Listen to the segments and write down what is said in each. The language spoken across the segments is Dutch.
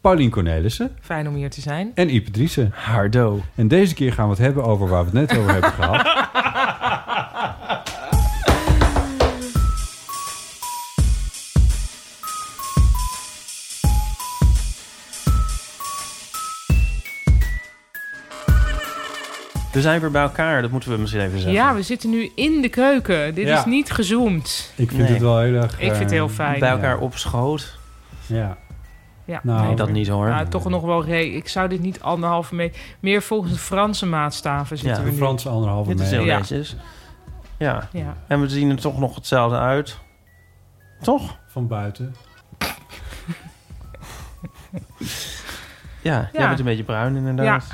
Paulien Cornelissen Fijn om hier te zijn. en Ipe Driessen. Hardo. En deze keer gaan we het hebben over waar we het net over hebben gehad. We zijn weer bij elkaar, dat moeten we misschien even zeggen. Ja, we zitten nu in de keuken. Dit Ja. is niet gezoomd. Ik vind Nee. het wel heel erg... Ik vind het eh, heel fijn. bij elkaar op schoot. Ja. Ja. Nou, Nee, dat niet hoor. Maar toch nog wel re. Ik zou dit niet anderhalve meter. Meer volgens de Franse maatstaven zitten Ja. we De nu. Franse anderhalve Dit is heel meter. Ja. netjes. Ja. Ja. En we zien er toch nog hetzelfde uit. Toch? Van buiten. Ja, jij Ja. bent een beetje bruin inderdaad.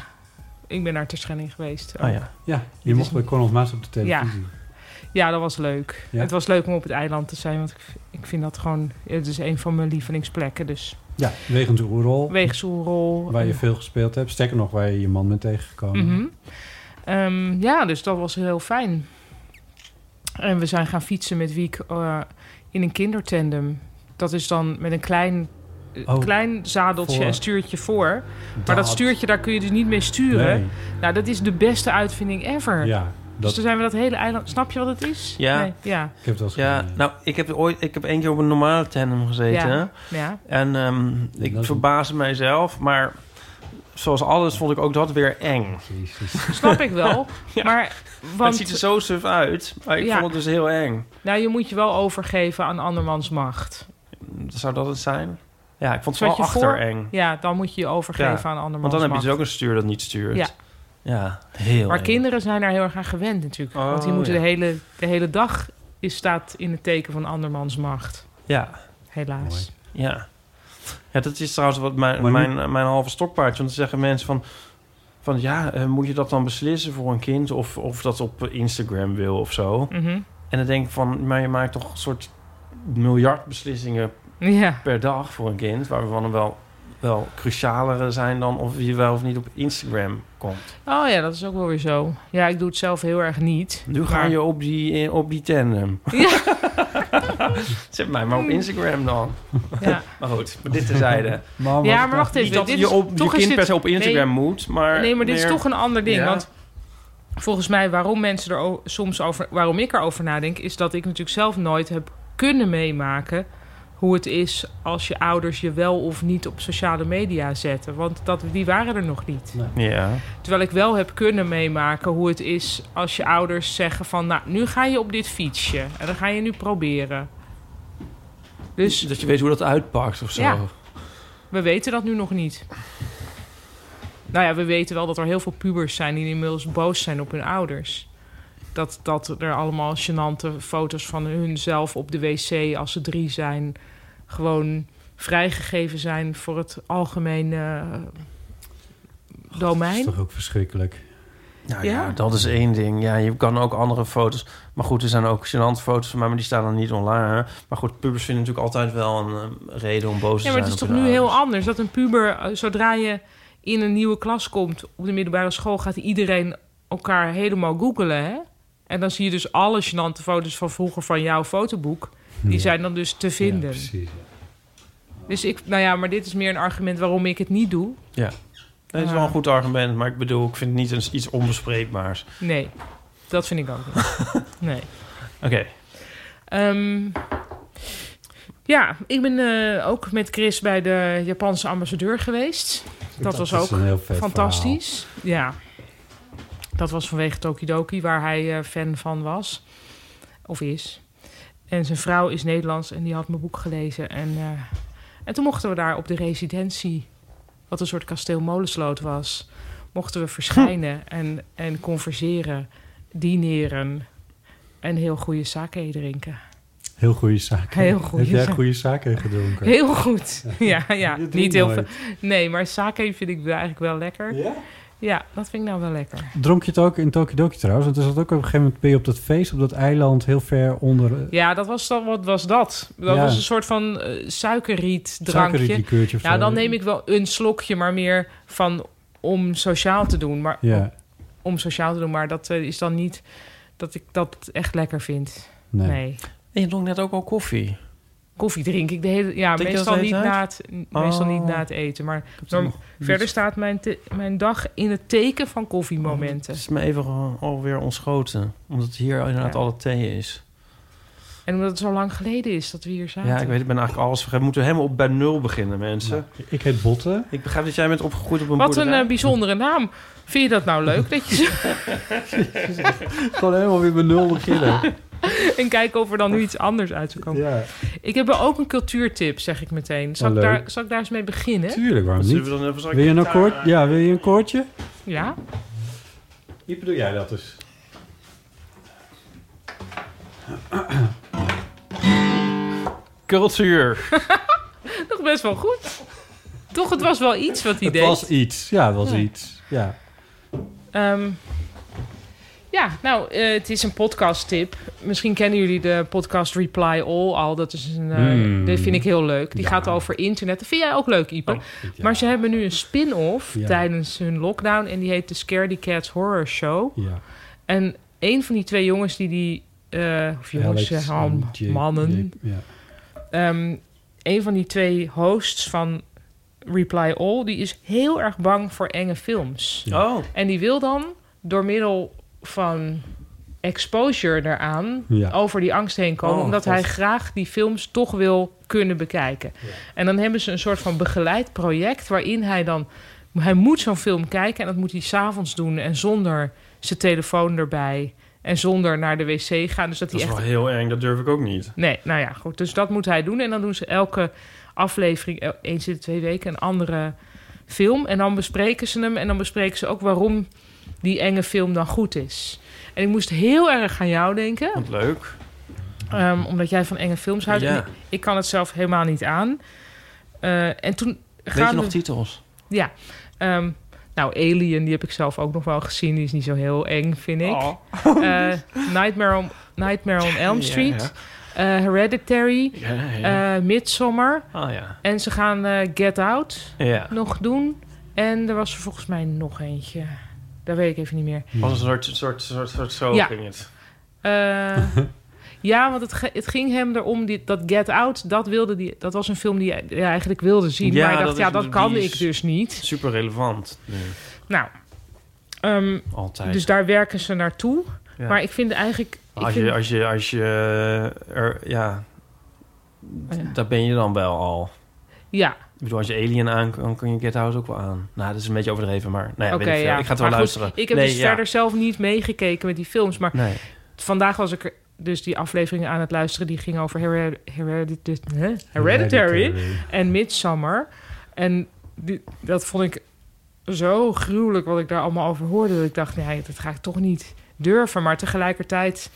Ik ben naar Terschelling geweest. Oh ja. Ja, je is mocht bij Conor Maas op de Ja. televisie. Ja, dat was leuk. Ja? Het was leuk om op het eiland te zijn, want ik, ik vind dat gewoon... Het is een van mijn lievelingsplekken, dus Ja, wegens Oerol. wegens Oerol. Waar je veel gespeeld hebt. Sterker nog, waar je je man bent tegengekomen. Mhm. Ehm, ja, dus dat was heel fijn. En we zijn gaan fietsen met Wiek eh, in een kindertandem. Dat is dan met een klein, eh, Oh, klein zadeltje voor. en stuurtje voor. Maar dat stuurtje, daar kun je dus niet mee sturen. Nee, Nou, dat is de beste uitvinding ever. ja. Dus Dat, toen zijn we dat hele eiland... Snap je wat het is? Ja. Nee, ja. ik heb het wel eens Ja, gedaan. nou, ik heb ooit, ik heb één keer op een normale tandem gezeten. Ja. ja. En ehm, ik dat is- verbaasde mijzelf, maar zoals alles vond ik ook dat weer eng. Jezus. Snap ik wel. Ja. Maar Het ziet er want, zo suf uit, maar ik Ja. vond het dus heel eng. nou, je moet je wel overgeven aan andermans macht. Zou dat het zijn? Ja, ik vond het Zat wel je voor? achtereng. Ja, dan moet je je overgeven aan andermans Want macht. dan heb je dus ook een stuur dat niet stuurt. Ja. Ja, heel Maar eng. kinderen zijn daar heel erg aan gewend natuurlijk. Oh, want die moeten ja. de, hele, de hele dag is, staat in het teken van andermans macht. Ja, Helaas. Mooi. ja. Ja, dat is trouwens wat mijn, Maar nu- mijn, mijn halve stokpaardje. Want dan zeggen mensen van... van ja, eh, moet je dat dan beslissen voor een kind? Of, of dat op Instagram wil of zo. Mhm. En dan denk ik van... Maar je maakt toch een soort miljard beslissingen Ja. per dag voor een kind. Waarvan er wel, wel crucialere zijn dan of je wel of niet op Instagram komt. Oh ja, dat is ook wel weer zo. Ja, ik doe het zelf heel erg niet. Nu ga Maar- je op die, eh, op die tandem. Ja. Zet mij maar op Instagram dan. Ja, Maar goed, dit terzijde. Mama, ja maar wacht Niet even. dat Dit je is, op je toch is kind per se dit, op Instagram moet, maar... nee, maar dit is meer- toch een ander ding. Ja. Want volgens mij waarom mensen er o- soms over... Waarom ik erover nadenk, is dat ik natuurlijk zelf nooit heb kunnen meemaken... hoe het is als je ouders je wel of niet op sociale media zetten. Want dat, die waren er nog niet. Ja. Terwijl ik wel heb kunnen meemaken hoe het is als je ouders zeggen van... nou, nu ga je op dit fietsje en dan ga je nu proberen. Dus Dat je weet hoe dat uitpakt of zo. Ja. we weten dat nu nog niet. Nou ja, we weten wel dat er heel veel pubers zijn die inmiddels boos zijn op hun ouders. Dat, dat er allemaal gênante foto's van hunzelf op de wc als ze drie zijn... gewoon vrijgegeven zijn voor het algemene eh, Dat is domein. toch ook verschrikkelijk. Nou ja. Ja. dat is één ding. Ja, je kan ook andere foto's... Maar goed, er zijn ook gênante foto's van mij, maar die staan dan niet online. hè. Maar goed, pubers vinden natuurlijk altijd wel een eh, reden om boos Ja, te zijn maar het is op toch hun nu heel ouders. anders dat een puber, eh, zodra je in een nieuwe klas komt op de middelbare school, gaat iedereen elkaar helemaal googelen. Hè? En dan zie je dus alle gênante foto's van vroeger van jouw fotoboek. Die Ja. zijn dan dus te vinden. Ja, precies. dus ik, nou ja, maar dit is meer een argument waarom ik het niet doe. Eh, Dat is wel een goed argument, maar ik bedoel, ik vind het niet eens iets onbespreekbaars. Nee, dat vind ik ook niet. Nee. Oké, Ehm, Ja, ik ben eh, ook met Chris bij de Japanse ambassadeur geweest. Dat, was is ook een heel vet fantastisch. Ja. Dat was vanwege Tokidoki, waar hij eh, fan van was. Of is. En zijn vrouw is Nederlands en die had mijn boek gelezen. En, eh, en toen mochten we daar op de residentie, wat een soort kasteel Molensloot was, mochten we verschijnen en, en converseren, dineren en heel goede sake drinken. verhaal. Heel goede zaken. Heel goede Heb jij zaken. goede zaken gedronken? Heel goed. Ja, ja. Je drinkt Niet heel veel. nooit. Nee, maar sake vind ik eigenlijk wel lekker. Ja? Ja, dat vind ik nou wel lekker. Dronk je het ook in Tokidoki trouwens? Want er zat ook op een gegeven moment ben je op dat feest, op dat eiland, heel ver onder... eh, Ja, dat was dan, wat was dat? Dat Ja. was een soort van eh, suikerrietdrankje. suikerliqueurtje of Nou, zo. dan neem ik wel een slokje, maar meer van om sociaal te doen. Maar Ja, om sociaal te doen, maar dat eh, is dan niet dat ik dat echt lekker vind. nee. Nee. En je dronk net ook al koffie. Koffie drink ik de hele ja, Drink je dat meestal de niet, hele tijd? na het, meestal niet Oh. na het eten. Maar Ik heb norm- nog niet- verder staat mijn, te- mijn dag in het teken van koffiemomenten. Het Oh, is me even al- alweer ontschoten. Omdat hier inderdaad Ja. alle thee is. En omdat het zo lang geleden is dat we hier zaten. Ja, ik weet, ik ben eigenlijk alles vergeten. We moeten helemaal op bij nul beginnen, mensen. Ik heet Botten. Ik begrijp dat jij bent opgegroeid op een Wat een boerderij. eh, bijzondere naam. Vind je dat nou leuk? Dat je zo- Gewoon helemaal weer bij nul beginnen. en kijken of er dan nu iets anders uit zou komen. ja. Ik heb wel ook een cultuurtip, zeg ik meteen. Zal, Oh, ik, leuk. daar, zal ik daar eens mee beginnen? Tuurlijk, waarom Zullen niet? we dan even zal ik Wil je een gitaar- eh, akkoord? Ja, wil je een koortje? Ja? Iep, doe jij dat dus. Cultuur. Nog best wel goed. Toch, het was wel iets wat hij Het deed. was iets. Ja, het was Ja. iets. Ja. Ehm, ja, nou, eh, het is een podcasttip. Misschien kennen jullie de podcast Reply All al. Dat is een, eh Hmm. Die vind ik heel leuk. Die Ja. Oh, gaat over internet. Dat vind jij ook leuk, Ipe. Maar ze hebben nu een spin-off Ja. tijdens hun lockdown. En die heet de Scaredy Cats Horror Show. Ja. En een van die twee jongens die die... eh, of jongens, Alex zeggen en al Jake- mannen. Jake- ja. Ehm, een van die twee hosts van Reply All... die is heel erg bang voor enge films. Ja. Oh, En die wil dan door middel van exposure eraan Ja. over die angst heen komen. Oh, omdat God. hij graag die films toch wil kunnen bekijken. En dan hebben ze een soort van begeleid project waarin hij dan... Hij moet zo'n film kijken en dat moet hij s'avonds doen. En zonder zijn telefoon erbij. En zonder naar de wc gaan. Dus dat, dat is hij wel echt... heel eng. Dat durf ik ook niet. Nee, nou ja, goed. Dus dat moet hij doen. En dan doen ze elke aflevering, el- eens in de twee weken, een andere film. En dan bespreken ze hem. En dan bespreken ze ook waarom die enge film dan goed is. En ik moest heel erg aan jou denken. Wat leuk. Ehm, omdat jij van enge films houdt. Ja. En Ik, ik kan het zelf helemaal niet aan. Eh, en toen Weet gaan je nog we- titels? Ja. Ehm, nou, Alien, die heb ik zelf ook nog wel gezien. Die is niet zo heel eng, vind ik. Oh. Eh, Nightmare, on, Nightmare on Elm Ja, Street. eh, Hereditary. Ja, ja. ja. eh Midsummer. ah ja. En ze gaan eh, Get Out Ja. nog doen. En er was er volgens mij nog eentje. Daar weet ik even niet meer. Was een soort, soort, soort, soort zo Ja. ging het. Eh, ja, want het, ge- het ging hem erom dit, dat Get Out, dat, wilde die, dat was een film die hij ja, eigenlijk wilde zien. Ja, maar hij dat dacht, is- ja, dat kan die is- ik dus niet. Super relevant. nu. Nou, ehm, Altijd. dus daar werken ze naartoe. Ja. Maar ik vind eigenlijk... Ik als, vind- je, als je, als je, eh, er, ja, Oh ja. daar ben je dan wel al. ja, Ik bedoel, als je Alien aan kan, kun je Get Out ook wel aan. Nou, dat is een beetje overdreven, maar nou ja, oké. weet ik, veel. ja. ik ga het wel Maar goed, luisteren. ik heb Nee, dus ja. verder zelf niet meegekeken met die films. Maar Nee. Vandaag was ik er- dus die afleveringen aan het luisteren. Die ging over Hered- Heredit- hè? Hereditary, en Midsummer. En die- dat vond ik zo gruwelijk wat ik daar allemaal over hoorde. Dat ik dacht, nee, dat ga ik toch niet durven. Maar tegelijkertijd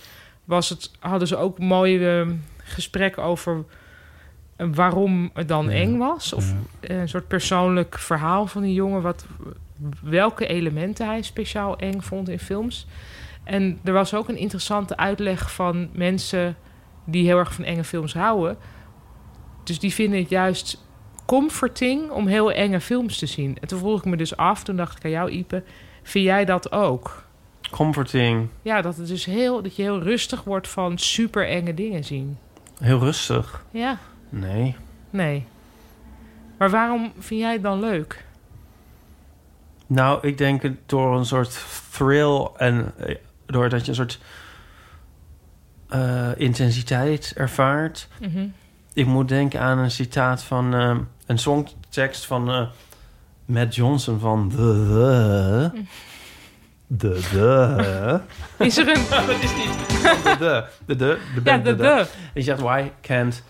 was het, hadden ze ook mooie eh, gesprekken over eh, waarom het dan eng was. Of eh, een soort persoonlijk verhaal van die jongen. Wat, welke elementen hij speciaal eng vond in films. En er was ook een interessante uitleg van mensen die heel erg van enge films houden. Dus die vinden het juist comforting om heel enge films te zien. En toen vroeg ik me dus af, toen dacht ik aan jou, Ipe, vind jij dat ook? Comforting. Ja, dat, het dus heel, dat je heel rustig wordt van super enge dingen zien. Heel rustig. Ja, Nee. nee. Maar waarom vind jij het dan leuk? Nou, ik denk het door een soort thrill en eh, doordat je een soort eh, intensiteit ervaart. Ik moet denken aan een citaat van eh, een songtekst van eh, Matt Johnson van The The. De de. Is er een... Dat is niet. De de. De de. De Ja, band de, de. Die zegt: Why can't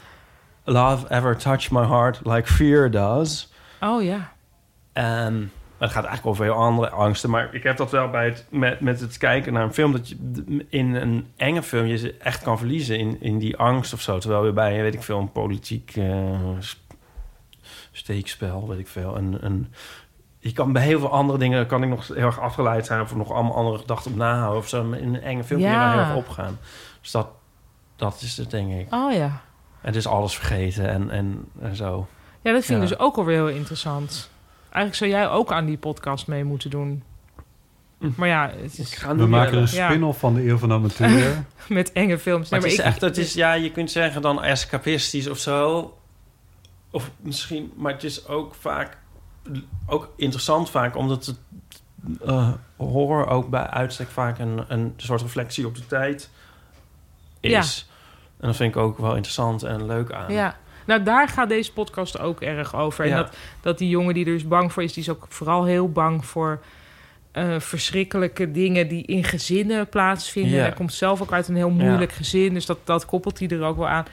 love ever touch my heart like fear does? Oh ja. En Ehm, maar het gaat eigenlijk over heel andere angsten. Maar ik heb dat wel bij het, met, met het kijken naar een film. Dat je d- in een enge film je ze echt kan verliezen in, in die angst of zo. Terwijl je bij, weet ik veel, een politiek eh, s- steekspel, weet ik veel. Een, een, je kan bij heel veel andere dingen kan ik nog heel erg afgeleid zijn. Of nog allemaal andere gedachten op nahouden of zo. Maar In een enge film kun je Ja. daar heel erg opgaan. Dus dat, dat is het, denk ik. Oh ja. Het is alles vergeten en, en, en zo. Ja, dat vind ik Ja. dus ook alweer heel interessant. Eigenlijk zou jij ook aan die podcast mee moeten doen. Maar ja, het Hm. Ik is ga We nu maken een weer- Ja. spin-off van de Eeuw van de Amateur. met enge films. Maar Nee, het is maar ik- echt, het is, ja, je kunt zeggen dan escapistisch of zo. Of misschien, maar het is ook vaak, ook interessant vaak, omdat het eh, horror ook bij uitstek vaak een, een soort reflectie op de tijd is. En dat vind ik ook wel interessant en leuk aan. Ja. Nou, daar gaat deze podcast ook erg over. En Ja. dat, dat die jongen die er dus bang voor is, die is ook vooral heel bang voor eh, verschrikkelijke dingen die in gezinnen plaatsvinden. Ja. Hij komt zelf ook uit een heel moeilijk gezin, dus dat, dat koppelt hij er ook wel aan.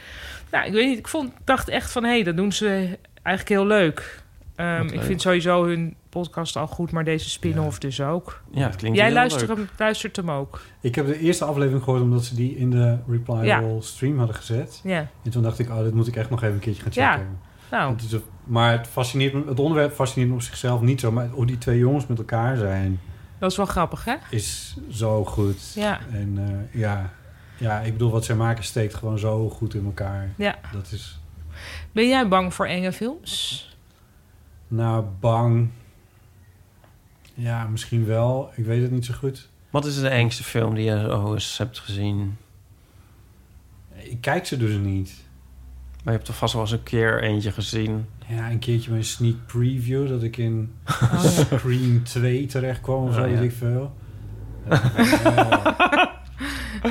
Nou, ik weet niet, ik vond, dacht echt van hé, hey, dat doen ze eigenlijk heel leuk. Ehm, Wat ik leuk. vind sowieso hun podcast al goed, maar deze spin-off dus ook. Ja, het klinkt Jij heel luistert leuk. hem, luistert hem ook. ik heb de eerste aflevering gehoord omdat ze die in de Reply Ja. All stream hadden gezet. Ja, En toen dacht ik, oh, dit moet ik echt nog even een keertje gaan Ja. checken. nou, Het is een- maar het, fascineert me, het onderwerp fascineert me op zichzelf niet zo. Maar hoe die twee jongens met elkaar zijn, dat is wel grappig, hè? is zo goed. Ja. En eh, ja. ja, ik bedoel, wat zij maken steekt gewoon zo goed in elkaar. Ja. Dat is, Ben jij bang voor enge films? nou, bang. Ja, misschien wel. Ik weet het niet zo goed. Wat is de engste film die je zo eens hebt gezien? Ik kijk ze dus niet. Maar je hebt toch vast wel eens een keer eentje gezien. Ja, een keertje met een sneak preview dat ik in Oh, ja. Scream 2 terecht kwam of zo, Oh, ja. weet ik veel. Ja.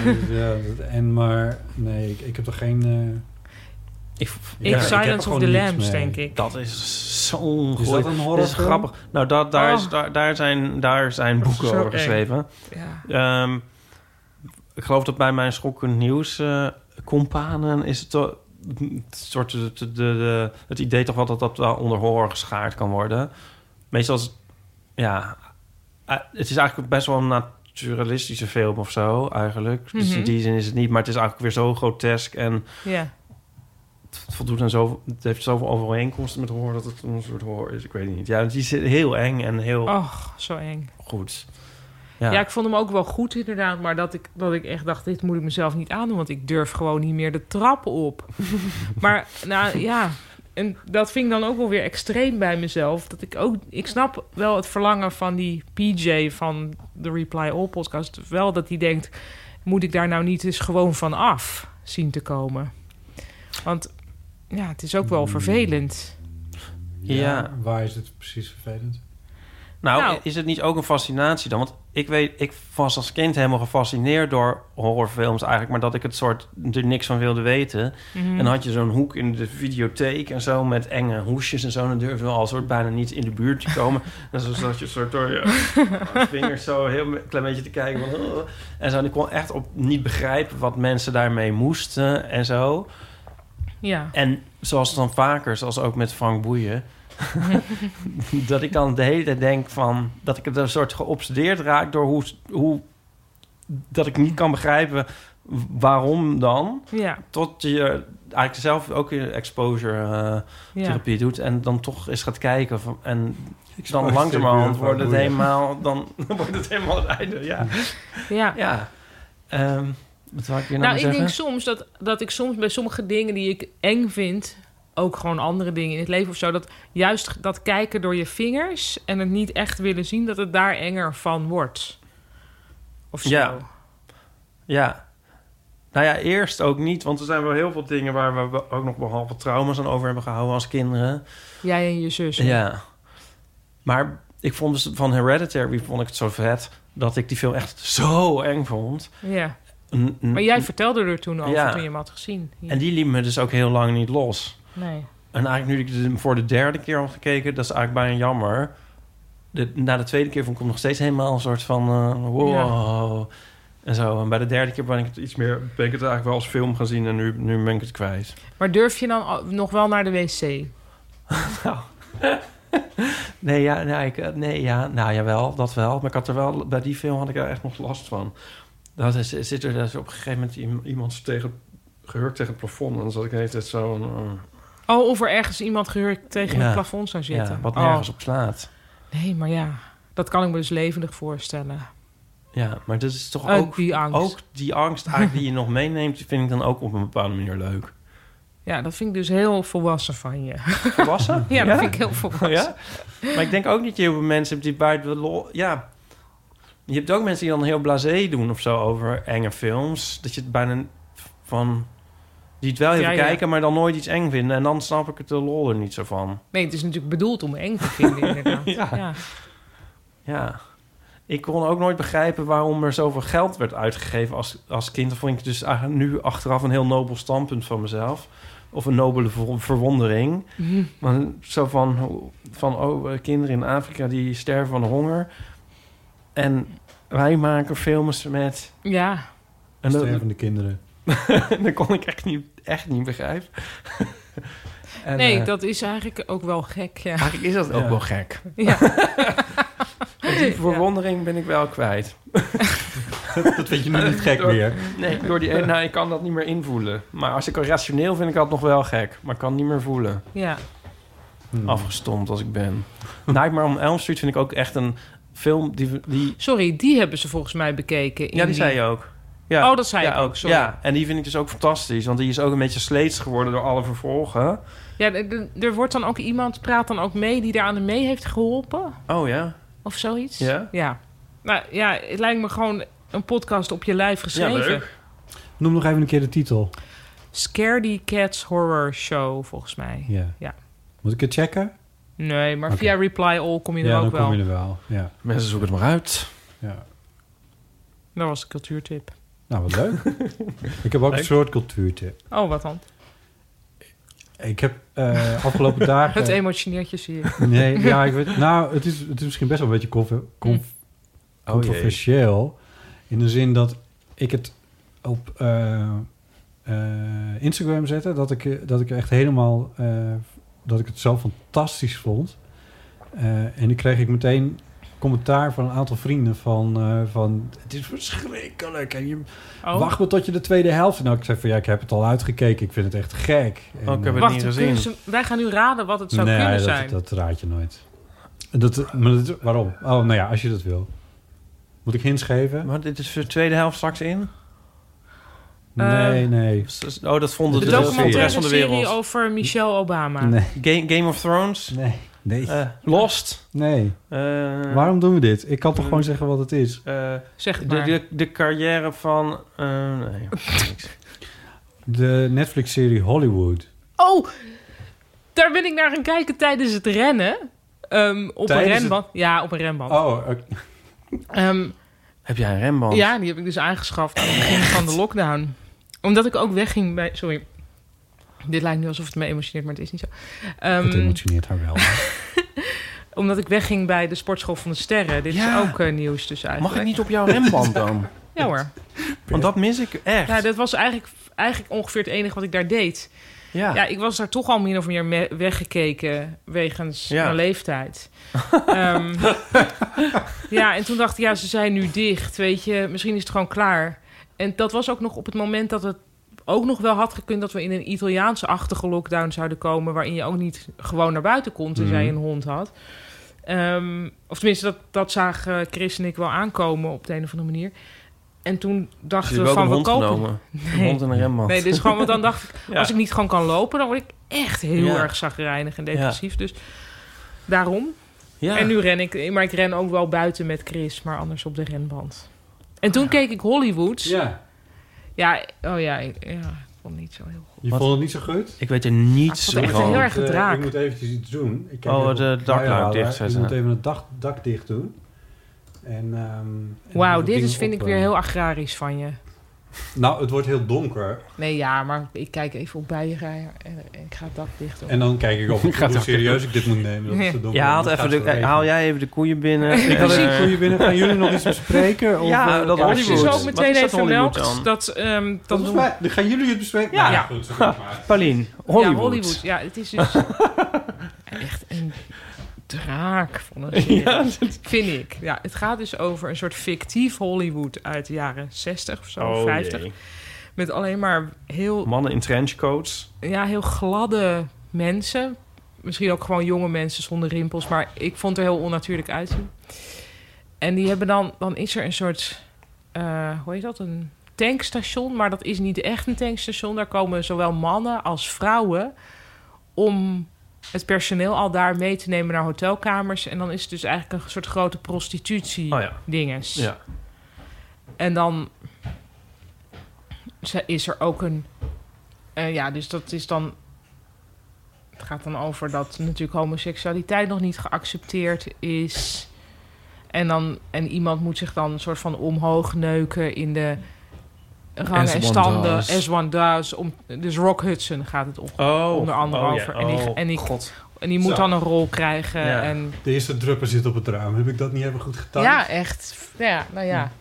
Dus, ja, dat- en maar, nee, ik, ik heb er geen... eh, Ik, Ja, ik ik heb zou- er Silence of gewoon the niks Lambs, mee. denk ik. Dat is zo'n Is goeie- dat een Dat is horrorfilm? grappig. Nou, dat, daar, is, Oh. daar, daar, zijn, daar zijn Dat is boeken zo over eng. geschreven. Ja. Ehm, ik geloof dat bij mijn schokkend nieuws eh, companen is het toch- het soort de, de, de- het idee toch wel dat dat wel onder horror geschaard kan worden. Meestal is het- ja, eh, het is eigenlijk best wel een naturalistische film of zo eigenlijk. Dus Mhm. in die zin is het niet, maar het is eigenlijk weer zo grotesk en ja. het voldoet aan zoveel, het heeft zoveel overeenkomsten met horror dat het een soort horror is. Ik weet het niet. Ja, het is heel eng en heel Och, zo eng. goed. Ja. ik vond hem ook wel goed inderdaad, maar dat ik, dat ik echt dacht, dit moet ik mezelf niet aandoen, want ik durf gewoon niet meer de trappen op. maar nou ja, en dat vind ik dan ook wel weer extreem bij mezelf. Dat ik ook, ik snap wel het verlangen van die PJ van de Reply All podcast, wel dat die denkt, moet ik daar nou niet eens gewoon van af zien te komen? Want ja, het is ook wel vervelend. Ja. Waar is het precies vervelend? Nou, Nou. is het niet ook een fascinatie dan? Want ik weet, ik was als kind helemaal gefascineerd door horrorfilms eigenlijk, maar dat ik het soort er niks van wilde weten. En dan had je zo'n hoek in de videotheek en zo met enge hoesjes en zo, en dan durfde we al soort bijna niet in de buurt te komen. en zo zat je soort door je vingers zo heel een klein beetje te kijken. Van, "Oh." en zo, en ik kon echt op niet begrijpen wat mensen daarmee moesten en zo. Ja. En zoals dan vaker, zoals ook met Frank Boeien... dat ik dan de hele tijd denk van... dat ik een soort geobsedeerd raak door hoe, hoe... dat ik niet kan begrijpen waarom dan... Ja. tot je eigenlijk zelf ook je exposure-therapie Ja. doet... en dan toch eens gaat kijken. Van, en Ik dan langzamerhand van wordt het boeien. helemaal... dan wordt het helemaal het einde, ja. ja. ja. Ehm, wat wou ik hier nou, Nou, ik zeggen? denk soms dat, dat ik soms bij sommige dingen die ik eng vind, ook gewoon andere dingen in het leven of zo, dat juist dat kijken door je vingers en het niet echt willen zien, dat het daar enger van wordt. Of zo. Ja. Ja. Nou ja, eerst ook niet, want er zijn wel heel veel dingen waar we ook nog behalve trauma's aan over hebben gehouden als kinderen. Jij en je zus. Ja. Maar ik vond dus van Hereditary vond ik het zo vet dat ik die film echt zo eng vond. Ja. een- een- Maar jij vertelde er toen over, Ja. toen je hem had gezien. Ja. En die liep me dus ook heel lang niet los. Nee. En eigenlijk nu ik hem voor de derde keer had gekeken... dat is eigenlijk bijna jammer. De, na de tweede keer vond ik hem nog steeds helemaal een soort van... eh, wow. En zo. En bij de derde keer ben ik het iets meer... ben ik het eigenlijk wel als film gaan zien en nu, nu ben ik het kwijt. Maar durf je dan al- nog wel naar de wc? Nou. Nee, ja, nou, ik, eh, nee, ja, nou jawel, dat wel. Maar ik had er wel, bij die film had ik er echt nog last van. Dat is, zit er dus op een gegeven moment iem- iemand zo tegen, gehurkt tegen het plafond. En dan zat ik de hele tijd zo'n... eh, Oh, of er ergens iemand gehuurd tegen Ja. het plafond zou zitten. ja, wat Oh, nergens op slaat. Nee, maar ja, dat kan ik me dus levendig voorstellen. Ja, maar dat is toch Eh, ook, die angst. ook die angst eigenlijk die je nog meeneemt... die vind ik dan ook op een bepaalde manier leuk. Ja, dat vind ik dus heel volwassen van je. Volwassen? Ja, dat vind ik heel volwassen. Ja? Maar ik denk ook niet dat je heel veel mensen hebt die buiten... de lol- Ja, je hebt ook mensen die dan heel blasé doen of zo over enge films. Dat je het bijna van... Die het wel even Ja, ja. kijken, maar dan nooit iets eng vinden. En dan snap ik het de lol er niet zo van. Nee, het is natuurlijk bedoeld om eng te vinden, inderdaad. Ja. ja. Ja. Ik kon ook nooit begrijpen waarom er zoveel geld werd uitgegeven als, als kind. Dat vond ik dus eigenlijk nu achteraf een heel nobel standpunt van mezelf. Of een nobele ver- verwondering. Mhm. Maar zo van, van oh, eh, kinderen in Afrika die sterven van honger. En wij maken films met... Ja. En dat, Stervende kinderen. dat kon ik echt niet, echt niet begrijpen. En, Nee, eh, dat is eigenlijk ook wel gek, ja. Eigenlijk is dat ook Ja. wel gek. ja. Die verwondering ben ik wel kwijt. Dat vind je nu niet gek meer. Nee, door die, nou, ik kan dat niet meer invoelen. Maar als ik al rationeel vind ik dat nog wel gek. Maar ik kan het niet meer voelen. ja. Hmm. Afgestomd als ik ben. Nightmare on Elm Street vind ik ook echt een film die... die Sorry, die hebben ze volgens mij bekeken. in ja, die zei je ook. Ja. Oh, dat zei ja, ik ook, sorry. Ja, en die vind ik dus ook fantastisch. Want die is ook een beetje sleets geworden door alle vervolgen. Ja, d- d- er wordt dan ook iemand, praat dan ook mee, die daar aan de mee heeft geholpen. Oh ja? Of zoiets. Ja? Ja. Nou ja, het lijkt me gewoon een podcast op je lijf geschreven. Noem nog even een keer de titel. Scaredy Cats Horror Show, volgens mij. Ja. Ja. Moet ik het checken? Nee, maar Oké. via Reply All kom je er ja, ook dan wel. kom je er wel. Ja. Mensen zoeken het maar uit. ja. Dat was een cultuurtip. Nou, wat leuk. ik heb ook een soort cultuurtip. Oh, wat dan? Ik heb eh, afgelopen dagen... Het emotioneertje zie ik. Nee, ja, ik weet, nou, het is, het is misschien best wel een beetje conf- conf- controversieel. in de zin dat ik het op eh, eh, Instagram zette. Dat ik, eh, dat ik echt helemaal... eh, dat ik het zo fantastisch vond. Eh, en dan kreeg ik meteen commentaar van een aantal vrienden van... eh, van het is verschrikkelijk. En je, Oh, Wacht maar tot je de tweede helft... Nou, ik zei van ja, ik heb het al uitgekeken. Ik vind het echt gek. En, Oh, ik heb eh, het niet gezien. kunnen ze- wij gaan nu raden wat het zou nee, kunnen dat, zijn. dat raad je nooit. Dat, maar dat- waarom? Oh, nou ja, als je dat wil. Moet ik hints geven? Maar dit is de tweede helft straks in? Eh, nee, nee. Oh, dat vonden De de, is documentaire rest van de serie wereld. over Michelle Obama. Nee, Game, Game of Thrones? nee, nee. Eh, Lost? nee. Eh, Waarom doen we dit? Ik kan toch eh, gewoon zeggen wat het is? eh, Zeg de, het maar. de, de carrière van... eh, nee, niks. De Netflix-serie Hollywood. Oh, daar ben ik naar gaan kijken tijdens het rennen. Ehm, op Tijdens een het- renband. Ja, op een renband. Oh, oké. Ehm, Heb jij een remband? ja, die heb ik dus aangeschaft aan het begin van de lockdown. Omdat ik ook wegging bij... Sorry. Dit lijkt nu alsof het me emotioneert, maar het is niet zo. Ehm, dat emotioneert haar wel. omdat ik wegging bij de sportschool van de sterren. Dit Ja. is ook eh, nieuws dus eigenlijk. Mag ik niet op jouw remband dan? Ja hoor. Want dat mis ik echt. Ja, dat was eigenlijk, eigenlijk ongeveer het enige wat ik daar deed. Ja. Ja, ik was daar toch al min of meer me- weggekeken wegens Ja. mijn leeftijd. Ehm, ja, en toen dacht ik, ja, ze zijn nu dicht, weet je. Misschien is het gewoon klaar. En dat was ook nog op het moment dat het ook nog wel had gekund... dat we in een Italiaanse achtige lockdown zouden komen... waarin je ook niet gewoon naar buiten kon, Mhm. tenzij je een hond had. Ehm, of tenminste, dat, dat zagen Chris en ik wel aankomen op de een of andere manier. En toen Ze dachten hebben we ook van, een we hond kopen genomen. Een hond en een remband. Nee, dus gewoon, want dan dacht ik, Ja. als ik niet gewoon kan lopen, dan word ik echt heel Ja. erg zagrijnig en depressief. Dus daarom. ja. En nu ren ik, maar ik ren ook wel buiten met Chris, maar anders op de renband. En Ah. toen keek ik Hollywoods. Ja, ja. oh ja, ik, ja, ik vond het niet zo heel goed. Je Wat? vond het niet zo goed? Ik weet er niets Ah, ik vond het echt van. heel erg- Eh, gedraag. ik moet eventjes iets doen. Ik kijk Oh, even de op dakluik huilen. dichtzetten. Ik moet even het dak, dak dicht doen. En, ehm, en Wauw, dat dit ding is, vind op, ik weer eh, heel agrarisch van je. Nou, het wordt heel donker. Nee, ja, maar ik kijk even op bijenrijder en, en ik ga het dak dicht doen. En dan kijk ik of ik Gaat hoe ook- serieus ik dit moet nemen. Dat het zo donker Ja, haalt wordt. even Gaat zo de, regenen. haal jij even de koeien binnen. Ik En, had eh, even koeien binnen. Gaan jullie nog iets bespreken? Of, Ja, eh, dat ja, als je Hollywood. zo Wat meteen is dat even Hollywood meldt, dan? dat, ehm, dat Volgens doen we. mij- dan gaan jullie het bespreken? Ja. Nou, goed, zo goed maar. Paulien, Hollywood. Ja, Hollywood. Ja, het is dus echt een draak van een serie. Ja, Vind ik. Ja, het gaat dus over een soort fictief Hollywood uit de jaren 60 of zo, Oh, 50. jee. Met alleen maar heel, Mannen in trenchcoats. ja, heel gladde mensen. Misschien ook gewoon jonge mensen zonder rimpels. Maar ik vond er heel onnatuurlijk uitzien. En die hebben dan... Dan is er een soort... eh, hoe heet dat? Een tankstation. Maar dat is niet echt een tankstation. Daar komen zowel mannen als vrouwen... om het personeel al daar mee te nemen naar hotelkamers. En dan is het dus eigenlijk een soort grote prostitutie Oh ja. dinges. Ja. En dan ze- is er ook een. eh, ja, dus dat is dan. Het gaat dan over dat natuurlijk homoseksualiteit nog niet geaccepteerd is. En, dan, en iemand moet zich dan een soort van omhoog neuken in de rangen en S1 standen. does. S1 does. Om, dus Rock Hudson gaat het om. Oh. Onder andere oh, over. Ja. En die- Oh, en die- God. En die moet Zo. dan een rol krijgen. Ja. En, De eerste druppel zit op het raam. Heb ik dat niet even goed getimed? ja, echt. Ja, nou ja.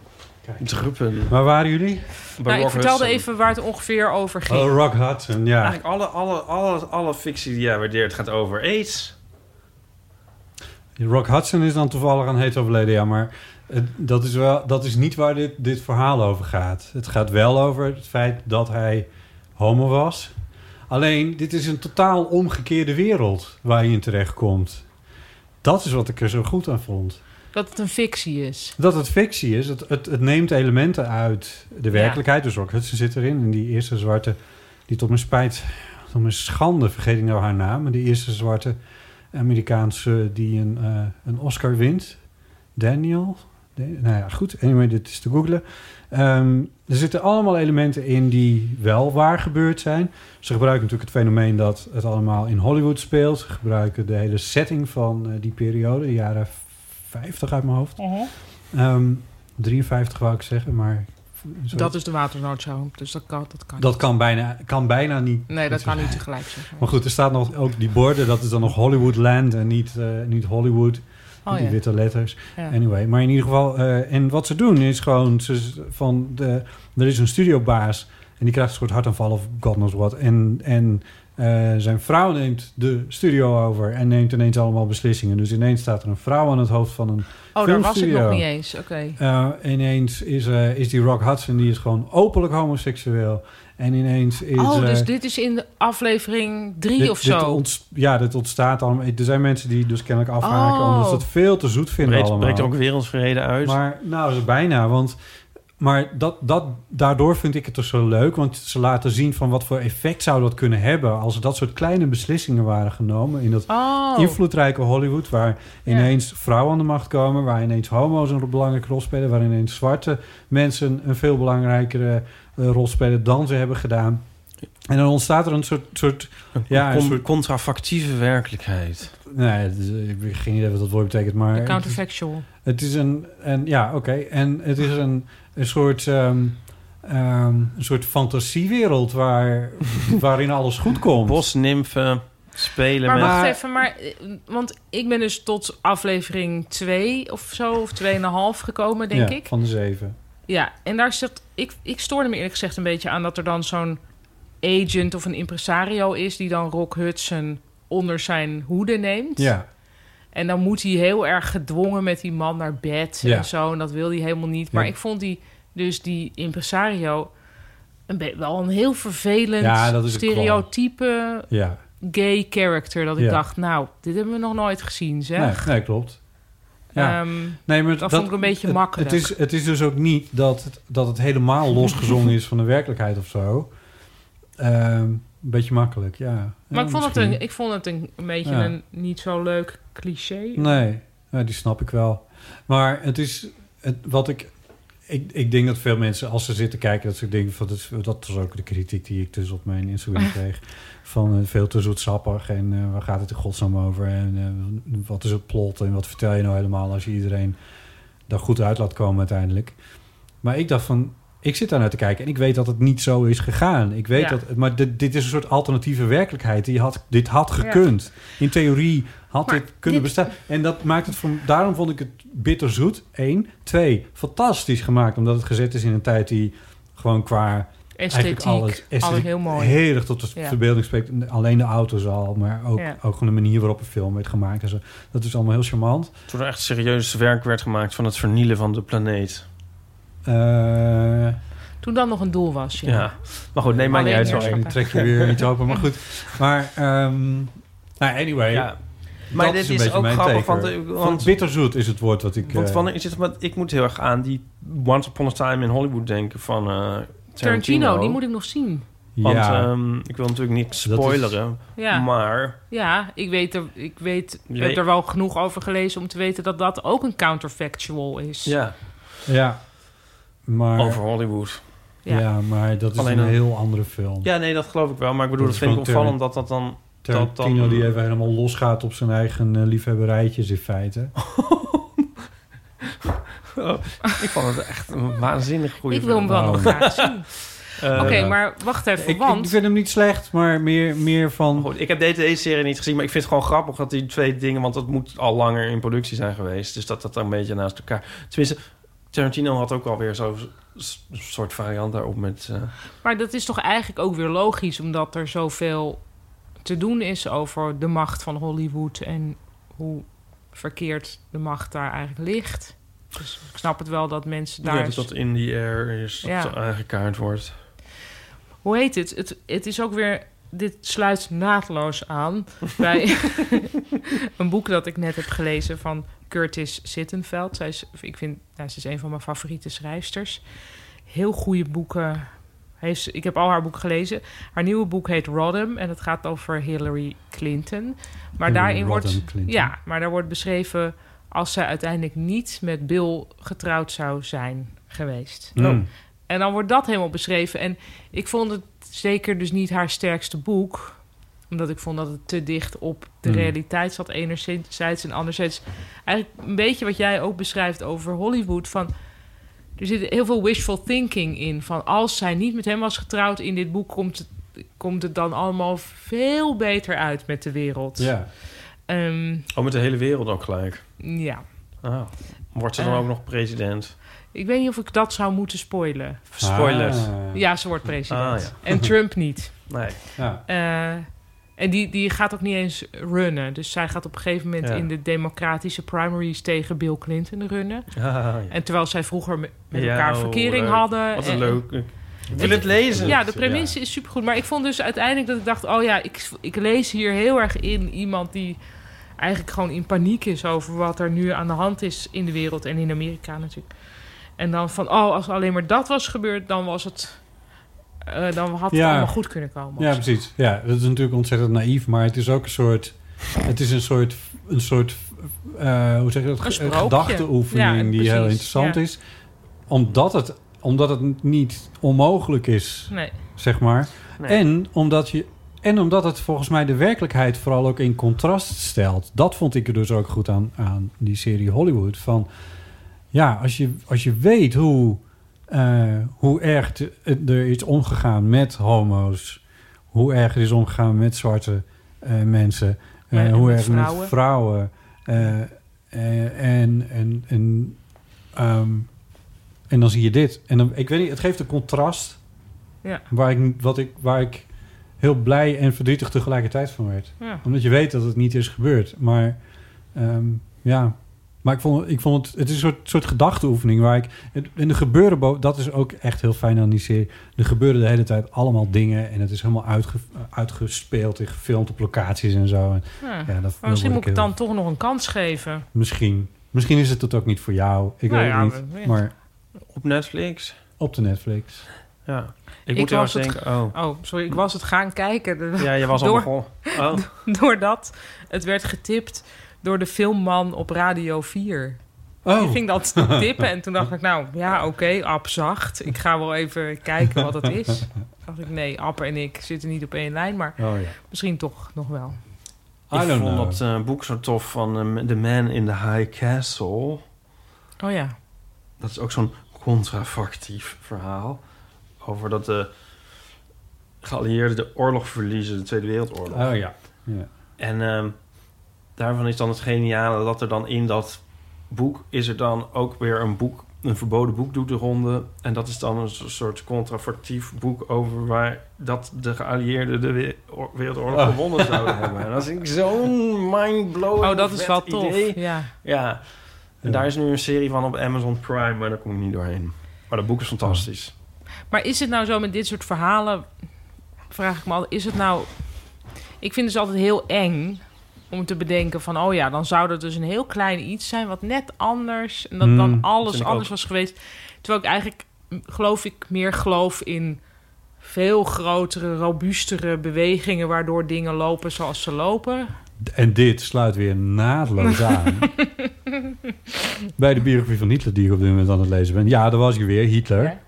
Druppen. Waar waren jullie? Nou, ik vertelde even waar het ongeveer over ging. Ah. Oh, Rock Hudson, ja. Eigenlijk alle, alle, alle, alle fictie die jij waardeert gaat over aids. Rock Hudson is dan toevallig aan heet overleden, ja, maar het- dat, is wel, dat is niet waar dit, dit verhaal over gaat. Het gaat wel over het feit dat hij homo was. Alleen, dit is een totaal omgekeerde wereld waar je in terechtkomt. Dat is wat ik er zo goed aan vond. Dat het een fictie is. Dat het fictie is, het, het, het neemt elementen uit de werkelijkheid. Dus Rock Hudson zit erin, en die eerste zwarte, die tot mijn spijt, tot mijn schande, vergeet ik nou haar naam, maar die eerste zwarte Amerikaanse die een, eh, een Oscar wint, Daniel. Da- nou ja, goed, anyway, dit is te googlen. Ehm, er zitten allemaal elementen in die wel waar gebeurd zijn. Ze gebruiken natuurlijk het fenomeen dat het allemaal in Hollywood speelt. Ze gebruiken de hele setting van eh, die periode, de jaren 50 uit mijn hoofd. Ehm 53 wou ik zeggen, maar... zo- Dat is de waternoodramp, dus dat kan, dat kan dat kan, bijna, kan bijna niet. niet. Nee, dat is- kan niet tegelijk zeggen. Maar goed, er staat nog ook die borden. Dat is dan nog Hollywoodland en niet, eh, niet Hollywood. Oh, die ja. witte letters. Ja. Anyway, maar in ieder geval... eh, en wat ze doen is gewoon... Ze, van de, er is een studiobaas en die krijgt een soort hartaanval of god knows what. En, en eh, zijn vrouw neemt de studio over en neemt ineens allemaal beslissingen. Dus ineens staat er een vrouw aan het hoofd van een Oh, daar was ik nog filmstudio. niet eens. Oké. Eh, ineens is, eh, is die Rock Hudson, die is gewoon openlijk homoseksueel. En ineens is... Oh, dus eh, dit is in de aflevering drie dit- of dit zo. onts- ja, dit ontstaat allemaal. Er zijn mensen die dus kennelijk afhaken Oh. omdat ze het veel te zoet vinden Breekt, allemaal. breekt er ook wereldvrede uit. Maar nou, ze bijna, want... Maar dat, dat, daardoor vind ik het toch zo leuk. Want ze laten zien van wat voor effect zou dat kunnen hebben... als er dat soort kleine beslissingen waren genomen... in dat Oh, invloedrijke Hollywood... waar Ja. ineens vrouwen aan de macht komen... waar ineens homo's een belangrijke rol spelen... waar ineens zwarte mensen een veel belangrijkere eh, rol spelen... dan ze hebben gedaan. En dan ontstaat er een soort... soort ja, een Con- soort, Contrafactieve werkelijkheid. nee, het is- ik heb geen idee wat dat woord betekent, de maar... het- counterfactual. het is een, en ja, oké. En het is een, een soort, ehm, ehm, een soort fantasiewereld waar, waarin alles goed komt. Bosnimfen spelen Maar met... wacht Maar- even, maar, eh, want ik ben dus tot aflevering 2 of zo, of 2,5 gekomen, denk Ja, ik. Van de zeven. Ja, en daar zit. Ik, ik stoorde me eerlijk gezegd een beetje aan dat er dan zo'n agent of een impresario is die dan Rock Hudson onder zijn hoede neemt. Ja. En dan moet hij heel erg gedwongen met die man naar bed Ja. en zo. En dat wil hij helemaal niet. Maar Ja. ik vond die, dus die impresario een be- wel een heel vervelend Ja, dat is een stereotype ja. gay character. Dat ik Ja. dacht, nou, dit hebben we nog nooit gezien, Nee, zeg. nee, klopt. Ja. Ehm, Nee, maar Dat vond ik een beetje het- makkelijk. Het is, het is dus ook niet dat het, dat het helemaal losgezongen is van de werkelijkheid of zo. Ehm, een beetje makkelijk, ja. maar ik vond, het een, misschien. ik vond het een, een beetje Ja. een niet zo leuk cliché. Nee, nou, die snap ik wel. Maar het is het, wat ik, ik. Ik denk dat veel mensen, als ze zitten kijken, dat ze denken van dat, is- dat was ook de kritiek die ik dus op mijn Instagram kreeg. Van eh, veel te zoetsappig en eh, waar gaat het in godsnaam over? En eh, wat is het plot en wat vertel je nou helemaal als je iedereen daar goed uit laat komen uiteindelijk? Maar ik dacht van. ik zit daar naar te kijken en ik weet dat het niet zo is gegaan. Ik weet Ja. dat, maar dit, dit is een soort alternatieve werkelijkheid. Die had, dit had gekund. In theorie had Maar dit kunnen dit- bestaan. En dat maakt het voor, daarom vond ik het bitterzoet. Eén. Twee, fantastisch gemaakt, omdat het gezet is in een tijd die gewoon qua Esthetiek, eigenlijk alles, alles, esthetiek, heel mooi. Heel erg tot de Ja. verbeelding spreekt. Alleen de auto's al, maar ook, Ja. ook gewoon de manier waarop een film werd gemaakt. En zo. Dat is allemaal heel charmant. Toen er echt serieus werk werd gemaakt van het vernielen van de planeet. Eh, Toen dan nog een doel was. Ja. Maar goed, nee, maakt niet Alleen uit. ja. sorry. nu trek je weer iets open, maar goed. Maar ehm, nou, anyway, Ja. Maar dat dit is een is, beetje ook mijn grappig, taker. want, eh, Want, want, bitterzoet is het woord wat ik... want eh, wanneer is het, want ik moet heel erg aan die Once Upon a Time in Hollywood denken van eh, Tarantino. Tarantino, die moet ik nog zien. Want ja, ehm, ik wil natuurlijk niet Dat is- spoileren, Ja, maar... ja ik, weet er, ik weet, ik Je heb weet- er wel genoeg over gelezen om te weten dat dat ook een counterfactual is. Ja, ja, maar, over Hollywood. ja. Ja. maar dat is Alleen een dan- heel andere film. Ja, nee, dat geloof ik wel. Maar ik bedoel, Dat dat is vind ik gewoon Tarant- opvallend dat dat dan... Tarantino dat- die even helemaal losgaat op zijn eigen eh, liefhebberijtjes in feite. Oh, ik vond het echt een waanzinnig goede Eh, ik wil hem wel Oh. nog graag zien. wel. Oké, maar wacht even, Ik, want... ik vind hem niet slecht, maar meer, meer van... Goed, ik heb deze serie niet gezien, maar ik vind het gewoon grappig dat die twee dingen, want dat moet al langer in productie zijn geweest, dus dat dat dan een beetje naast elkaar. Tenminste, Tarantino had ook alweer zo'n s- soort variant daarop met. eh, Maar dat is toch eigenlijk ook weer logisch, omdat er zoveel te doen is over de macht van Hollywood en hoe verkeerd de macht daar eigenlijk ligt. Dus ik snap het wel dat mensen daar. ja, dus dat in the air is dat Ja. aangekaart wordt. Hoe heet het? het? Het is ook weer. Dit sluit naadloos aan bij een boek dat ik net heb gelezen van Curtis Sittenfeld. Zij is, ik vind, nou, ze is een van mijn favoriete schrijfsters. Heel goede boeken. Heeft, ze- ik heb al haar boek gelezen. Haar nieuwe boek heet Rodham en het gaat over Hillary Clinton. Maar Hillary daarin wordt, Rodham Clinton. Ja, maar daar wordt beschreven als zij uiteindelijk niet met Bill getrouwd zou zijn geweest. Oh. Mm. En dan wordt dat helemaal beschreven. En ik vond het zeker dus niet haar sterkste boek. Omdat ik vond dat het te dicht op de Hmm. realiteit zat. Enerzijds en anderzijds. Eigenlijk een beetje wat jij ook beschrijft over Hollywood. Van, er zit heel veel wishful thinking in. Van als zij niet met hem was getrouwd in dit boek... komt het, komt het dan allemaal veel beter uit met de wereld. Ja. Ehm, Oh, met de hele wereld ook gelijk. ja. Ah, wordt ze dan Eh. ook nog president? Ik weet niet of ik dat zou moeten spoilen. Spoilers. Ah, Ja, ze wordt president. Ah, En Trump niet. Nee. ja. Eh, en die, die gaat ook niet eens runnen. Dus zij gaat op een gegeven moment Ja. in de democratische primaries tegen Bill Clinton runnen. Ah, ja. En terwijl zij vroeger me- met Ja, oh, elkaar nou, hoe verkering leuk. hadden. Wat en- een leuk. Ik wil het lezen. Ja, de premisse is supergoed. Maar ik vond dus uiteindelijk dat ik dacht... oh ja, ik, ik lees hier heel erg in iemand die eigenlijk gewoon in paniek is... over wat er nu aan de hand is in de wereld en in Amerika natuurlijk. En dan van, oh, als alleen maar dat was gebeurd... dan was het... eh, dan had het Ja. allemaal goed kunnen komen. ja, precies. Ja, dat is natuurlijk ontzettend naïef, maar het is ook een soort... Het is een soort, een soort eh, hoe zeg je dat? Een sprookje. gedachteoefening Ja, die precies, heel interessant ja. is. Omdat het, omdat het niet onmogelijk is, Nee. zeg maar. Nee. En omdat je... En omdat het volgens mij de werkelijkheid vooral ook in contrast stelt. Dat vond ik er dus ook goed aan, aan die serie Hollywood. Van ja, als je, als je weet hoe, eh, hoe erg de- het er is omgegaan met homo's, hoe erg er is omgegaan met zwarte eh, mensen, eh, Ja, en hoe met erg met vrouwen. vrouwen. eh, eh, en, en, en, ehm, en dan zie je dit. En dan, ik weet niet, het geeft een contrast Ja. waar, ik, wat ik, waar ik heel blij en verdrietig tegelijkertijd van werd Ja. omdat je weet dat het niet is gebeurd. Maar ehm, ja, maar ik vond, ik vond het, het is een soort, soort gedachteoefening waar ik. het- En er gebeuren, bo- dat is ook echt heel fijn aan die serie. Er gebeuren de hele tijd allemaal dingen en het is helemaal uitge, uitgespeeld en gefilmd op locaties en zo. En, Ja. ja, dat, Maar misschien daar moet word ik het heel- dan toch nog een kans geven. Misschien. Misschien is het dat ook niet voor jou. Ik Nou weet ja, het niet. we- Maar Op Netflix. op de Netflix. Ja. Ik, Ik moet trouwens was het- denken. Oh. Oh, sorry, ik was het gaan kijken. Ja, je was al Door. begonnen. Oh. Doordat het werd getipt door de filmman op Radio 4. Die Oh, ging dat tippen en toen dacht ik, nou ja, oké, app zacht. Ik ga wel even kijken wat het is. Toen dacht ik, nee, app en ik zitten niet op één lijn, maar oh ja. misschien toch nog wel. Ik I don't vond know. dat eh, boek zo tof eh, van ehm, The Man in the High Castle. Oh ja. Dat is ook zo'n contrafactief verhaal. Over dat de geallieerden de oorlog verliezen, de Tweede Wereldoorlog. Oh ja. ja. En ehm, daarvan is dan het geniale dat er dan in dat boek is er dan ook weer een boek, een verboden boek doet de ronde. En dat is dan een so- soort contrafactief boek over waar dat de geallieerden de we- oor- wereldoorlog Oh. gewonnen zouden hebben. En dat vind ik zo'n mind-blowing Oh, dat is vet wel tof. idee. Ja. Ja. En Ja. daar is nu een serie van op Amazon Prime, maar daar kom ik niet doorheen. Maar dat boek is fantastisch. Maar is het nou zo met dit soort verhalen? Vraag ik me altijd. Is het nou. Ik vind het dus altijd heel eng om te bedenken van, oh ja, dan zou dat dus een heel klein iets zijn wat net anders en dat dan Hmm, dat alles vind ik anders ook. was geweest. Terwijl ik eigenlijk mm, geloof ik meer geloof in veel grotere, robuustere bewegingen waardoor dingen lopen zoals ze lopen. En dit sluit weer naadloos aan. Bij de biografie van Hitler die ik op dit moment aan het lezen ben. Ja, daar was ik weer, Hitler. Ja,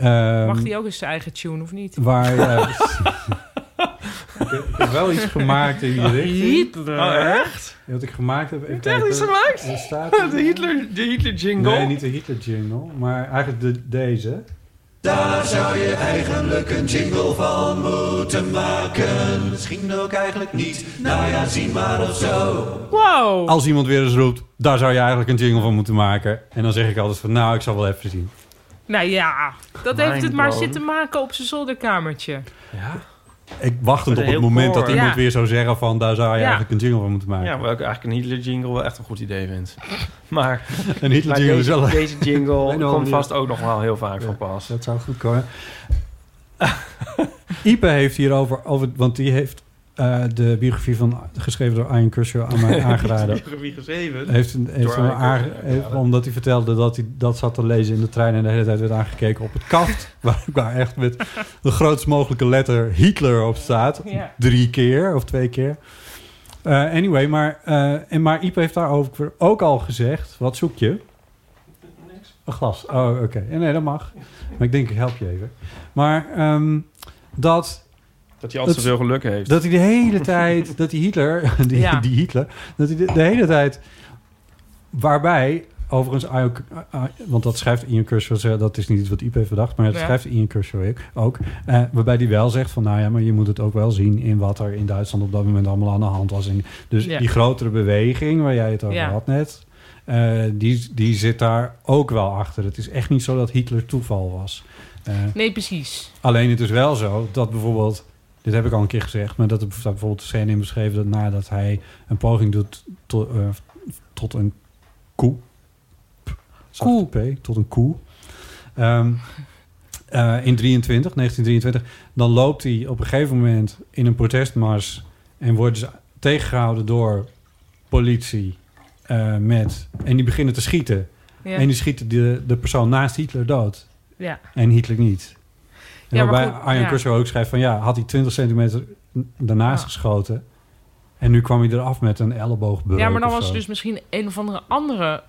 ja. Ehm, Mag die ook eens zijn eigen tune of niet? Waar... eh, ik heb wel iets gemaakt in die richting. Hitler. Oh, echt? Wat ik gemaakt heb... Even Heb je echt iets kijken. gemaakt? Er staat De Hitler, de Hitler jingle? Nee, niet de Hitler jingle, maar eigenlijk de, deze. Daar zou je eigenlijk een jingle van moeten maken. Misschien ook eigenlijk niet. Nou ja, zie maar of zo. Wow. Als iemand weer eens roept, daar zou je eigenlijk een jingle van moeten maken. En dan zeg ik altijd van, nou, ik zal wel even zien. Nou ja, dat heeft het maar Mindblown. zitten maken op zijn zolderkamertje. Ja. Ik wachtend Voor op de het heel moment dat koor. iemand Ja. weer zou zeggen van... daar zou je Ja. eigenlijk een jingle van moeten maken. Ja, welke eigenlijk een Hitler jingle wel echt een goed idee vindt. Maar, Een Hitler maar jingle is deze, wel... deze Op een jingle andere komt manier. vast ook nog wel heel vaak Ja. van pas. Dat zou goed komen. Ipe heeft hierover, over, want die heeft eh, de biografie van, geschreven door Ian Kershaw aan mij aangeraden. Wie geschreven? Heeft, een- heeft Door hem Ian aange- Kershaw, heeft- ja. omdat hij vertelde dat hij dat zat te lezen in de trein en de hele tijd werd aangekeken op het kaft. waar, waar echt met de grootst mogelijke letter Hitler op staat. Ja. Drie keer of twee keer. Eh, anyway, maar, eh, en maar Ipe heeft daarover ook al gezegd. Wat zoek je? Een glas. Oh, oké. Ja, Nee, dat mag. Maar ik denk, ik help je even. Maar ehm, dat, Dat hij altijd Dat- zoveel geluk heeft. dat hij de hele tijd, dat die Hitler, die, Ja. die Hitler, dat hij de, de hele tijd, waarbij overigens, Ion- eh, eh, want dat schrijft Ian Kershaw, eh, dat is niet iets wat IP heeft bedacht, maar dat Ja. schrijft Ian Kershaw ook- ook, eh, waarbij die wel zegt van, nou ja, maar je moet het ook wel zien in wat er in Duitsland op dat moment allemaal aan de hand was. En dus Ja. die grotere beweging waar jij het over Ja. had net, eh, die, die zit daar ook wel achter. Het is echt niet zo dat Hitler toeval was. Eh, Nee, precies. alleen het is wel zo dat bijvoorbeeld, dit heb ik al een keer gezegd, maar dat er staat bijvoorbeeld de scène in beschreven dat nadat hij een poging doet tot, eh, tot een koe. Zachte P, tot een koe. Ehm, eh, in 23, 1923, dan loopt hij op een gegeven moment in een protestmars en worden ze tegengehouden door politie eh, met en die beginnen te schieten. Ja. En die schieten de, de persoon naast Hitler dood. Ja. En Hitler niet. En Ja, maar waarbij goed, Arjen ja. Kershaw ook schrijft van... ja, had hij 20 centimeter n- daarnaast Ja. geschoten... en nu kwam hij eraf met een elleboogbeuk Ja, maar dan of was zo. het dus misschien een of andere andere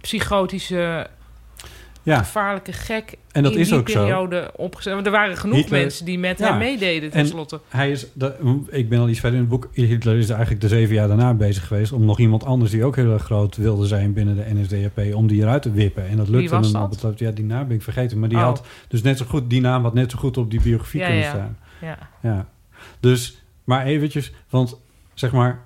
psychotische, Ja, gevaarlijke gek en dat in is die ook zo. periode opgezet. Want er waren genoeg Hitler- mensen die met Ja. hem meededen, En- tenslotte. Hij is, de- ik ben al iets verder in het boek. Hitler is eigenlijk de zeven jaar daarna bezig geweest... om nog iemand anders die ook heel erg groot wilde zijn binnen de NSDAP... om die eruit te wippen. En dat lukte was hem dat? op het laatst. Ja, die naam ben ik vergeten. Maar die, Oh. had dus net zo goed, die naam had net zo goed op die biografie Ja, kunnen ja. staan. Ja. Ja. Dus, maar eventjes, want zeg maar,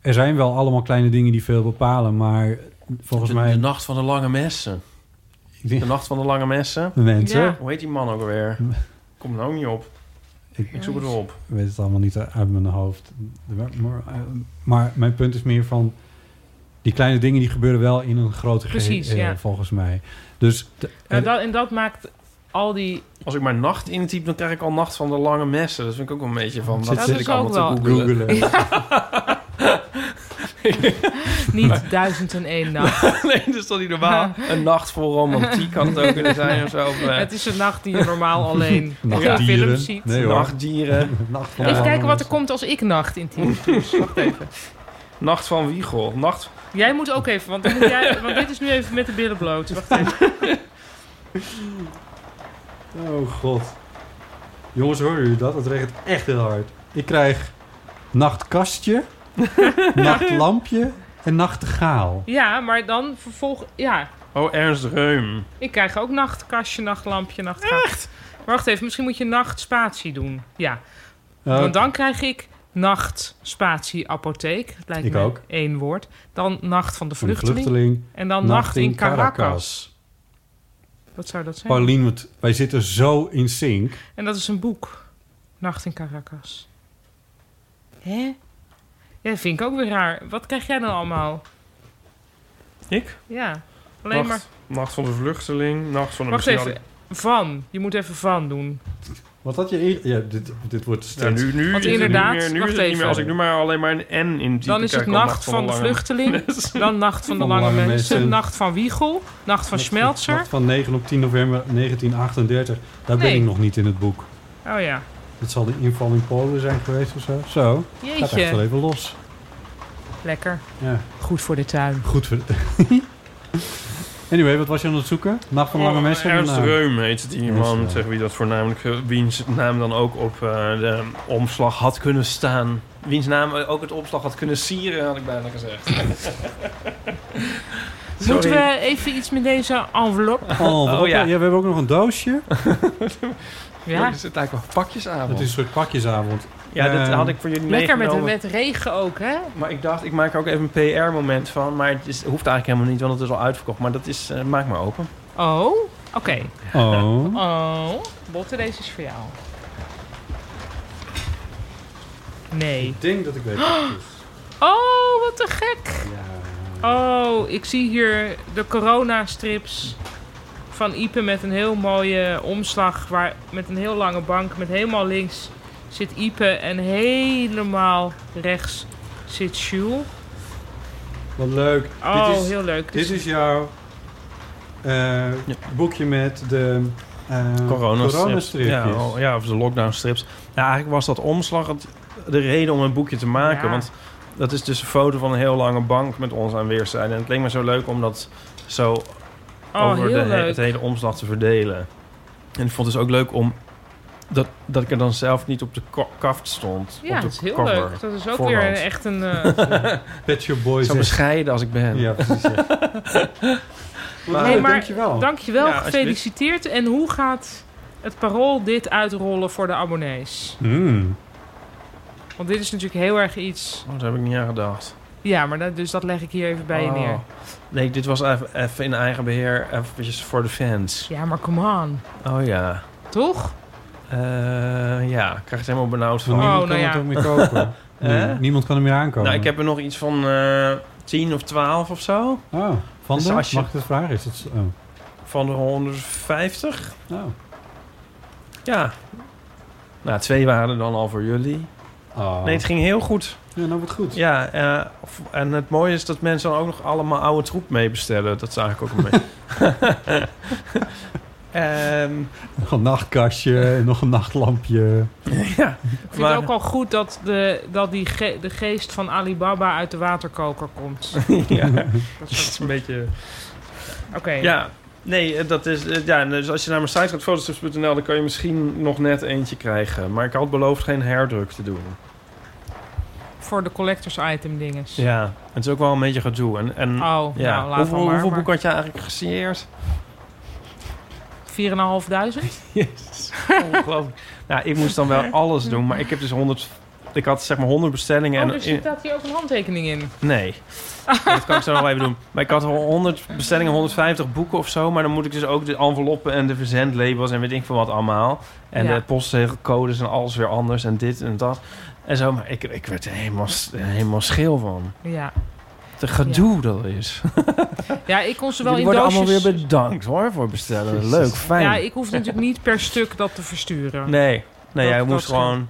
er zijn wel allemaal kleine dingen die veel bepalen, maar volgens de, de mij nacht van de lange messen. ik De denk- nacht van de lange messen. mensen, Ja. Hoe heet die man ook alweer? Komt nou niet op. ik Ik zoek het op. weet het allemaal niet eh, uit mijn hoofd, maar, eh, maar mijn punt is meer van die kleine dingen die gebeuren wel in een grote Precies, geheel, eh, ja. volgens mij. Dus de- En, dat, en dat maakt al die... Als ik maar nacht intyp, dan krijg ik al nacht van de lange messen. Dat vind ik ook wel een beetje van... Dat Dat is zit ik ook allemaal te wel- googelen. googelen. niet duizend en één nacht. nee, dat is toch niet normaal? Een nacht vol romantiek had het ook kunnen zijn of zo. Of, eh, Het is een nacht die je normaal alleen in Nachtdieren. een film ziet. Nee hoor. Nachtdieren. Nacht van Ja. Even de kijken wat er mensen. komt als ik nacht in team. Wacht even. Nacht van Wiegel. Nacht... Jij moet ook even, want, dan moet jij, want dit is nu even met de billen bloot. Wacht even. Oh god. Jongens, horen jullie dat? Het regent echt heel hard. Ik krijg nachtkastje, nachtlampje en nachtegaal. Ja, maar dan vervolg... Ja, Oh, Ernst Reum. Ik krijg ook nachtkastje, nachtlampje, nachtgat. Wacht even, misschien moet je nachtspatie doen. Ja, Oh, want dan krijg ik nacht, spatie, apotheek. Het lijkt Ik me ook. één woord. Dan nacht van de voor de vluchteling. vluchteling. En dan nacht, in Caracas. Wat zou dat zijn? Paulien, want wij zitten zo in sync. En dat is een boek. Nacht in Caracas. Hè? Ja, dat vind ik ook weer raar. Wat krijg jij dan allemaal? Ik? Ja, alleen nacht, nacht van de vluchteling, nacht van de maar... Wacht misschien even. Van. Je moet even van doen. Wat had je eer- Ja, dit, dit wordt had ik- Ja, steeds... nu, nu Want is het inderdaad, niet meer, nu wacht is het niet meer. even. Als ik nu maar alleen maar een N in die Dan is het nacht van de vluchteling. Dan nacht van de Van lange lange mensen. mensen. Nacht van Wiegel. Nacht van Schmelzer. Nacht Van 9 op 10 november 1938. Daar ben Nee. ik nog niet in het boek. Oh ja. Dat zal de inval in Polen zijn geweest of zo. Zo, gaat echt wel Jeetje. even los. Lekker. Ja, Goed voor de tuin. goed voor... anyway, wat was je aan het zoeken? Nacht van lange mensen? Oh, Ernst Nou, Reum heet die Ernst man, Reum. tegen wie dat voornamelijk, eh, wiens naam dan ook op eh, de omslag had kunnen staan. Wiens naam ook het omslag had kunnen sieren, had ik bijna gezegd. Sorry. Moeten we even iets met deze envelop? Oh, wat Oh, ook- ja. ja. we hebben ook nog een doosje. Ja, Ja. het lijkt wel pakjesavond. Dat is een soort pakjesavond. ja, dat eh, had ik voor jullie Lekker met, meegenomen. met regen ook, hè? Maar ik dacht, ik maak er ook even een PR-moment van. Maar het is, hoeft eigenlijk helemaal niet, want het is al uitverkocht. Maar dat is, eh, maak maar open. Oh, oké. Oh. Oh, Botte, deze is voor jou. Nee. Ik denk dat ik weet wat het is. Oh, wat te gek. Ja. Oh, ik zie hier de corona-strips van Ipe met een heel mooie omslag. Waar, met een heel lange bank. Met helemaal links zit Ipe en helemaal rechts zit Jules. Wat leuk. Oh, dit, is, heel leuk. dit is jouw eh, boekje met de eh Corona coronastripjes. Ja, oh, ja, of de lockdown strips. Nou, eigenlijk was dat omslag het, de reden om een boekje te maken. Ja. Want dat is dus een foto van een heel lange bank met ons aan weerszijden. En het leek me zo leuk om dat zo oh, over de, heel he- leuk. het hele omslag te verdelen. En ik vond het dus ook leuk om dat, dat ik er dan zelf niet op de ko- kaft stond. ja, op de dat is heel cover. leuk. Dat is ook Voorhand. weer een- echt een... eh, Pet Shop Boys. Zo bescheiden als ik ben. Ja, precies. Ja. maar, Nee, maar- dankjewel. Dankjewel, Ja, alsjeblieft. gefeliciteerd. En hoe gaat het parool dit uitrollen voor de abonnees? Mm. Want dit is natuurlijk heel erg iets... Oh, daar heb ik niet aan gedacht. Ja, maar dat, dus dat leg ik hier even bij je Oh. neer. Nee, dit was even, even in eigen beheer, eventjes voor de fans. Ja, maar come on. Oh ja. Toch? Eh, ja, ik krijg het helemaal benauwd Van van. niemand nou kan ja. het ook meer kopen. Eh? Nee, niemand kan er meer aankomen. Nou, ik heb er nog iets van eh 10 of 12 of zo. Oh, van Dus de... als je- Mag ik dat vragen? Is dat zo? Oh. Van de 150. Oh. Ja. Nou, twee waren er dan al voor jullie. Oh. Nee, het ging heel goed. Ja, nou wordt goed. Ja, eh, of- en het mooie is dat mensen dan ook nog allemaal oude troep meebestellen. Dat is eigenlijk ook een beetje. Ehm, Nog een nachtkastje en nog een nachtlampje. ja. Ik vind Maar- het ook al goed dat, de, dat die ge- de geest van Alibaba uit de waterkoker komt. ja, Dat het is ook- is een beetje. Oké. Ja, nee, eh, dat is. eh, Ja, en dus als je naar mijn site gaat, fotostrips.nl, dan kan je misschien nog net eentje krijgen. Maar ik had beloofd geen herdruk te doen. Voor de collectors item dinges. Ja, het is ook wel een beetje gedoe. En, en Oh, ja. nou, laat hoeveel, dan maar. hoeveel maar boeken had je eigenlijk gesieerd? 4.500? Jezus, ongelooflijk. nou, ik moest dan wel alles doen, maar ik heb dus 100. Ik had zeg maar 100 bestellingen. Oh, en dus in- zit dat hier ook een handtekening in? Nee. dat kan ik zo nog wel even doen. Maar ik had al 100 bestellingen, 150 boeken of zo. Maar dan moet ik dus ook de enveloppen en de verzendlabels en weet ik veel wat allemaal. En Ja. de postzegelcodes en alles weer anders en dit en dat. En zo, maar ik, ik werd er helemaal, helemaal scheel van. Ja. De gedoe dat is. Ja, ik kon ze wel Jullie in worden doosjes... allemaal weer bedankt hoor voor bestellen. Leuk, fijn. Ja, ik hoef natuurlijk niet per stuk dat te versturen. Nee, nee Dat- jij dat moest scheelt. gewoon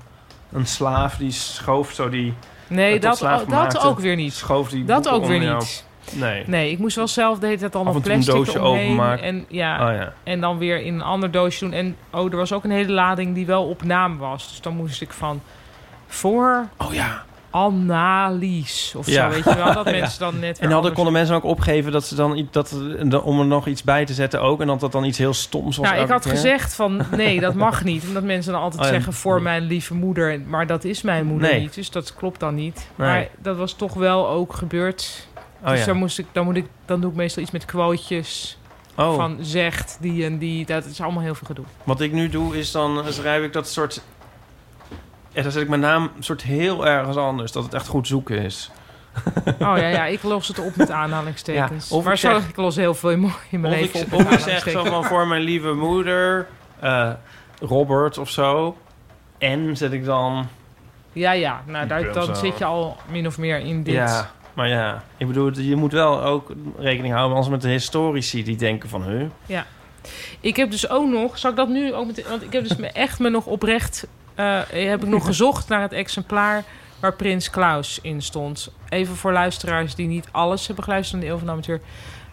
een slaaf die schoof zo die... Nee, Het dat, ontslagen dat, maakte. ook weer niet. Schoof die Dat boeken ook weer onder jou. niet. Nee. Nee, ik moest wel zelf de hele tijd allemaal Af en toe een plastic doosje eromheen openmaken. En, ja, Oh ja. en dan weer in een ander doosje doen. En oh, er was ook een hele lading die wel op naam was. Dus dan moest ik van voor Oh ja. analyse of Ja. zo, weet je wel. Dat mensen dan net weer En hadden, anders- konden mensen ook opgeven dat ze dan, i- dat, dat- om er nog iets bij te zetten ook. En dat dat dan iets heel stoms was. Nou, ik elke had keer? gezegd van nee, dat mag niet. Omdat mensen dan altijd Oh ja. zeggen voor mijn lieve moeder. Maar dat is mijn moeder Nee. niet, dus dat klopt dan niet. Nee. Maar dat was toch wel ook gebeurd. Oh dus ja. daar moest ik, dan, moet ik, dan doe ik meestal iets met quotejes Oh, van zegt die en die. Dat is allemaal heel veel gedoe. wat ik nu doe is dan eh, schrijf ik dat soort... En dan zet ik mijn naam soort heel ergens anders. Dat het echt goed zoeken is. Oh ja, ja ik los het op met aanhalingstekens. Ja, of ik maar zo, zeg- ik los heel veel in mijn- in mijn Of leven op ik, met of ik zeg zo aanhalingstekens. van voor mijn lieve moeder, eh, Robert of zo. En zet ik dan... Ja, ja, nou, ben daar, dan zo. zit je al min of meer in dit. Ja, maar ja. Ik bedoel, je moet wel ook rekening houden anders met de historici die denken van... Huh? Ik heb dus ook nog, zal ik dat nu ook meteen, want ik heb dus me echt me nog oprecht, eh, heb ik nog gezocht naar het exemplaar waar Prins Klaus in stond. Even voor luisteraars die niet alles hebben geluisterd aan de Eeuw van de Amateur.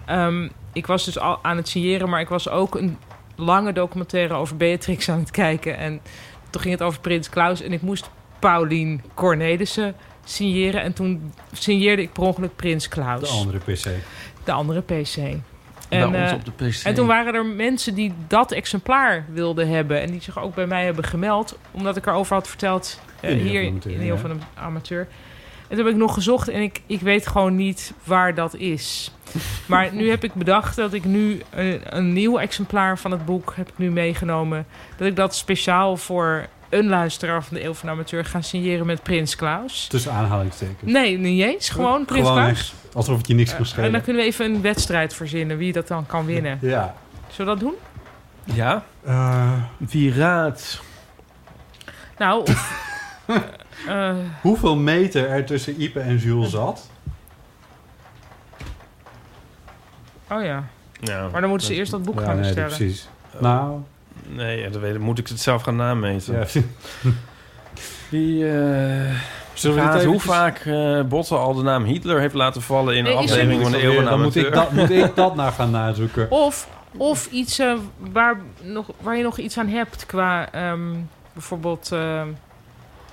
Ehm, ik was dus al aan het signeren, maar ik was ook een lange documentaire over Beatrix aan het kijken. En toen ging het over Prins Klaus en ik moest Paulien Cornelissen signeren. En toen signeerde ik per ongeluk Prins De Klaus, de, andere PC. andere PC. Bij En, ons eh, op de PC. en toen waren er mensen die dat exemplaar wilden hebben. En die zich ook bij mij hebben gemeld. Omdat ik erover had verteld eh, In de hier in Amateur, de heel ja. van een amateur. En toen heb ik nog gezocht en ik, ik weet gewoon niet waar dat is. Maar nu heb ik bedacht dat ik nu een, een nieuw exemplaar van het boek heb ik nu meegenomen. Dat ik dat speciaal voor een luisteraar van de Eeuw van de Amateur ga signeren met Prins Klaus. Tussen aanhalingstekens. Nee, niet eens. Gewoon Prins Gewoon Klaus. echt alsof het je niks kon en dan schelen. kunnen we even een wedstrijd verzinnen wie dat dan kan winnen. Ja. Zullen we dat doen? Ja? Eh, Wie raadt? Nou, of, eh, eh, hoeveel meter er tussen Ipe en Jules zat? oh ja. Ja. Maar dan moeten ze eerst dat boek gaan nee, bestellen. precies. Nou, Nee, ja, dat weet ik. moet ik het zelf gaan nameten. ja. Wie, eh Zullen vraagt dit hoe eventjes- vaak eh Botten al de naam Hitler heeft laten vallen in Nee, een is er- aflevering van de Eeuw van de Dan moet ik, Amateur? dat, moet ik dat naar gaan nazoeken. Of, of iets eh, waar, nog, waar je nog iets aan hebt qua ehm, bijvoorbeeld eh,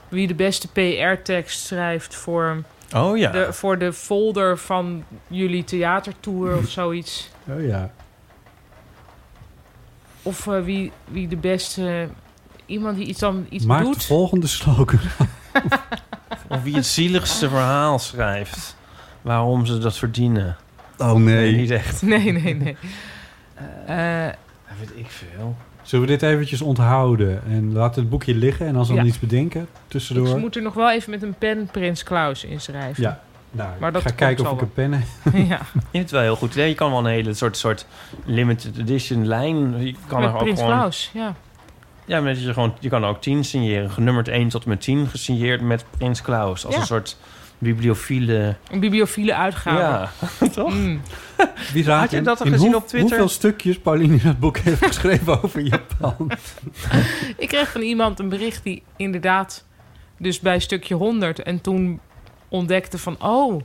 wie de beste PR-tekst schrijft voor, Oh ja. de, voor de folder van jullie theatertour of zoiets. Oh ja. Of eh, wie, wie de beste iemand die iets dan iets Maak de doet. volgende slogan. Of wie het zieligste verhaal schrijft. Waarom ze dat verdienen. Oh Niet echt. Nee, nee, nee. Eh, Dat weet ik veel. Zullen we dit eventjes onthouden? En laten het boekje liggen en als we Ja. dan iets bedenken ik tussendoor. moet er nog wel even met een pen Prins Klaus inschrijven. Ja. Nou, Maar maar dat ga kijken komt of ik wel. een pen heb. ja. Ik vind het wel heel goed idee. Je kan wel een hele soort, soort limited edition lijn. Je kan met er ook Prins gewoon. Klaus, ja. Ja, maar dat je, gewoon, je kan ook 10 signeren. Genummerd 1 tot en met 10 gesigneerd met Prins Klaus. Als Ja. een soort bibliophile. Een bibliophile uitgave. Ja, toch? Mm. Wie raadt Had je in- dat al in gezien op Twitter? Hoeveel stukjes Pauline in het boek heeft geschreven over Japan? Ik kreeg van iemand een bericht die inderdaad... dus bij stukje 100 en toen ontdekte van... oh,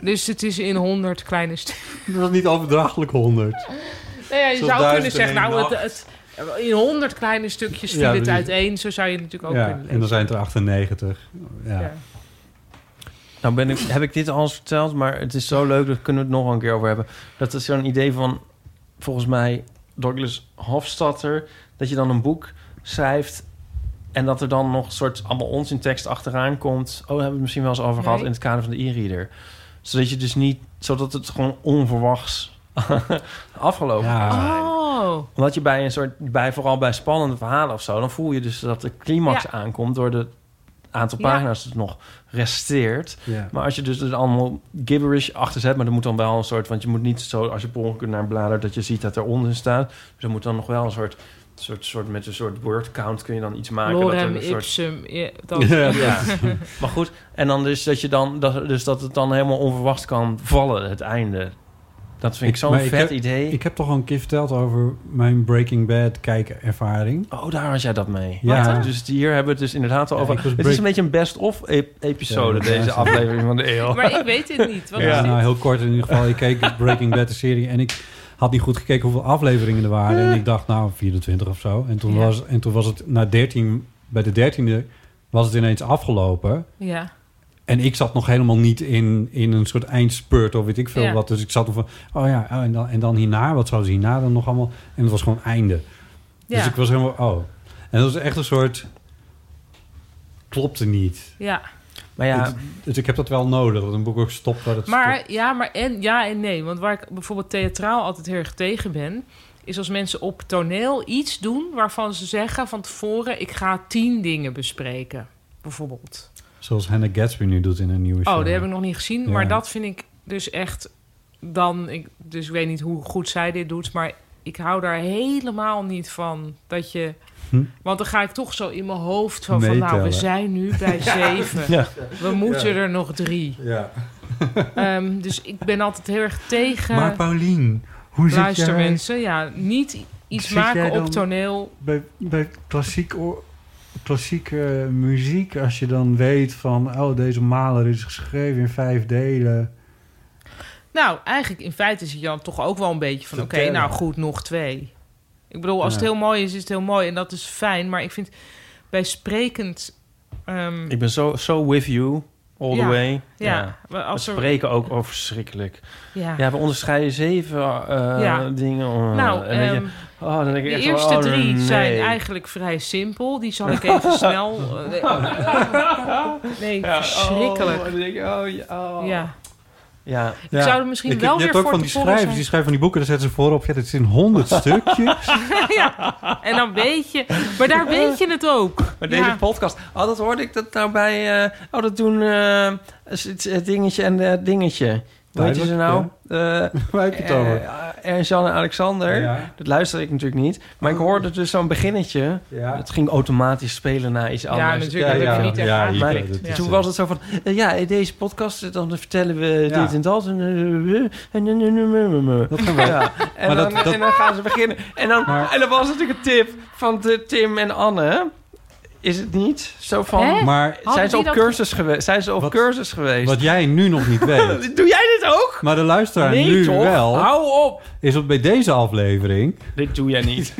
dus het is in 100 kleine stukken. Dat was niet overdrachtelijk 100. Nou ja, je Zoals zou kunnen duizend zeggen, en één nou, het, het, in 100 kleine stukjes viel Ja, het precies. uiteen. Zo zou je het natuurlijk ook Ja, kunnen en dan lezen. zijn het er 98. Ja. Ja. Nou ben ik, heb ik dit al eens verteld, maar het is zo leuk, daar kunnen we het nog wel een keer over hebben. Dat is zo'n idee van, volgens mij, Douglas Hofstadter... dat je dan een boek schrijft en dat er dan nog een soort allemaal onzin tekst achteraan komt. Oh, daar hebben we het misschien wel eens over gehad Nee. in het kader van de e-reader. Zodat je dus niet, zodat het gewoon onverwachts afgelopen Ja. gaat zijn. Oh, Omdat je bij een soort, bij, vooral bij spannende verhalen of zo, dan voel je dus dat de climax Ja. aankomt door de aantal Ja. pagina's dat nog resteert. Ja. Maar als je dus er allemaal gibberish achter zet, maar er moet dan wel een soort, want je moet niet zo, als je per ongeluk naar bladert, dat je ziet dat eronder staat. Dus er moet dan nog wel een soort, soort, soort met een soort word count kun je dan iets maken. dat er lorem een soort, ipsum. ja, dat- Ja. maar goed, en dan dus dat je dan, dat, dus dat het dan helemaal onverwacht kan vallen, het einde. Dat vind ik, Ik- zo'n maar ik vet heb- idee. Ik heb toch al een keer verteld over mijn Breaking Bad kijkervaring. Oh, daar had jij dat mee. Ja. Ja. Dus hier hebben we het dus inderdaad al Ja, over. ik was het is break- een beetje een best-of-episode, Ja, deze ja. aflevering van de E eeuw. Maar ik weet het niet. Wat Ja, is dit? nou heel kort in ieder geval. Ik keek Breaking Bad, de serie, en ik had niet goed gekeken hoeveel afleveringen er waren. En ik dacht, nou, 24 of zo. En toen, Ja. was, en toen was het na 13, bij de 13e, was het ineens afgelopen. Ja. En ik zat nog helemaal niet in, in een soort eindspurt of weet ik veel Ja. wat. Dus ik zat er van, oh ja, oh, en, dan, en dan hierna, wat zouden ze hierna dan nog allemaal? En het was gewoon einde. Ja. Dus ik was helemaal, oh. En dat was echt een soort, klopte niet. ja. Maar ja, Het- dus ik heb dat wel nodig, dat een boek ook stopt waar het stopt. Maar ja, maar en, ja en nee. Want waar ik bijvoorbeeld theatraal altijd heel erg tegen ben... is als mensen op toneel iets doen waarvan ze zeggen van tevoren... ik ga tien dingen bespreken, bijvoorbeeld. Zoals Hannah Gatsby nu doet in een nieuwe show. Oh, die heb ik nog niet gezien. Maar eh, Ja. dat vind ik dus echt dan... Ik, dus ik weet niet hoe goed zij dit doet, maar... Ik hou daar helemaal niet van dat je... Hm? Want dan ga ik toch zo in mijn hoofd van... van nou, we Meetellen. zijn nu bij zeven. Ja. We moeten er nog drie. Ja. Ehm, dus ik ben altijd heel erg tegen... Maar Paulien, hoe zit Luister jij mensen, ja, niet iets Zit jij maken dan- op toneel. bij, bij klassiek oor- klassieke muziek, als je dan weet van, oh, deze maler is geschreven in vijf delen. Nou, eigenlijk in feite zit je dan toch ook wel een beetje van... oké, nou goed, nog twee. Ik bedoel, als het Ja. heel mooi is, is het heel mooi en dat is fijn. Maar ik vind bij sprekend... ehm, ik ben zo, zo with you all Ja. the way. ja, als We er... spreken ook over verschrikkelijk. Ja. Ja, we onderscheiden zeven eh, Ja. dingen. oh, Nou, en weet je, ehm, oh, dan denk ik de echt wel, eerste oh, drie nee. zijn eigenlijk vrij simpel. Die zal ik even snel... eh, nee, nee, Ja, oh, verschrikkelijk. en dan denk ik, oh, ja, oh. Ja. Ja. Ik zou er misschien wel Je weer hebt ook voor van die tevoren schrijvers, zijn. die schrijven van die boeken, daar zetten ze voorop. Ja, dit is in honderd stukjes. ja. En dan weet je... Maar daar weet je het ook. Maar deze Ja. podcast, oh, dat hoorde ik dat nou bij, eh, oh, dat doen eh, s- s- het dingetje en het dingetje. Weet je ze nou? Duidelijk, Eh Waar heb je het over? eh, Ernst Jan en Alexander. Ja. Oh. Dat luisterde ik natuurlijk niet. Maar ik hoorde dus zo'n beginnetje. Ja. Het ging automatisch spelen naar iets anders. Ja, Ja, natuurlijk. dat ja, heb je niet ja, ervaren. ja. Maar dat is, toen eh, was het zo van, eh, ja, in deze podcast eh, dan vertellen we Ja. dit en dat. En, eh, eh, en, en, en, en, en, en. Dat gaan we. Ja. En, Maar dan, dat- dat- en dan gaan ze beginnen. En dan, Maar- en dan was natuurlijk een tip van de Tim en Anne. Is het niet? Zo van, Hè? Maar Hadden zijn ze, die op dat- cursus geweest? zijn ze op Wat- cursus geweest? wat jij nu nog niet weet, Doe jij dit ook? maar de luisteraar nee nu toch? wel, Hou op! is dat bij deze aflevering... Dit doe jij niet.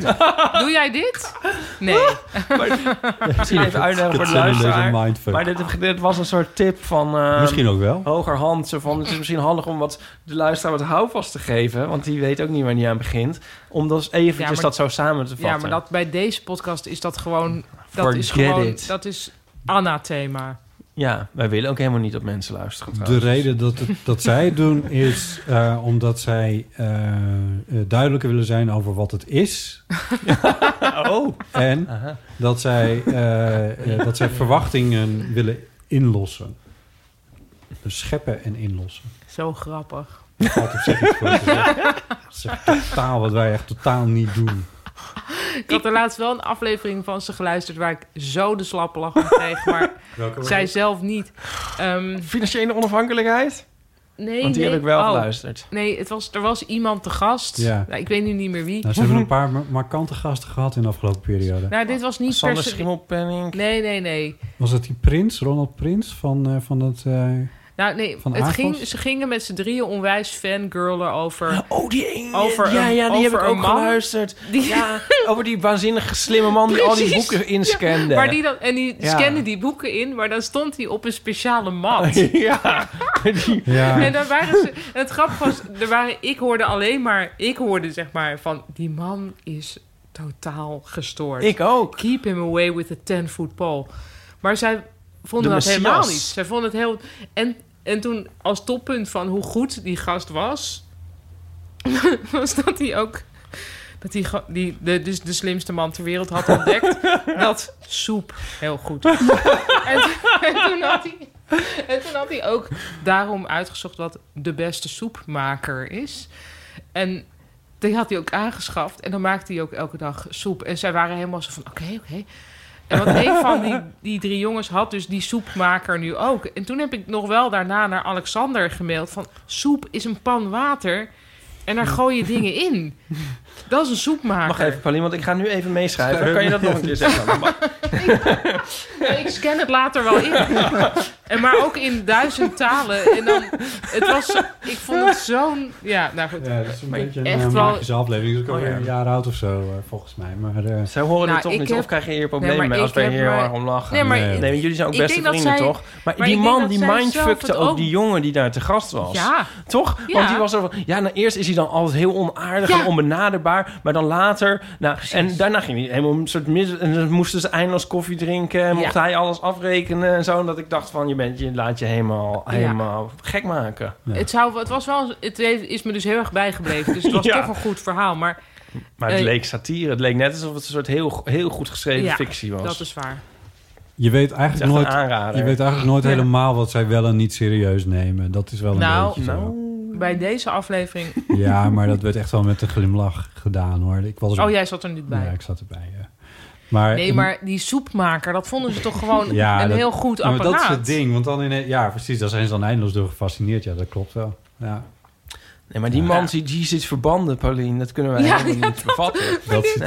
Doe jij dit? Nee. Misschien even uitleggen voor Dat de zijn in deze luisteraar. mindfuck. Maar dit, dit was een soort tip van... eh, Misschien ook wel. hogerhand. Zo van, het is misschien handig om wat, de luisteraar wat houvast te geven. Want die weet ook niet waar die aan begint. Om dus eventjes Ja, maar- dat zo samen te vatten. Ja, maar dat, bij deze podcast is dat gewoon... Dat is Forget gewoon... it. Dat is anathema. Ja, wij willen ook helemaal niet dat mensen luisteren. De trouwens. reden dat, het- dat zij het doen is eh, omdat zij eh, eh, duidelijker willen zijn over wat het is. Oh. En Aha. dat zij, eh, eh, dat zij verwachtingen willen inlossen. Dus scheppen en inlossen. Zo grappig. Dat valt op zich iets voor te zeggen. Dat is echt totaal wat wij echt totaal niet doen. Ik had er laatst wel een aflevering van ze geluisterd... waar ik zo de slappe lach om kreeg, maar zij zelf niet. Ehm, Financiële onafhankelijkheid? nee, Want die nee. heb ik wel Oh, geluisterd. Nee, het was, er was iemand te gast. Ja. Nou, ik weet nu niet meer wie. Nou, ze hebben een paar ma- markante gasten gehad in de afgelopen periode. Nou, dit was niet per Sander se... Schimmelpenning. Nee, nee, nee. Was dat die prins, Ronald Prins, van, eh, van dat... eh, Nou, nee Van het Avos? ging, ze gingen met z'n drieën onwijs fangirlen over... Oh, die ene. Over ja, een- ja, die over heb ik een ook man. geluisterd. Die, Ja, over die waanzinnig slimme man die al die Precies. boeken inscande. Maar die dan, en die Ja. scande die boeken in, maar dan stond hij op een speciale mat. ja, die... ja, En dan waren ze. En het grappige was, er waren, ik hoorde alleen maar. Ik hoorde zeg maar van. Die man is totaal gestoord. Ik ook. Keep him away with a 10-foot pole. Maar zij vonden De dat helemaal Messias. niet. Zij vonden het heel. En, en toen, als toppunt van hoe goed die gast was. was dat hij ook. Dat hij ge- die, de, dus de slimste man ter wereld had ontdekt. dat soep heel goed was. en, en toen had hij. En toen had hij ook daarom uitgezocht wat de beste soepmaker is. En die had hij ook aangeschaft. En dan maakte hij ook elke dag soep. En zij waren helemaal zo van, oké, oké. En want een van die, die drie jongens had dus die soepmaker nu ook. En toen heb ik nog wel daarna naar Alexander gemaild van... soep is een pan water en daar gooi je dingen in. Dat is een soepmaker. Wacht even, Paulien, want ik ga nu even meeschrijven. Dan kan je dat nog een keer zeggen. Nee, ik scan het later wel in. En maar ook in duizend talen. En dan, het was, ik vond het zo'n... Ja, nou goed. ja, dat is een Maar beetje een echt eh, wel- magische aflevering. Dat is ook Oh, alweer ja. een jaar oud of zo, eh, volgens mij. Maar eh, Zij horen Nou, dit toch ik niet? heb- Of krijg je hier problemen maar mee als ik wij heb hier maar- erg om lachen? Nee, maar... Nee. Nee, want jullie zijn ook Ik beste denk dat vrienden, zij- toch? Maar, maar die ik denk man, dat die zij mindfuckte zelf het ook ook- die jongen die daar te gast was. Ja, Toch? Ja. Want die was zo van... Ja, nou eerst is hij dan altijd heel onaardig Ja. en onbenaderbaar. Maar dan later... Nou, en daarna ging hij helemaal een soort mis... En dan moesten ze eindeloos koffie drinken. En Ja. mocht hij alles afrekenen en zo. En dat ik dacht van, je bent bent, je laat je helemaal, Ja. helemaal gek maken. Ja. Het, zou, het, was wel, het heeft- is me dus heel erg bijgebleven. Dus het was Ja. toch een goed verhaal. Maar Maar het Eh, leek satire. Het leek net alsof het een soort heel, heel goed geschreven Ja, fictie was. dat is waar. Je weet Het is eigenlijk echt een nooit, aanrader. je weet eigenlijk nooit Ja. helemaal wat zij wel en niet serieus nemen. Dat is wel een Nou, beetje zo. Bij deze aflevering... Ja, maar dat werd echt wel met een glimlach gedaan hoor. Ik was er- Oh, jij zat er niet bij. Ja, ik zat erbij. ja. Maar, Nee, maar die soepmaker, dat vonden ze toch gewoon Ja, een dat- heel goed Ja, maar apparaat. dat is het ding. Want dan in, ja, precies. Daar zijn ze dan eindeloos door gefascineerd. Ja, dat klopt wel. Ja, Nee, maar die man ziet Jezus verbanden, Paulien. Dat kunnen wij Ja, helemaal niet bevatten. dat is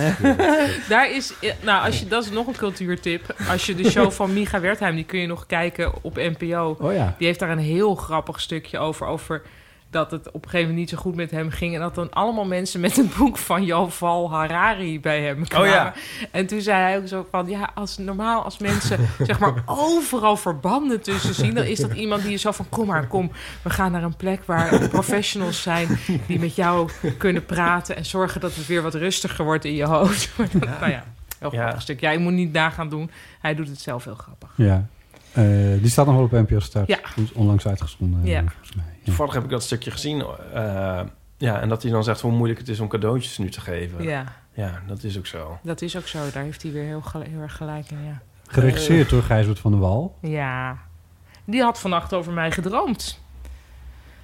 Daar is, eh, nou, als je, dat is nog een cultuurtip. Als je de show van Micha Wertheim, die kun je nog kijken op NPO. Oh ja. Die heeft daar een heel grappig stukje over. Over dat het op een gegeven moment niet zo goed met hem ging. En dat dan allemaal mensen met een boek van Joval Harari bij hem kwamen. Oh ja. En toen zei hij ook zo van... Ja, als, normaal als mensen zeg maar overal verbanden tussen zien... dan is dat iemand die je zo van... Kom maar, kom. We gaan naar een plek waar professionals zijn... die met jou kunnen praten... en zorgen dat het weer wat rustiger wordt in je hoofd. Maar dat, Nou ja, heel Ja. grappig stuk. Ja, je moet niet na gaan doen. Hij doet het zelf heel grappig. Ja. Eh, die staat nog wel op NPO Start. Ja. Die is Onlangs uitgezonden, Ja. eh, volgens mij. Ja. Toevallig heb ik dat stukje gezien. eh, ja, en dat hij dan zegt hoe moeilijk het is om cadeautjes nu te geven. Ja. Ja, dat is ook zo. Dat is ook zo. Daar heeft hij weer heel, gel- heel erg gelijk in, ja. Eh, Geregisseerd door Gijsbert van der Wal. Ja. Die had vannacht over mij gedroomd.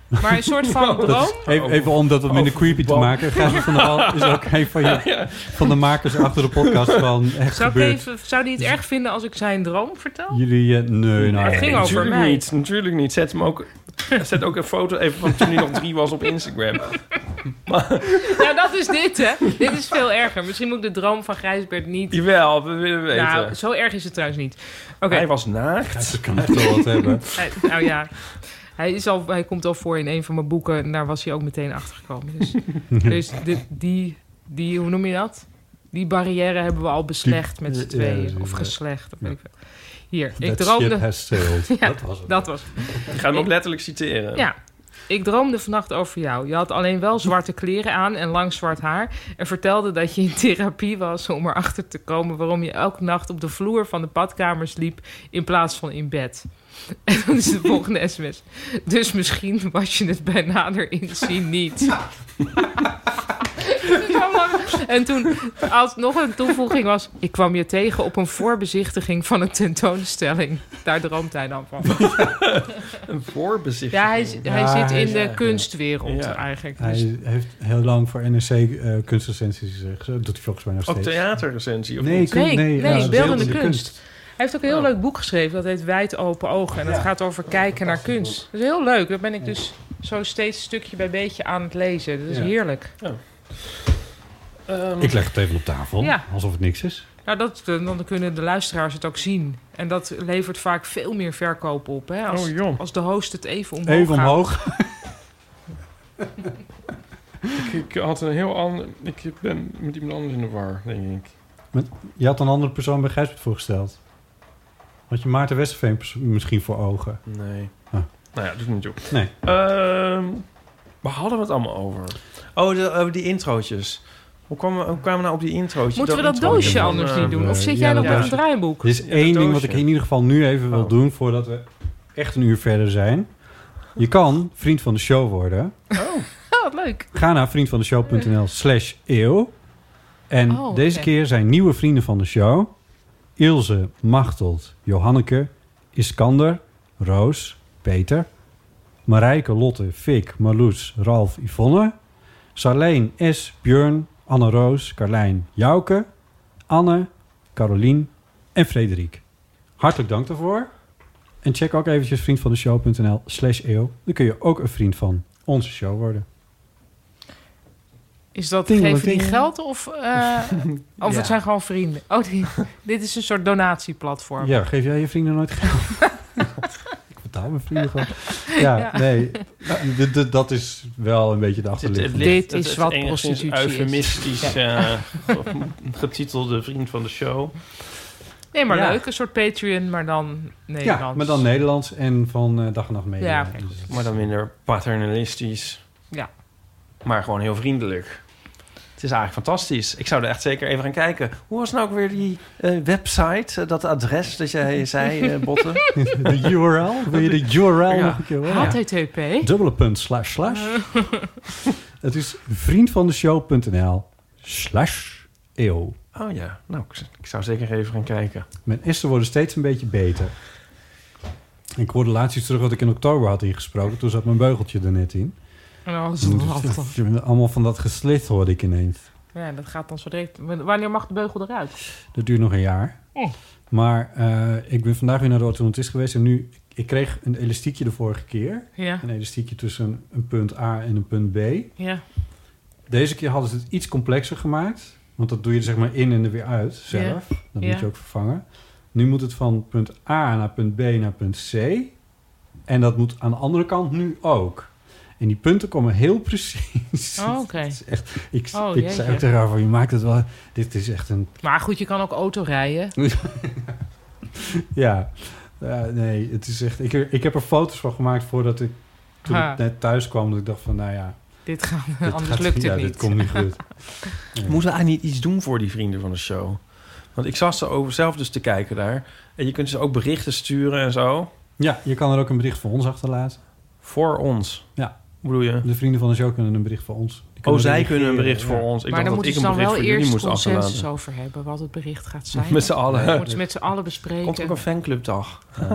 Maar een soort van Oh, droom... Even, even om dat wat minder creepy te voetbal. maken. Gijsbert van der Wal is ook een van, je, van de makers achter de podcast van Echt Zou, ik Gebeurd. even, zou Dus- die het erg vinden als ik zijn droom vertel? Jullie, eh, nee, nou, Het ging over natuurlijk mij. niet. Natuurlijk niet. Zet hem ook... Zet ook een foto even van toen hij nog drie was op Instagram. Nou, dat is dit, hè? Dit is veel erger. Misschien moet ik de droom van Grijsbert niet... Jawel, we willen weten. Nou, zo erg is het trouwens niet. Oké. Hij was naakt. Ze kan echt wel wat hebben. Hij- Nou ja. Hij, is al, hij komt al voor in een van mijn boeken. En daar was hij ook meteen achter gekomen. Dus, dus dit- die, die, hoe noem je dat? Die barrière hebben we al beslecht met Ja, z'n tweeën. precies, of ja. geslecht, dat weet ik wel. Hier, ik That ship droomde... has sailed. Ja, dat was het. Dat was Ik ga hem ook letterlijk citeren. Ja. Ik droomde vannacht over jou. Je had alleen wel zwarte kleren aan en lang zwart haar. En vertelde dat je in therapie was om erachter te komen waarom je elke nacht op de vloer van de badkamer sliep in plaats van in bed. En dan is de volgende sms. Dus misschien was je het bij nader inzien niet. En toen, als nog een toevoeging was... ik kwam je tegen op een voorbezichtiging van een tentoonstelling. Daar droomt hij dan van. Een voorbezichtiging. Ja, hij, is- hij Ja, zit hij in is de echt- kunstwereld ja. eigenlijk. Hij Dus, heeft heel lang voor NRC eh kunstrecensies gezegd. Dat doet hij volgens mij nog Ook steeds. theaterrecensie of Nee, niet? kun- Nee, nee, ja, dat is beeldende heel- kunst. hij heeft ook een heel Oh. leuk boek geschreven. Dat heet Wijd Open Ogen. En dat gaat Oh, over kijken naar kunst. Dat is heel leuk. Dat ben ik dus zo steeds stukje bij beetje aan het lezen. Dat is Ja. heerlijk. Ehm, Ik leg het even op tafel, Ja. alsof het niks is. Nou, dat, eh, dan kunnen de luisteraars het ook zien. En dat levert vaak veel meer verkoop op. Hè? Als, Oh joh. als de host het even omhoog Even gaat. omhoog. Ik, ik had een heel ander... Ik ben met iemand anders in de war, denk ik. Je had een andere persoon bij Gijsbert voorgesteld. Had je Maarten Westerveen pers- misschien voor ogen? Nee. Ah. Nou ja, doet niet toe. Nee. Ehm, waar hadden we het allemaal over? Oh, de, over die introotjes. Hoe kwamen, hoe kwamen we nou op die introotjes? Moeten we dat introotje doosje van, anders eh, niet doen? Of eh, zit ja, jij nog dat met een doosje. draaiboek? Er is Ja, één dat ding wat ik doosje. in ieder geval nu even wil Oh. doen voordat we echt een uur verder zijn. Je kan vriend van de show worden. Oh, wat leuk. Ga naar vriendvandeshow.nl slash eeuw. En Oh, deze oké. keer zijn nieuwe vrienden van de show... Ilse, Machteld, Johanneke, Iskander, Roos, Peter... Marijke, Lotte, Fik, Marloes, Ralf, Yvonne... Sarleen, S, Björn, Anne-Roos, Carlijn, Jouke... Anne, Carolien en Frederik. Hartelijk dank daarvoor. En check ook eventjes vriendvandeshow.nl slash eeuw. Dan kun je ook een vriend van onze show worden. Is dat Ding, geven die ding. geld of, eh, of Ja. het zijn gewoon vrienden? Oh, die- dit is een soort donatieplatform. Ja, geef jij je vrienden nooit geld? ik betaal mijn vrienden gewoon. Ja, Ja. nee. D- d- dat is wel een beetje de Het- het achterliggende. ligt- Dit is het- wat het enigszins prostitutie is. eufemistisch eh, getitelde vriend van de show. Nee, maar Ja. leuk. Een soort Patreon, maar dan Nederlands. Ja, maar dan Nederlands en van eh, dag en nacht media. Ja, oké. Dus het- Maar dan minder paternalistisch. Ja. Maar gewoon heel vriendelijk. Het Het is eigenlijk fantastisch. Ik zou er echt zeker even gaan kijken. Hoe was nou ook weer die eh, website, eh, dat adres dat jij zei, eh, Botten? De URL? Wil je de URL Ja. nog een keer horen? HTTP. Dubbele punt slash slash. Het is vriendvandeshow.nl slash eeuw. Oh ja, nou, ik, ik zou zeker even gaan kijken. Mijn essen worden steeds een beetje beter. Ik hoorde laatst iets terug wat ik in oktober had ingesproken. Toen zat mijn beugeltje er net in. En dan Oh, is het lastig. Allemaal van dat geslit hoorde ik ineens. Ja, dat gaat dan zo direct. Wanneer mag de beugel eruit? Dat duurt nog een jaar. Oh. Maar eh, ik ben vandaag weer naar de orthodontist geweest. En nu, ik kreeg een elastiekje de vorige keer. Ja, Een elastiekje tussen een punt A en een punt B. ja. Deze keer hadden ze het iets complexer gemaakt. Want dat doe je er zeg maar in en er weer uit zelf. Dat Ja. moet je ook vervangen. Nu moet het van punt A naar punt B naar punt C. En dat moet aan de andere kant nu ook. En die punten komen heel precies. Oh, oké. Het is echt- ik Oh, ik jeetje. zei ook tegen haar van, je maakt het wel... Dit is echt een... Maar goed, je kan ook auto rijden. Ja, Ja, nee, het is echt... Ik, ik heb er foto's van gemaakt voordat ik... Toen Ha. ik net thuis kwam, dat ik dacht van, nou ja... Dit gaan dit anders gaat- lukt ja, het dit niet. komt niet goed. Moeten we eigenlijk niet iets doen voor die vrienden van de show? Want ik zat ze over zelf dus te kijken daar. En je kunt ze ook berichten sturen en zo. Ja, je kan er ook een bericht voor ons achterlaten. Voor ons. Ja. Hoe bedoel je? De vrienden van de show kunnen een bericht voor ons. Die Oh, kunnen zij reageren, kunnen een bericht ja. voor ons. Ik dacht maar dan dat moeten ik ze een dan bericht wel voor jullie eerst moest consensus achterlaten. over hebben wat het bericht gaat zijn. Met z'n allen. Dan moeten ze met z'n allen bespreken. Komt ook een fanclubdag.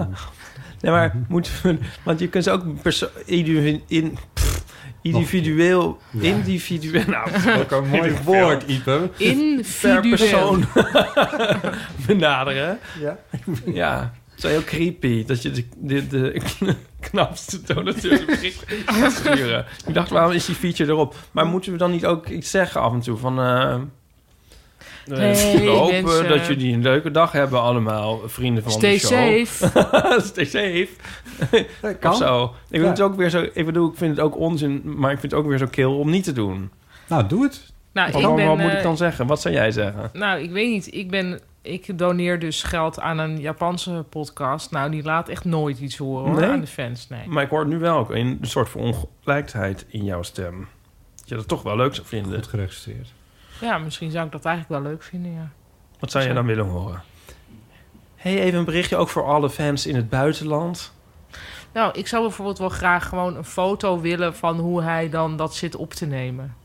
nee, maar moeten we, want je kunt ze ook perso- individu- in, pff, individueel, individueel, nou, Ook een mooi woord, Ipe. per Individueel. persoon benaderen. Ja. Ja, het is wel heel creepy dat je de, de, de knapste donateur een bericht gaat sturen. Ik dacht, waarom is die feature erop? Maar moeten we dan niet ook iets zeggen af en toe van... eh, eh, Hey, we hopen mensen. dat jullie een leuke dag hebben allemaal, vrienden van eh, Stay de show. safe. Stay safe. Dat Of zo. Ik, vind Ja. het ook weer zo, ik bedoel, ik vind het ook onzin, maar ik vind het ook weer zo kil om niet te doen. Nou, doe het. Nou, Wat, ik ben, wat moet eh, ik dan zeggen? Wat zou jij zeggen? Nou, ik weet niet. Ik, ben, ik doneer dus geld aan een Japanse podcast. Nou, die laat echt nooit iets horen hoor, Nee? aan de fans. Nee. Maar ik hoor nu wel ook een soort van ongelijkheid in jouw stem. Dat je dat toch wel leuk zou vinden. Goed geregistreerd. Ja, misschien zou ik dat eigenlijk wel leuk vinden, ja. Wat zou jij dan willen horen? hey, even een berichtje ook voor alle fans in het buitenland. Nou, ik zou bijvoorbeeld wel graag gewoon een foto willen van hoe hij dan dat zit op te nemen.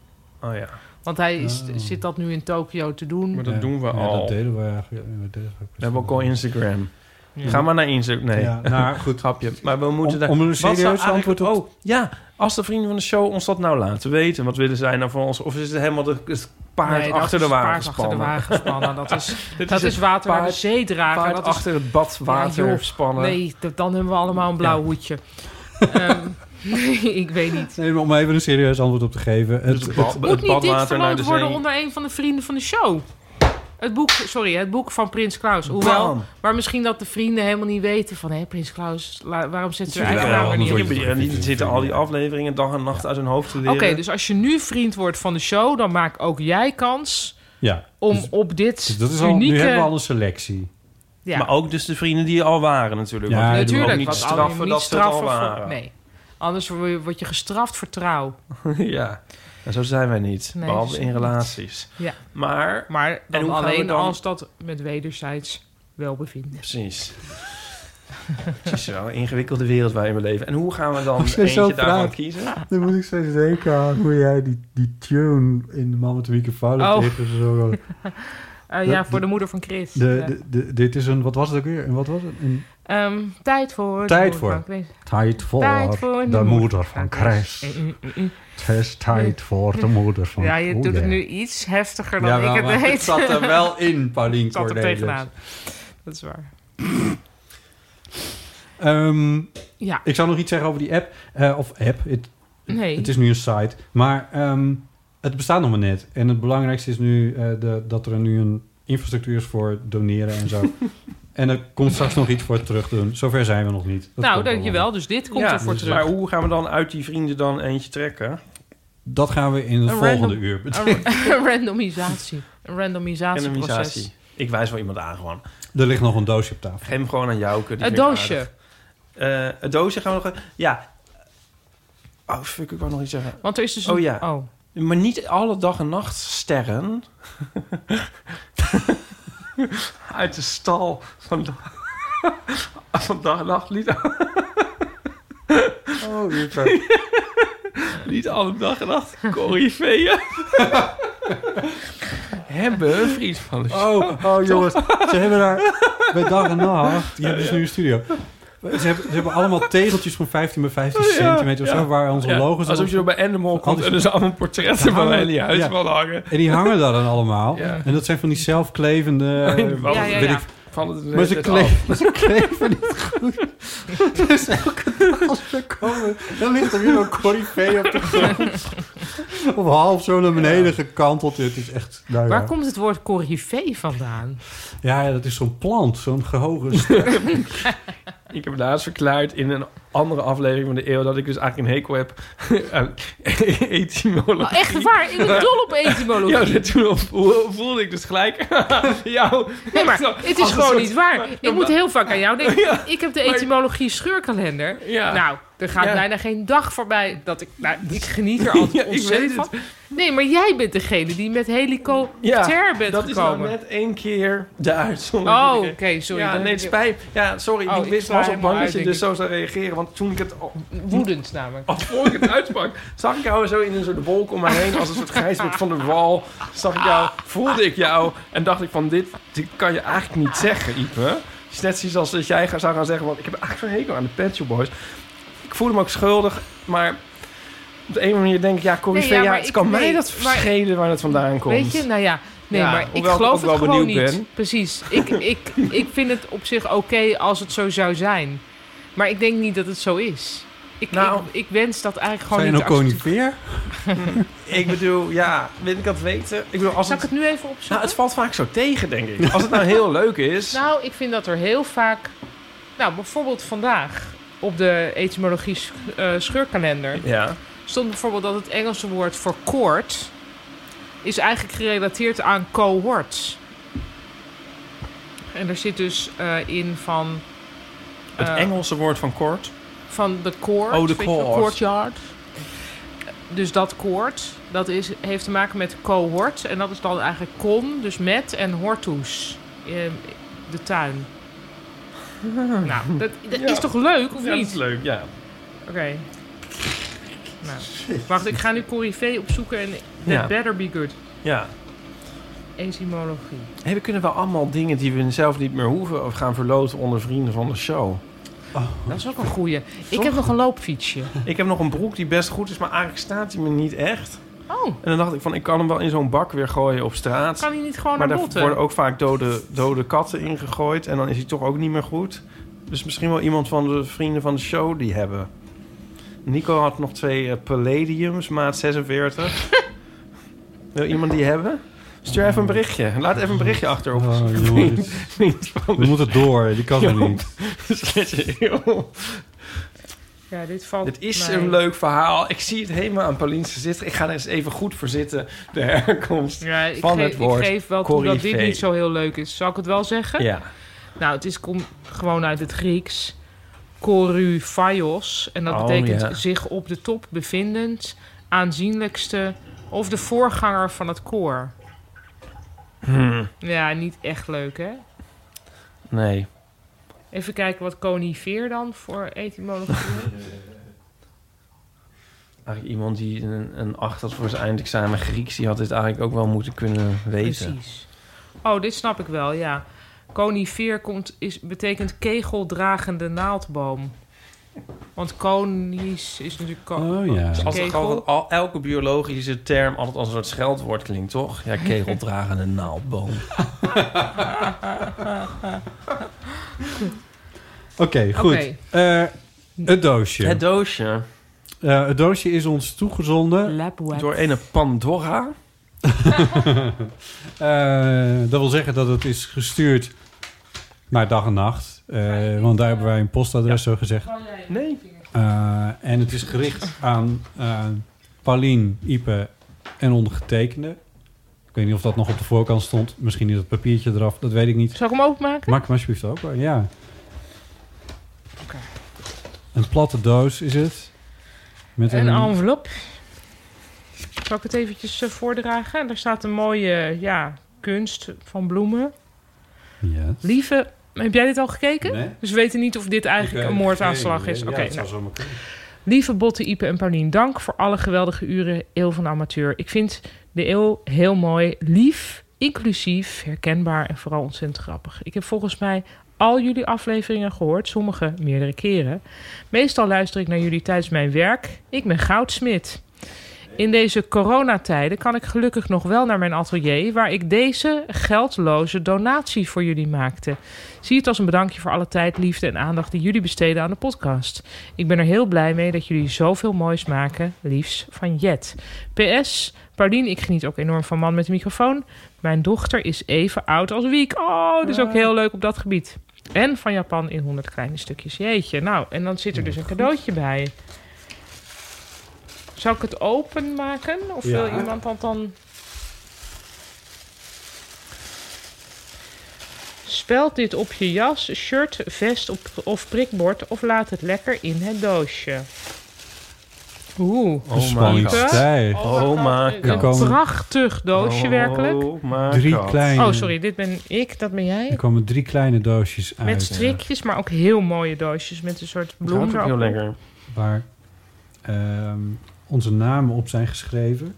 Oh ja, Want hij is, Oh. zit dat nu in Tokio te doen. maar dat Ja. doen we Ja, al. dat we deden we eigenlijk. ja, we deden eigenlijk hebben ook al precies. Instagram. Ja. Ga maar naar Instagram. Nee, Ja, nou, goed. grapje. Maar we moeten daar... om, om een Wat zou serieus eigenlijk- antwoord op... Oh, ja. Als de vrienden van de show ons dat nou laten weten. Wat willen zij nou van ons? Of is het helemaal de, het paard Nee, dat achter is de wagen paard achter de spannen? wagen spannen. Dat is, Dit dat is het water waar de paard- zee dragen. paard Dat is, achter het bad water Ja, joh. spannen. nee, dat- dan hebben we allemaal een blauw Ja. hoedje. Ehm, nee, ik weet niet. Nee, maar om even een serieus antwoord op te geven. Het, Dus het, bad- het- het Moet niet dit badwater naar de verloot worden zee. onder een van de vrienden van de show? Het boek, sorry, het boek van Prins Klaus. Hoewel, Bam. maar misschien dat de vrienden helemaal niet weten van... hé, Prins Klaus, la- waarom zit ze er Ja, eigenlijk ja, naam er niet anders in? word je- en die zitten al die afleveringen dag en nacht uit hun hoofd te Oké, leren. dus als je nu vriend wordt van de show... dan maak ook jij kans ja, om Dus- op dit dus dat is al, unieke... nu hebben we al een selectie. ja, Maar ook dus de vrienden die er al waren natuurlijk. Ja, want die doen natuurlijk. ook niet want al- straffen niet dat ze het al straffen voor- waren. Nee, anders word je- word je gestraft voor trouw. ja. En zo zijn wij niet. Nee, dus- behalve zo in niet. relaties. Ja. Maar, Maar dan hoe gaan we alleen dan- als dat met wederzijds welbevinden. precies. Het is wel een ingewikkelde wereld waarin we leven. En hoe gaan we dan Als je zo eentje daarvan praat. kiezen? Dan moet ik steeds denken aan hoe jij die, die tune in de man met de Oh. microfoon heeft gezongen. Eh, Dat- ja, voor de- de moeder van Chris. Eh, De, Ja. de, de, dit is een, wat was het ook weer? Een, wat was het? Een, Ehm, tijd voor. Tijd de voor. moeder van Chris. tijd voor, Tijd de voor de moeder van moeder van Chris. Mm, mm, mm. Het is tijd voor de moeder van Ja, je Oh, doet het yeah. nu iets heftiger dan Ja, ik het maar deed. het zat er wel in, Paulien Ik zat er Cornelis. tegenaan. Dat is waar. Ehm, Ja, ik zou nog iets zeggen over die app. Eh, of app, het, nee. Het is nu een site. Maar ehm, het bestaat nog maar net. En het belangrijkste is nu eh, de, dat er nu een infrastructuur is voor doneren en zo. en er komt straks nog iets voor terug doen. Zover zijn we nog niet. Dat nou, komt dankjewel. allemaal. Dus dit komt ja, ervoor dus terug. Maar hoe gaan we dan uit die vrienden dan eentje trekken? Dat gaan we in het Een volgende random- uur. bet- Een ra- een randomisatie. Een randomisatieproces. Randomisatie. Ik wijs wel iemand aan gewoon. Er ligt nog een doosje op tafel. Geef hem gewoon aan Jouke. die Een vindt het doosje. aardig. Eh, het doosje gaan we nog... Ja. Oh, fuck, ik wou nog iets zeggen. Want er is dus Oh een- ja. Oh. Maar niet alle dag en nacht sterren. Uit de stal van, da- van dag en nacht. Niet, Oh, super. niet alle dag en nacht corifeeën. Hebben een vriend van de show. Oh, oh jongens. Ze hebben daar bij dag en nacht... Je hebt dus nu een studio. Ze hebben, ze hebben allemaal tegeltjes van 15 bij 15 Ja, centimeter of zo... ja. waar onze Ja, logos Alsof op je er bij Animal komt Anders- en er zijn allemaal portretten Ja, van mij in die huis ja. van hangen. En die hangen daar dan allemaal. Ja. En dat zijn van die zelfklevende... eh, Ja, Ja, ja, weet ja. ik Van het Maar ze het kleven, ze kleven niet goed. Dus elke dag als we komen, dan ligt er weer een corifee op de grond. Of half zo naar beneden gekanteld. Het is echt... Nou ja. Waar komt het woord corrivee vandaan? ja, ja, dat is zo'n plant, zo'n gehoge... st- Ik heb laatst verklaard in een andere aflevering van de eeuw dat ik dus eigenlijk een hekel heb aan etymologie. Oh, echt waar, ik ben dol op etymologie. Ja, dat toen vo- voelde ik dus gelijk jou. Nee, maar het is gewoon niet waar. Ik moet heel vaak aan jou denken. Ja. Ik heb de Maar- etymologie scheurkalender. Ja. Nou, er gaat Ja. bijna geen dag voorbij dat ik... Nou, ik geniet er altijd Ja, ik ontzettend weet het. van. Nee, maar jij bent degene die met helicopter bent dat is nou gekomen. net één keer de uitzondering. Oh, oké, sorry. Ja, Dan nee, het ben ik spijt. Ja, sorry, Oh, ik ik wist sla was op helemaal bang dat je uit, denk dus zo ik. zou reageren. Want toen ik het al, Woedend namelijk. al voor ik het uitsprak, zag ik jou zo in een soort wolk om mij heen. Als een soort grijsbeeld van de wal. Zag ik jou, voelde ik jou. En dacht ik van, dit, dit kan je eigenlijk niet zeggen, Ipe. Het is net zoiets als dat jij ga- zou gaan zeggen, want ik heb eigenlijk zo'n hekel aan de Pet Shop Boys. Ik voelde me ook schuldig, maar op de een of andere manier denk ik, ja, Corrie Nee, Vee, ja, ja, maar het ik- kan mij nee, dat maar- schelen waar dat vandaan komt. Weet je, nou ja. Nee, Ja, maar ik hoewel ik ook geloof het wel gewoon niet. benieuwd ben. Precies. Ik, ik, ik vind het op zich oké als het zo zou zijn. Maar ik denk niet dat het zo is. Ik, Nou. ik, ik wens dat eigenlijk gewoon Zijn niet nou te accepteren. conifeer? Ik bedoel, ja, wil ik dat weten? Ik bedoel, als Zal ik het, het nu even opzoeken? nou, het valt vaak zo tegen, denk ik. Als het nou heel leuk is... Nou, ik vind dat er heel vaak... Nou, bijvoorbeeld vandaag op de etymologie sch- eh, scheurkalender... Ja. stond bijvoorbeeld dat het Engelse woord voor koord... is eigenlijk gerelateerd aan cohorts. En er zit dus eh, in van... Het eh, Engelse woord van kort. van de koord. Oh, de weet je wel, koord. courtyard. Dus dat koord, dat is, heeft te maken met cohort. En dat is dan eigenlijk con, dus met, en hortus, eh, de tuin. Nou, dat, dat is toch leuk, of Ja, dat niet? is leuk, ja. Oké. Nou, wacht, ik ga nu Corrie opzoeken en that Ja. better be good. ja. Enzymologie. Hey, we kunnen wel allemaal dingen die we zelf niet meer hoeven... of gaan verloten onder vrienden van de show. Dat is ook een goeie. Ik heb nog een loopfietsje. Ik heb nog een broek die best goed is, maar eigenlijk staat die me niet echt. Oh, En dan dacht ik van, ik kan hem wel in zo'n bak weer gooien op straat. kan hij niet gewoon maar naar daar worden botten? ook vaak dode, dode katten ingegooid. En dan is hij toch ook niet meer goed. Dus misschien wel iemand van de vrienden van de show die hebben. Nico had nog twee eh, Palladiums, maat 46. Wil iemand die hebben? Stuur even een berichtje. Laat even een berichtje achter op Oh, jongen, dit- vriend van we de moeten door, die kan er niet. Slechte Eeuw. Ja, dit valt Dit is mij- een leuk verhaal. Ik zie het helemaal aan Paulien's gezicht. Ik ga er eens even goed voor zitten. De herkomst. Ja, ik, van geef, het woord ik geef wel toe dat dit coryfee. niet zo heel leuk is. Zal ik het wel zeggen? Ja. Nou, het is, komt gewoon uit het Grieks. Koryphaios. En dat Oh, betekent ja. zich op de top bevindend, aanzienlijkste of de voorganger van het koor. Ja, niet echt leuk, hè? Hmm, Nee. Even kijken wat conifeer dan voor etymologie. is. Eigenlijk iemand die een, een acht had voor zijn eindexamen Grieks... die had dit eigenlijk ook wel moeten kunnen weten. Precies. Oh, dit snap ik wel, ja. Conifeer komt, is, betekent kegeldragende naaldboom. Want conisch is natuurlijk... ko- Oh, ja. is een Als het Dus kegel. altijd, al, elke biologische term altijd als een soort scheldwoord klinkt, toch? Ja, kegeldragende naaldboom. Oké, goed. Oké. Eh, het doosje. Het doosje. Eh, het doosje is ons toegezonden. Labweb. Door een Pandora. Eh, dat wil zeggen dat het is gestuurd naar dag en nacht. Eh, want daar hebben wij een postadres zo gezegd. Nee. Eh, en het is gericht aan eh Paulien, Ipe en ondergetekende. Ik weet niet of dat nog op de voorkant stond. Misschien is dat papiertje eraf, dat weet ik niet. Zal ik hem openmaken? Maak hem alsjeblieft ook wel, ja. Een platte doos is het. Met Een een, envelop. Zal ik het eventjes eh, voordragen? En daar staat een mooie ja, kunst van bloemen. Ja. Lieve, heb jij dit al gekeken? Nee. Dus we weten niet of dit eigenlijk een moordaanslag is. Oké, nou. nou. Lieve Botte, Ipe en Paulien, dank voor alle geweldige uren Eeuw van de Amateur. Ik vind de eeuw heel mooi, lief, inclusief, herkenbaar en vooral ontzettend grappig. Ik heb volgens mij al jullie afleveringen gehoord, sommige meerdere keren. Meestal luister ik naar jullie tijdens mijn werk. Ik ben goudsmid. In deze coronatijden kan ik gelukkig nog wel naar mijn atelier... waar ik deze geldloze donatie voor jullie maakte. Zie het als een bedankje voor alle tijd, liefde en aandacht... die jullie besteden aan de podcast. Ik ben er heel blij mee dat jullie zoveel moois maken. Liefs van Jet. PS, Paulien, ik geniet ook enorm van Man met de Microfoon. Mijn dochter is even oud als Wiek. Oh, dus ook heel leuk op dat gebied. En van Japan in 100 kleine stukjes. Jeetje. Nou, en dan zit er dus een cadeautje bij. Zou ik het openmaken? Of wil Ja. iemand dat dan... Speld dit op je jas, shirt, vest op, of prikbord... of laat het lekker in het doosje. Oeh. Oh my god. Spanningstijg. Oh my Een god. prachtig doosje, werkelijk. Oh my Drie god. kleine. Oh, sorry, dit ben ik, dat ben jij. Er komen drie kleine doosjes uit. Met strikjes, maar ook heel mooie doosjes met een soort Dat ruikt bloem. ook erop. heel lekker. eh, Waar ehm, onze namen op zijn geschreven.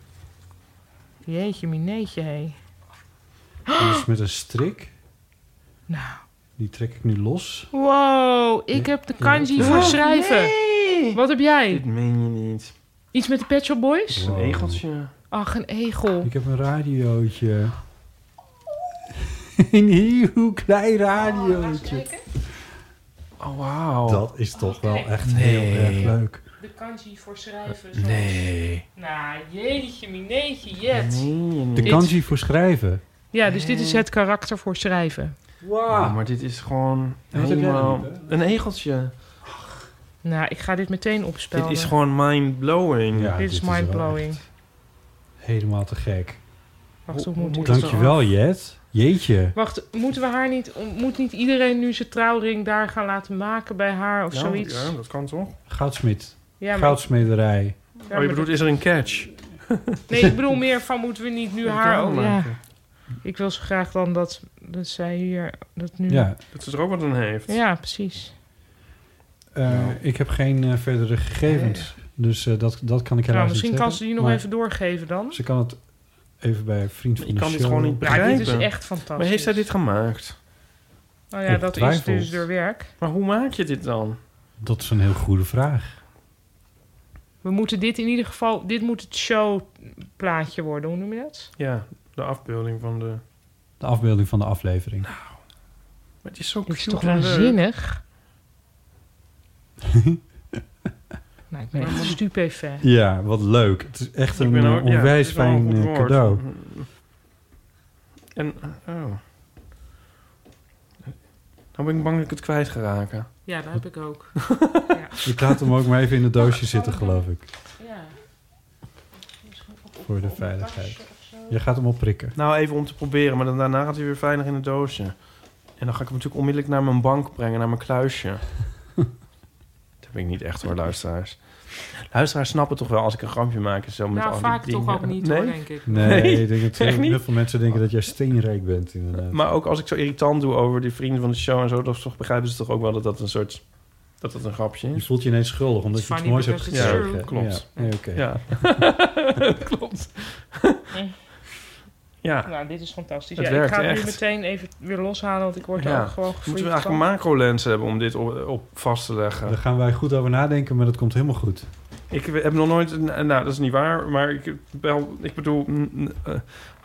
Jeetje, mineetje, hé. Dus met een strik. Nou. Die trek ik nu los. Wow, ik heb de kanji voor schrijven. Wat heb jij? Dit meen je niet. Iets met de Pet Shop Het is Boys? een Wow. egeltje. Ach, een egel. Ik heb een radiootje. een heel klein radiootje. Oh, wauw. Dat is toch wel echt Nee. heel erg leuk. De kanji voor schrijven. Nee. Oh, Nou, jeetje, mineetje, jet. Meen je De niet. kanji voor schrijven. Ja, dus dit is het karakter voor schrijven. Ja, maar dit is gewoon En wat heb jij helemaal... dan, Ipe? Een egeltje. Nou, ik ga dit meteen opspelden. Dit is gewoon mind-blowing. Ja, dit is wel mindblowing. echt Helemaal te gek. Wacht, hoe Hoe- moet hoe ik? moet het Dankjewel, Jet. Jeetje. Wacht, moeten we haar niet, moet niet iedereen nu zijn trouwring daar gaan laten maken bij haar of Ja, zoiets? Ja, dat kan toch? Goudsmid. Ja, maar, Goudsmederij. ja, Oh, maar je bedoelt, is er een catch? dat- nee, ik bedoel meer van moeten we niet nu Dat haar kan ook. wel Ja, maken. ik wil zo graag dan dat, dat zij hier dat nu. Ja. Dat ze er ook wat aan heeft. Ja, precies. Eh, Ik heb geen eh, verdere gegevens. Dus eh, dat, dat kan ik helaas Nou, niet misschien kan zeggen. ze die nog Maar even doorgeven dan. Ze kan het even bij een vriend van Ik de kan show. dit gewoon niet Ja, dit is begrijpen. echt fantastisch. Maar heeft zij dit gemaakt? Nou ja, dat is dus Ongetwijfeld. door werk. Maar hoe maak je dit dan? Dat is een heel goede vraag. We moeten dit in ieder geval, dit moet het showplaatje worden, hoe noem je dat? Ja, de afbeelding van de... De afbeelding van de aflevering. Nou. Maar het is zo Dit cute is toch en leuk. waanzinnig? nou, ik ben echt stupefait. Ja, wat leuk. Het is echt Ik een ben eh, ook- ja, onwijs het is wel een fijn goed eh, woord. cadeau. En, oh. Nou ben ik bang dat ik het kwijt ga raken. Ja, dat heb ik ook. Ik laat hem ook maar even in het doosje zitten, geloof ik. Ja. Voor de veiligheid. Je gaat hem opprikken. Nou, even om te proberen, maar dan, daarna gaat hij weer veilig in het doosje. En dan ga ik hem natuurlijk onmiddellijk naar mijn bank brengen, naar mijn kluisje. dat heb ik niet echt hoor, luisteraars. Luisteraars snappen toch wel als ik een grapje maak en zo met al die Nou, vaak dingen. toch ook niet nee? hoor, denk ik. Nee, Nee, ik denk dat heel, echt niet. heel veel mensen denken dat jij steenrijk bent, inderdaad. Maar ook als ik zo irritant doe over die vrienden van de show en zo, dan toch begrijpen ze toch ook wel dat dat een soort... Dat dat een grapje je is. voelt je ineens schuldig, omdat je iets Funny moois hebt because it's true. gekregen. Ja, klopt. Ja, nee, oké. Ja. Klopt. ja. Nou, dit is fantastisch. Het Ja, ik werkt ga het echt. nu meteen even weer loshalen, want ik word er Ja. ook gewoon Moeten we gefreakt eigenlijk een van. macro-lens hebben om dit op, op vast te leggen? Daar gaan wij goed over nadenken, maar dat komt helemaal goed. Ik heb nog nooit... een- Nou, dat is niet waar, maar ik, wel, ik bedoel... mm, eh,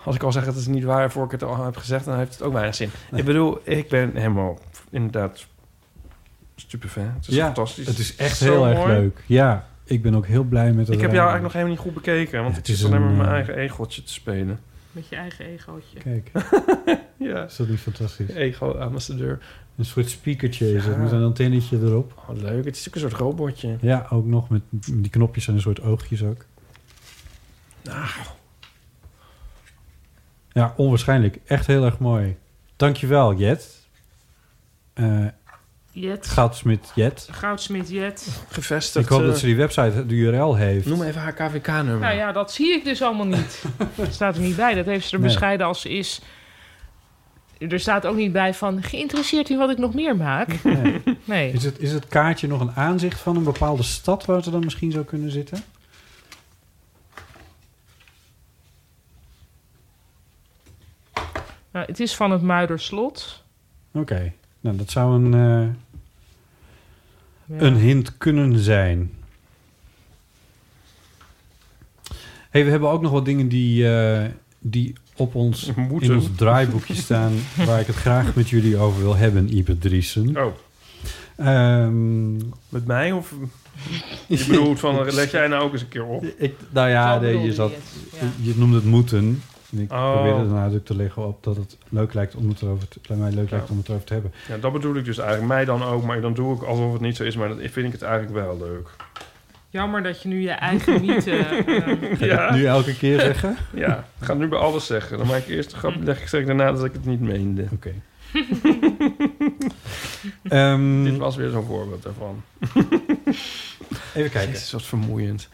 Als ik al zeg dat het is niet waar voor ik het al heb gezegd, dan heeft het ook weinig zin. Ik bedoel, ik ben helemaal inderdaad stupefan. Het is Ja, fantastisch. Het is echt Zo heel erg mooi. leuk. Ja, ik ben ook heel blij met dat. Ik heb raam. jou eigenlijk nog helemaal niet goed bekeken, want Het het is is alleen een, maar mijn eh, eigen egeltje te spelen. Met je eigen egootje. Kijk, Ja, is dat niet fantastisch? ego-ambassadeur. Een soort speakertje is het, Ja. met een antennetje erop. Oh, leuk. Het is natuurlijk een soort robotje. Ja, ook nog met die knopjes en een soort oogjes ook. Ah. Ja, onwaarschijnlijk. Echt heel erg mooi. Dankjewel, Jet. Eh, Jet. Goudsmit Jet. Goudsmit Jet. Gevestigd. Ik hoop dat eh, ze die website, de URL heeft. Noem even haar KVK-nummer. Nou ja, dat zie ik dus allemaal niet. Dat staat er niet bij. Dat heeft ze er Nee. bescheiden als ze is. Er staat ook niet bij van... geïnteresseerd in wat ik nog meer maak? Nee. Nee. Is, het, is het kaartje nog een aanzicht van een bepaalde stad waar ze dan misschien zou kunnen zitten? Nou, het is van het Muiderslot. Oké, nou dat zou een, eh, Ja. een hint kunnen zijn. hey, we hebben ook nog wat dingen die, eh, die op ons, in ons draaiboekje staan... waar ik het graag met jullie over wil hebben, Ipe Driessen. Oh, Ehm, met mij? Of je bedoelt van, leg jij nou ook eens een keer op? ik, nou ja, Zo nee, bedoelde je zat... het. Ja. Je noemde het moeten. En ik Oh. probeerde de nadruk te leggen op dat het leuk lijkt om het erover te, mij leuk Ja. lijkt om het erover te hebben. Ja, dat bedoel ik dus eigenlijk. Mij dan ook, maar dan doe ik alsof het niet zo is. Maar dan vind ik het eigenlijk wel leuk. Jammer dat je nu je eigen niet... eh, eh, Ga ik Ja. het nu elke keer zeggen? Ja, ik ga het nu bij alles zeggen. Dan maak ik eerst een grap, Mm. leg ik zeg ik daarna dat ik het niet meende. Oké. Ehm, Dit was weer zo'n voorbeeld daarvan. even kijken. Jezus, wat vermoeiend.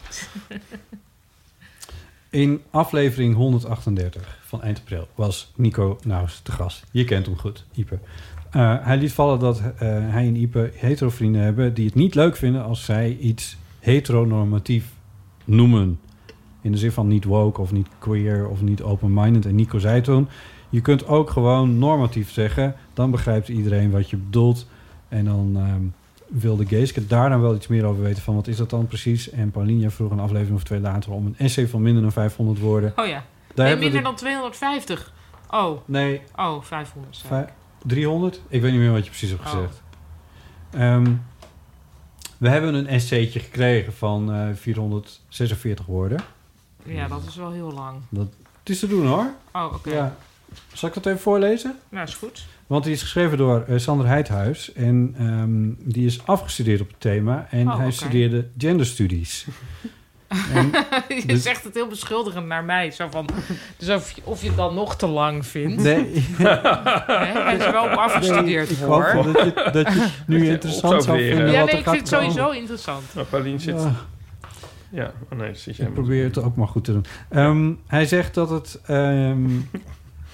In aflevering 138 van eind april was Nico Nauws te gast. Je kent hem goed, Ipe. Eh, hij liet vallen dat eh, hij en Ipe hetero-vrienden hebben... die het niet leuk vinden als zij iets heteronormatief noemen. In de zin van niet woke of niet queer of niet open-minded. En Nico zei toen... je kunt ook gewoon normatief zeggen. Dan begrijpt iedereen wat je bedoelt. En dan... ehm, wilde Geeske daar dan wel iets meer over weten van wat is dat dan precies? En Paulinia vroeg een aflevering of twee later om een essay van minder dan 500 woorden. oh ja. Daar nee, hebben we minder dan 250. Oh, de- Nee, oh, 500. zei ik. vij- 300? Ik weet niet meer wat je precies hebt Oh. gezegd. Ehm, we hebben een essaytje gekregen van eh, 446 woorden. Ja, dat is wel heel lang. Het is te doen hoor. Oh, oké. Ja. Zal ik dat even voorlezen? Nou, is goed. Want die is geschreven door eh, Sander Heidhuis. En ehm, die is afgestudeerd op het thema. En Oh, hij oké. studeerde genderstudies. en, je Dus- zegt het heel beschuldigend naar mij. Zo van, dus of, je- of je het dan nog te lang vindt. nee, Hè? Hij is er wel op afgestudeerd Ik hoop hoor. wel dat je, dat je het nu Dat je interessant op zou zou leren. vinden. Ja, wat nee, er ik gaat vind het sowieso komen. interessant. Nou, Paulien zit... Ja, Ja, oh nee, zit jij ik maar- probeer het ook maar goed te doen. Ehm, hij zegt dat het ehm,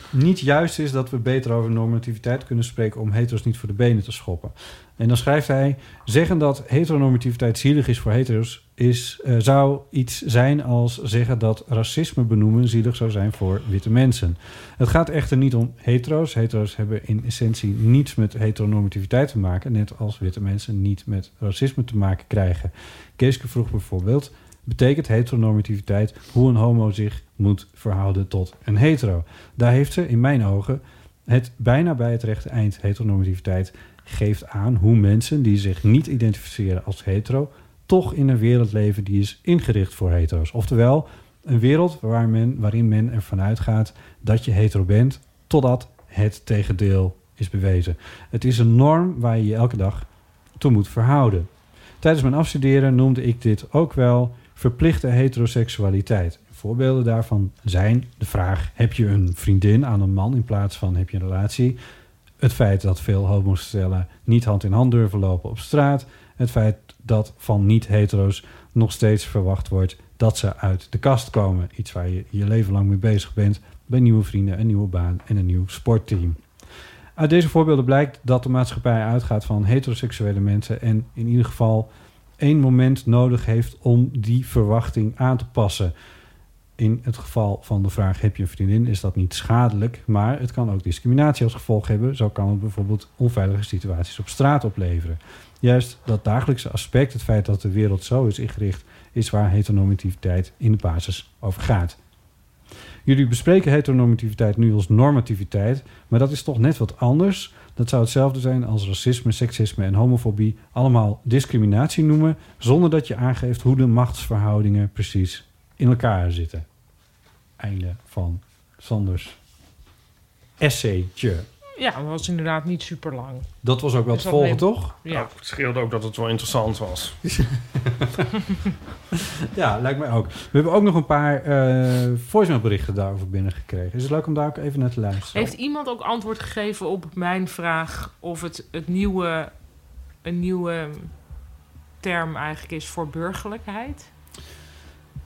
niet juist is dat we beter over normativiteit kunnen spreken om hetero's niet voor de benen te schoppen. En dan schrijft hij: zeggen dat heteronormativiteit zielig is voor hetero's is, eh, zou iets zijn als zeggen dat racisme benoemen zielig zou zijn voor witte mensen. Het gaat echter niet om hetero's. Hetero's hebben in essentie niets met heteronormativiteit te maken, net als witte mensen niet met racisme te maken krijgen. Keeske vroeg bijvoorbeeld: betekent heteronormativiteit hoe een homo zich moet verhouden tot een hetero? Daar heeft ze in mijn ogen het bijna bij het rechte eind heteronormativiteit geeft aan hoe mensen die zich niet identificeren als hetero toch in een wereld leven die is ingericht voor hetero's. Oftewel een wereld waar men, waarin men ervan uitgaat dat je hetero bent totdat het tegendeel is bewezen. Het is een norm waar je je elke dag toe moet verhouden. Tijdens mijn afstuderen noemde ik dit ook wel verplichte heteroseksualiteit. Voorbeelden daarvan zijn de vraag: heb je een vriendin aan een man in plaats van heb je een relatie? Het feit dat veel homostellen niet hand in hand durven lopen op straat. Het feit dat van niet-hetero's nog steeds verwacht wordt dat ze uit de kast komen. Iets waar je je leven lang mee bezig bent. Bij nieuwe vrienden, een nieuwe baan en een nieuw sportteam. Uit deze voorbeelden blijkt dat de maatschappij uitgaat van heteroseksuele mensen en in ieder geval één moment nodig heeft om die verwachting aan te passen. In het geval van de vraag heb je een vriendin is dat niet schadelijk, maar het kan ook discriminatie als gevolg hebben. Zo kan het bijvoorbeeld onveilige situaties op straat opleveren. Juist dat dagelijkse aspect, het feit dat de wereld zo is ingericht, is waar heteronormativiteit in de basis over gaat. Jullie bespreken heteronormativiteit nu als normativiteit, maar dat is toch net wat anders. Dat zou hetzelfde zijn als racisme, seksisme en homofobie allemaal discriminatie noemen, zonder dat je aangeeft hoe de machtsverhoudingen precies in elkaar zitten. Einde van Sanders essaytje. Ja, dat was inderdaad niet super lang. Dat was ook wel Is het dat volgen, leuk? toch? Ja. Oh, het scheelde ook dat het wel interessant was. Ja, lijkt mij ook. We hebben ook nog een paar eh voicemailberichten daarover binnengekregen. Is het leuk om daar ook even naar te luisteren? Heeft iemand ook antwoord gegeven op mijn vraag of het, het nieuwe een nieuwe term eigenlijk is voor burgerlijkheid?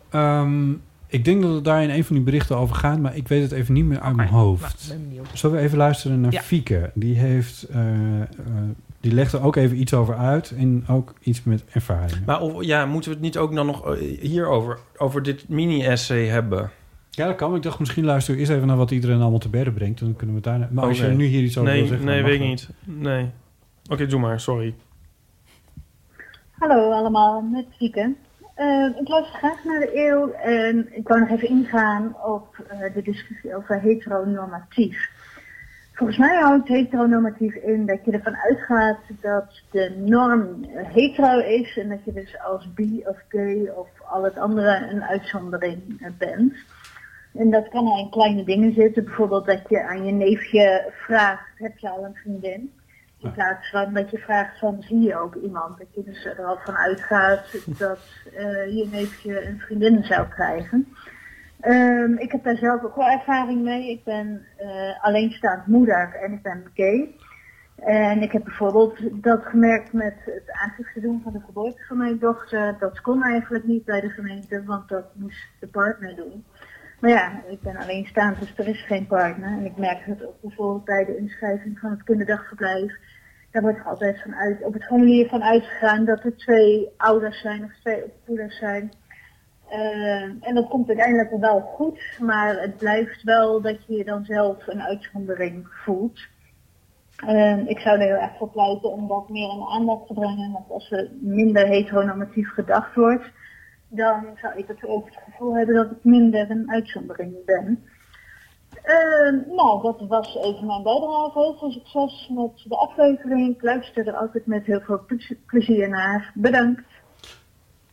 Ehm, ik denk dat het daar in een van die berichten over gaat, maar ik weet het even niet meer uit mijn hoofd. Nou, ben benieuwd. Zullen we even luisteren naar Ja. Fieke? Die, heeft, eh, eh, die legt er ook even iets over uit en ook iets met ervaring. Maar of, ja, moeten we het niet ook dan nog eh, hierover, over dit mini-essay hebben? Ja, dat kan. maar Ik dacht, misschien luister eens even naar wat iedereen allemaal te berden brengt. Dan kunnen we het daarna... Maar Oh, als je nee. nu hier iets over Nee, wil zeggen... nee dan weet ik mag dat. niet. Nee. Oké, doe maar, sorry. Hallo allemaal, met Wieke. Eh, ik luister graag naar de eeuw en ik wou nog even ingaan op eh, de discussie over heteronormatief. Volgens mij houdt heteronormatief in dat je ervan uitgaat dat de norm eh, hetero is en dat je dus als bi of gay of al het andere een uitzondering eh, bent. En dat kan al in kleine dingen zitten, bijvoorbeeld dat je aan je neefje vraagt, heb je al een vriendin? In plaats van dat je vraagt van zie je ook iemand. Dat je dus er al van uitgaat dat eh, je neefje een vriendin zou krijgen. Ehm, ik heb daar zelf ook wel ervaring mee. Ik ben eh, alleenstaand moeder en ik ben gay. En ik heb bijvoorbeeld dat gemerkt met het aangifte doen van de geboorte van mijn dochter. Dat kon eigenlijk niet bij de gemeente, want dat moest de partner doen. Maar ja, ik ben alleenstaand, dus er is geen partner. En ik merk dat ook bijvoorbeeld bij de inschrijving van het kinderdagverblijf. Daar wordt er altijd van uit, op het formulier van uitgegaan dat er twee ouders zijn of twee opvoeders zijn. Eh, en dat komt uiteindelijk wel goed, maar het blijft wel dat je je dan zelf een uitzondering voelt. Eh, ik zou er heel erg voor pleiten om dat meer in de aandacht te brengen, want als er minder heteronormatief gedacht wordt, dan zou ik het ook het gevoel hebben dat ik minder een uitzondering ben. Eh, nou, dat was even mijn bijdrage. Heel veel succes met de aflevering. Ik luister er altijd met heel veel ple- plezier naar. Bedankt.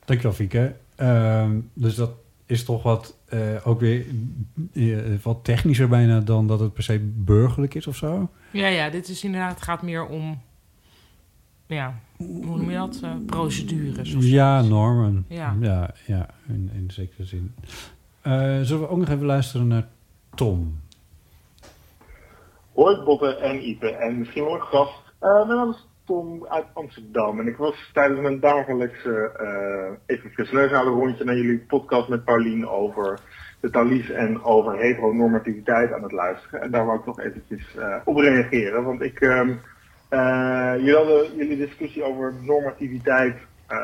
Dankjewel, Fieke. Ehm, dus dat is toch wat, eh, ook weer eh, wat technischer bijna dan dat het per se burgerlijk is of zo. Ja, ja, dit is inderdaad, het gaat meer om, ja, hoe noem je dat? Eh, procedures of zo. Ja, normen. Ja. ja, ja, in, in zekere zin. Eh, zullen we ook nog even luisteren naar Tom? Hoi Botte en Ipe en misschien wel een gast. Eh, mijn naam is Tom uit Amsterdam en ik was tijdens mijn dagelijkse eh even frisneuzalen rondje naar jullie podcast met Paulien over de talies en over heteronormativiteit aan het luisteren. En daar wou ik nog eventjes eh, op reageren, want ik, ehm, eh, jullie hadden jullie discussie over normativiteit eh,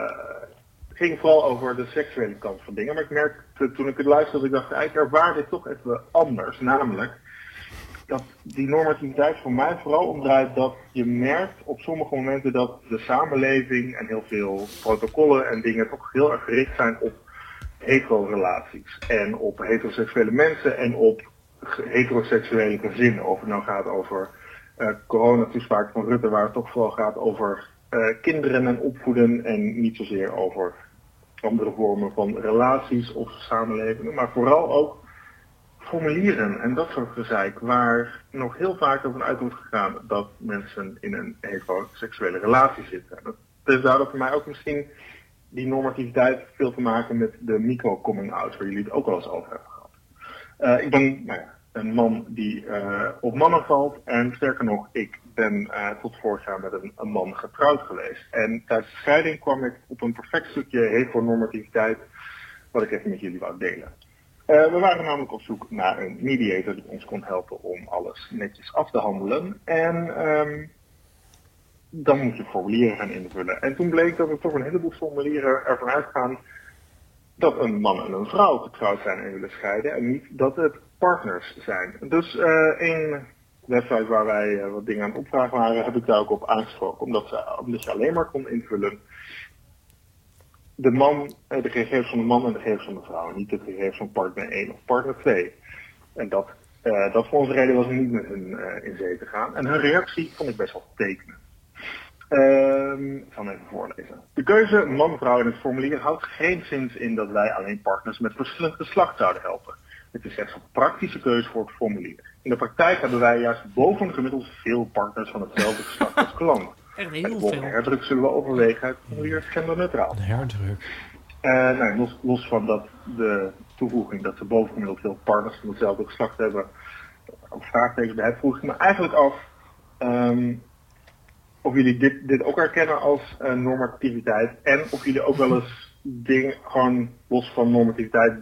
het ging vooral over de seksuele kant van dingen. Maar ik merkte toen ik het luisterde, dat ik dacht, eigenlijk ervaarde ik toch even anders. Namelijk, dat die normativiteit voor mij vooral omdraait dat je merkt op sommige momenten dat de samenleving en heel veel protocollen en dingen toch heel erg gericht zijn op hetero-relaties en op heteroseksuele mensen en op ge- heteroseksuele gezinnen. Of het nou gaat over eh coronatoespraak van Rutte, waar het toch vooral gaat over eh, kinderen en opvoeden en niet zozeer over andere vormen van relaties of samenlevingen, maar vooral ook formulieren en dat soort gezeik, waar nog heel vaak ervan uit wordt gegaan dat mensen in een heteroseksuele relatie zitten. Dat is daardoor voor mij ook misschien die normativiteit veel te maken met de micro-coming-out, waar jullie het ook al eens over hebben gehad. Eh, ik ben nou ja, een man die eh, op mannen valt en sterker nog, ik ben eh, tot vorig jaar met een, een man getrouwd geweest. En tijdens de scheiding kwam ik op een perfect stukje heteronormativiteit, wat ik even met jullie wou delen. Eh, we waren namelijk op zoek naar een mediator die ons kon helpen om alles netjes af te handelen. En ehm, dan moet je formulieren gaan invullen. En toen bleek dat er toch een heleboel formulieren ervan uitgaan dat een man en een vrouw getrouwd zijn en willen scheiden en niet dat het partners zijn. Dus eh een website waar wij eh, wat dingen aan het opvragen waren, heb ik daar ook op aangesproken, omdat, ze, omdat je alleen maar kon invullen de man, eh, de gegevens van de man en de gegevens van de vrouw. Niet de gegevens van partner 1 of partner 2. En dat, eh, dat voor onze reden was om niet met hun eh, in zee te gaan. En hun reactie vond ik best wel tekenen. Ehm, ik zal hem even voorlezen. De keuze man-vrouw in het formulier houdt geen zin in dat wij alleen partners met verschillend geslacht zouden helpen. Het is slechts een praktische keuze voor het formulier. In de praktijk hebben wij juist bovengemiddeld veel partners van hetzelfde geslacht als klanten. Echt Bij de heel volgende veel. herdruk zullen we overwegen het formulier genderneutraal. Herdruk. Eh, nou, los, los van dat de toevoeging dat ze bovengemiddeld veel partners van hetzelfde geslacht hebben, een vraagteken bij heb, vroeg ik me eigenlijk af ehm, of jullie dit, dit ook herkennen als eh, normativiteit. En of jullie ook wel eens dingen gewoon los van normativiteit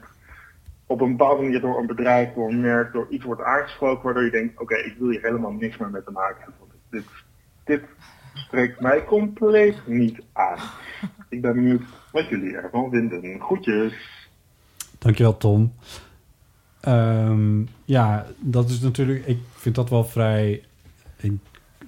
op een bepaalde manier door een bedrijf, door een merk, door iets wordt aangesproken waardoor je denkt, oké, ik wil hier helemaal niks meer mee te maken hebben. Want Dit, dit spreekt mij compleet niet aan. Ik ben benieuwd wat jullie ervan vinden. Groetjes! Dankjewel, Tom. Ehm, ja, dat is natuurlijk... Ik vind dat wel vrij... Ik,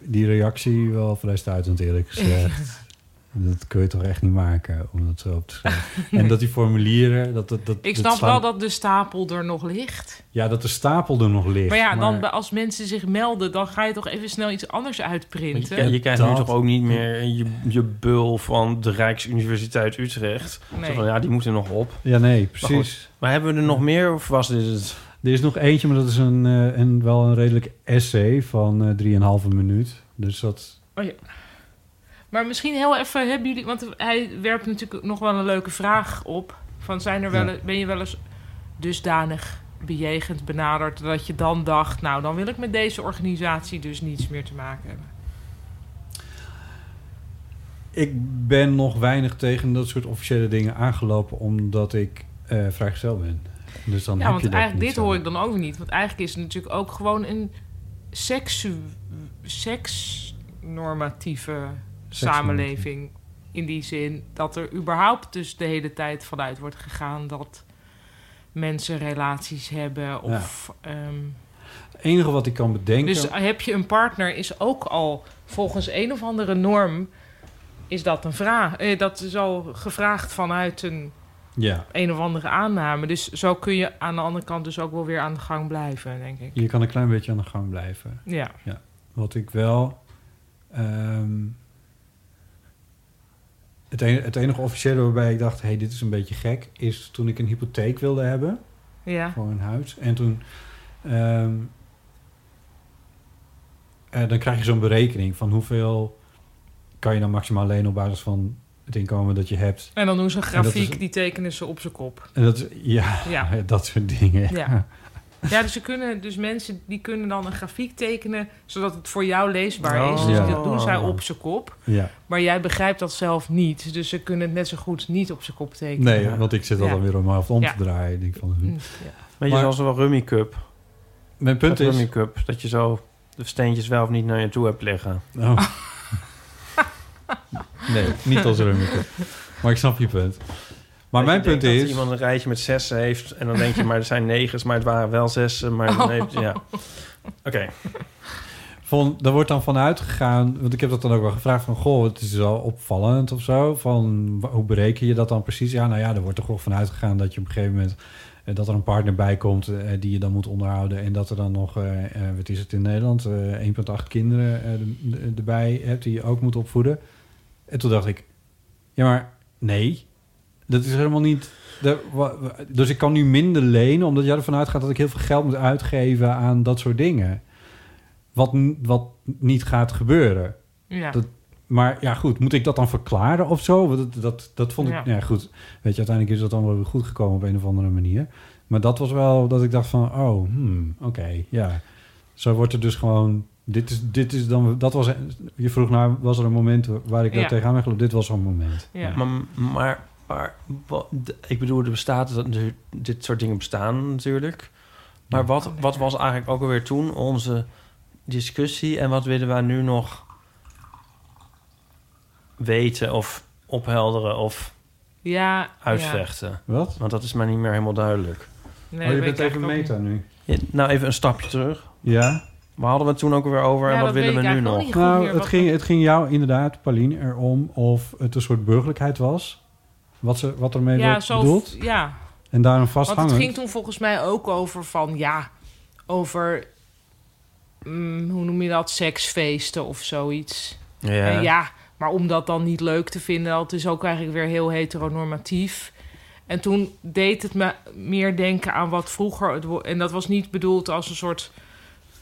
die reactie wel vrij stuitend, eerlijk gezegd. dat kun je toch echt niet maken, om dat zo op te schrijven. En dat die formulieren... Dat, dat, dat, Ik dat snap wel staan- dat de stapel er nog ligt. Ja, dat de stapel er nog ligt. Maar ja, dan, be- als mensen zich melden, dan ga je toch even snel iets anders Want Je, uitprinten. krijgt- je krijgt nu Dat- toch ook niet meer je, je bul van de Rijksuniversiteit Utrecht. Nee. Zo van, ja, die moeten nog op. Ja, nee, goed. precies. Maar hebben we er nog meer of was dit het? Er is nog eentje, maar dat is een, eh, een, wel een redelijk essay van eh 3,5 minuut. Dus dat... Oh Maar misschien heel even, hebben jullie... Want hij werpt natuurlijk nog wel een leuke vraag op. Van zijn er wel, Ja. ben je wel eens dusdanig bejegend, benaderd... dat je dan dacht, nou, dan wil ik met deze organisatie dus niets meer te maken hebben. Ik ben nog weinig tegen dat soort officiële dingen aangelopen, omdat ik eh vrijgezel ben. Dus dan Ja, heb want je dat eigenlijk niet dit zo. hoor ik dan ook niet. Want eigenlijk is het natuurlijk ook gewoon een seksu- seksnormatieve samenleving. In die zin dat er überhaupt dus de hele tijd vanuit wordt gegaan dat mensen relaties hebben. Of, ehm, Het enige wat ik kan bedenken... dus heb je een partner is ook al volgens een of andere norm is dat een vraag. Eh, dat is al gevraagd vanuit een ja, een of andere aanname. Dus zo kun je aan de andere kant dus ook wel weer aan de gang blijven, denk ik. je kan een klein beetje aan de gang blijven. Ja. Wat ik wel. ehm, het, enige, het enige officiële waarbij ik dacht: hé, hey, dit is een beetje gek. is toen ik een hypotheek wilde hebben Ja. voor een huis. En toen. ehm, eh, dan krijg je zo'n berekening van hoeveel kan je dan maximaal lenen op basis van het inkomen dat je hebt. En dan doen ze een En dat grafiek, is- die tekenen ze op zijn kop. En dat is, ja, Ja. dat soort dingen. Ja. Ja, dus, ze kunnen, dus mensen die kunnen dan een grafiek tekenen... zodat het voor jou leesbaar is. Oh. Dus Ja. dat doen zij op zijn kop. ja. Maar jij begrijpt dat zelf niet. Dus ze kunnen het net zo goed niet op zijn kop tekenen. Nee, Ja. want ik zit al Ja. dan weer om mijn hoofd om Ja. te draaien. Ik Denk van, hm. Mm, ja. Weet je, Maar- zoals wel Rummy Cup. Mijn punt Dat is... Rummy Cup, dat je zo de steentjes wel of niet naar je toe hebt liggen. Oh. nee, niet als rummetje. Maar ik snap je punt. Maar Dat mijn je punt denkt is... Dat iemand een rijtje met zessen heeft en dan denk je, maar er zijn negens, maar het waren wel zessen. Maar Oh. dan heeft, ja. Oké, Van, daar wordt dan vanuit gegaan... Want ik heb dat dan ook wel gevraagd van... Goh, het is wel opvallend of zo. Van, wa- hoe bereken je dat dan precies? Ja, nou ja, er wordt toch wel vanuit gegaan dat je op een gegeven moment... eh, Dat er een partner bij komt eh, die je dan moet onderhouden. En dat er dan nog, eh, eh, wat is het in Nederland? eh, 1,8 kinderen eh, de- de- erbij hebt die je ook moet opvoeden. En toen dacht ik, ja maar nee, dat is helemaal niet... de- wa- wa- dus ik kan nu minder lenen omdat jij ervan uitgaat dat ik heel veel geld moet uitgeven aan dat soort dingen. Wat, n- wat niet gaat gebeuren. Ja. Dat- Maar ja, goed, moet ik dat dan verklaren of zo? Want Dat, dat, dat vond ik... Ja. Ja. goed, weet je, uiteindelijk is dat dan wel weer goed gekomen op een of andere manier. Maar dat was wel dat ik dacht van, oh, hmm, oké, ja. Zo wordt er dus gewoon... Dit is, dit is dan... Dat was, je vroeg naar, was er een moment waar ik daar Ja. tegenaan ben gelopen? Dit was zo'n moment. Ja. maar, maar, maar wat- d- ik bedoel, er bestaat, dat er- dit soort dingen bestaan natuurlijk. Maar wat, wat was eigenlijk ook alweer toen onze discussie en wat willen wij nu nog weten of ophelderen of ja, uitvechten? Wat? Want dat is mij niet meer helemaal duidelijk. Ja. Nee, oh, je weet bent ik even eigenlijk ook meta nu. Ja, Nou, even een stapje terug. Ja? Waar hadden we het toen ook weer over niet. en Ja, wat dat weet willen we ik nu eigenlijk ook nog? niet goed Nou, meer, het wat- ging, het ging jou inderdaad, Pauline, erom of het een soort burgerlijkheid was. Wat, ze, wat ermee ja, werd zo, bedoeld. ja, En daarom Want het vasthangend. ging toen volgens mij ook over van ja, over mm, hoe noem je dat, seksfeesten of zoiets. En Ja. maar om dat dan niet leuk te vinden, dat is ook eigenlijk weer heel heteronormatief. En toen deed het me meer denken aan wat vroeger. het wo- En dat was niet bedoeld als een soort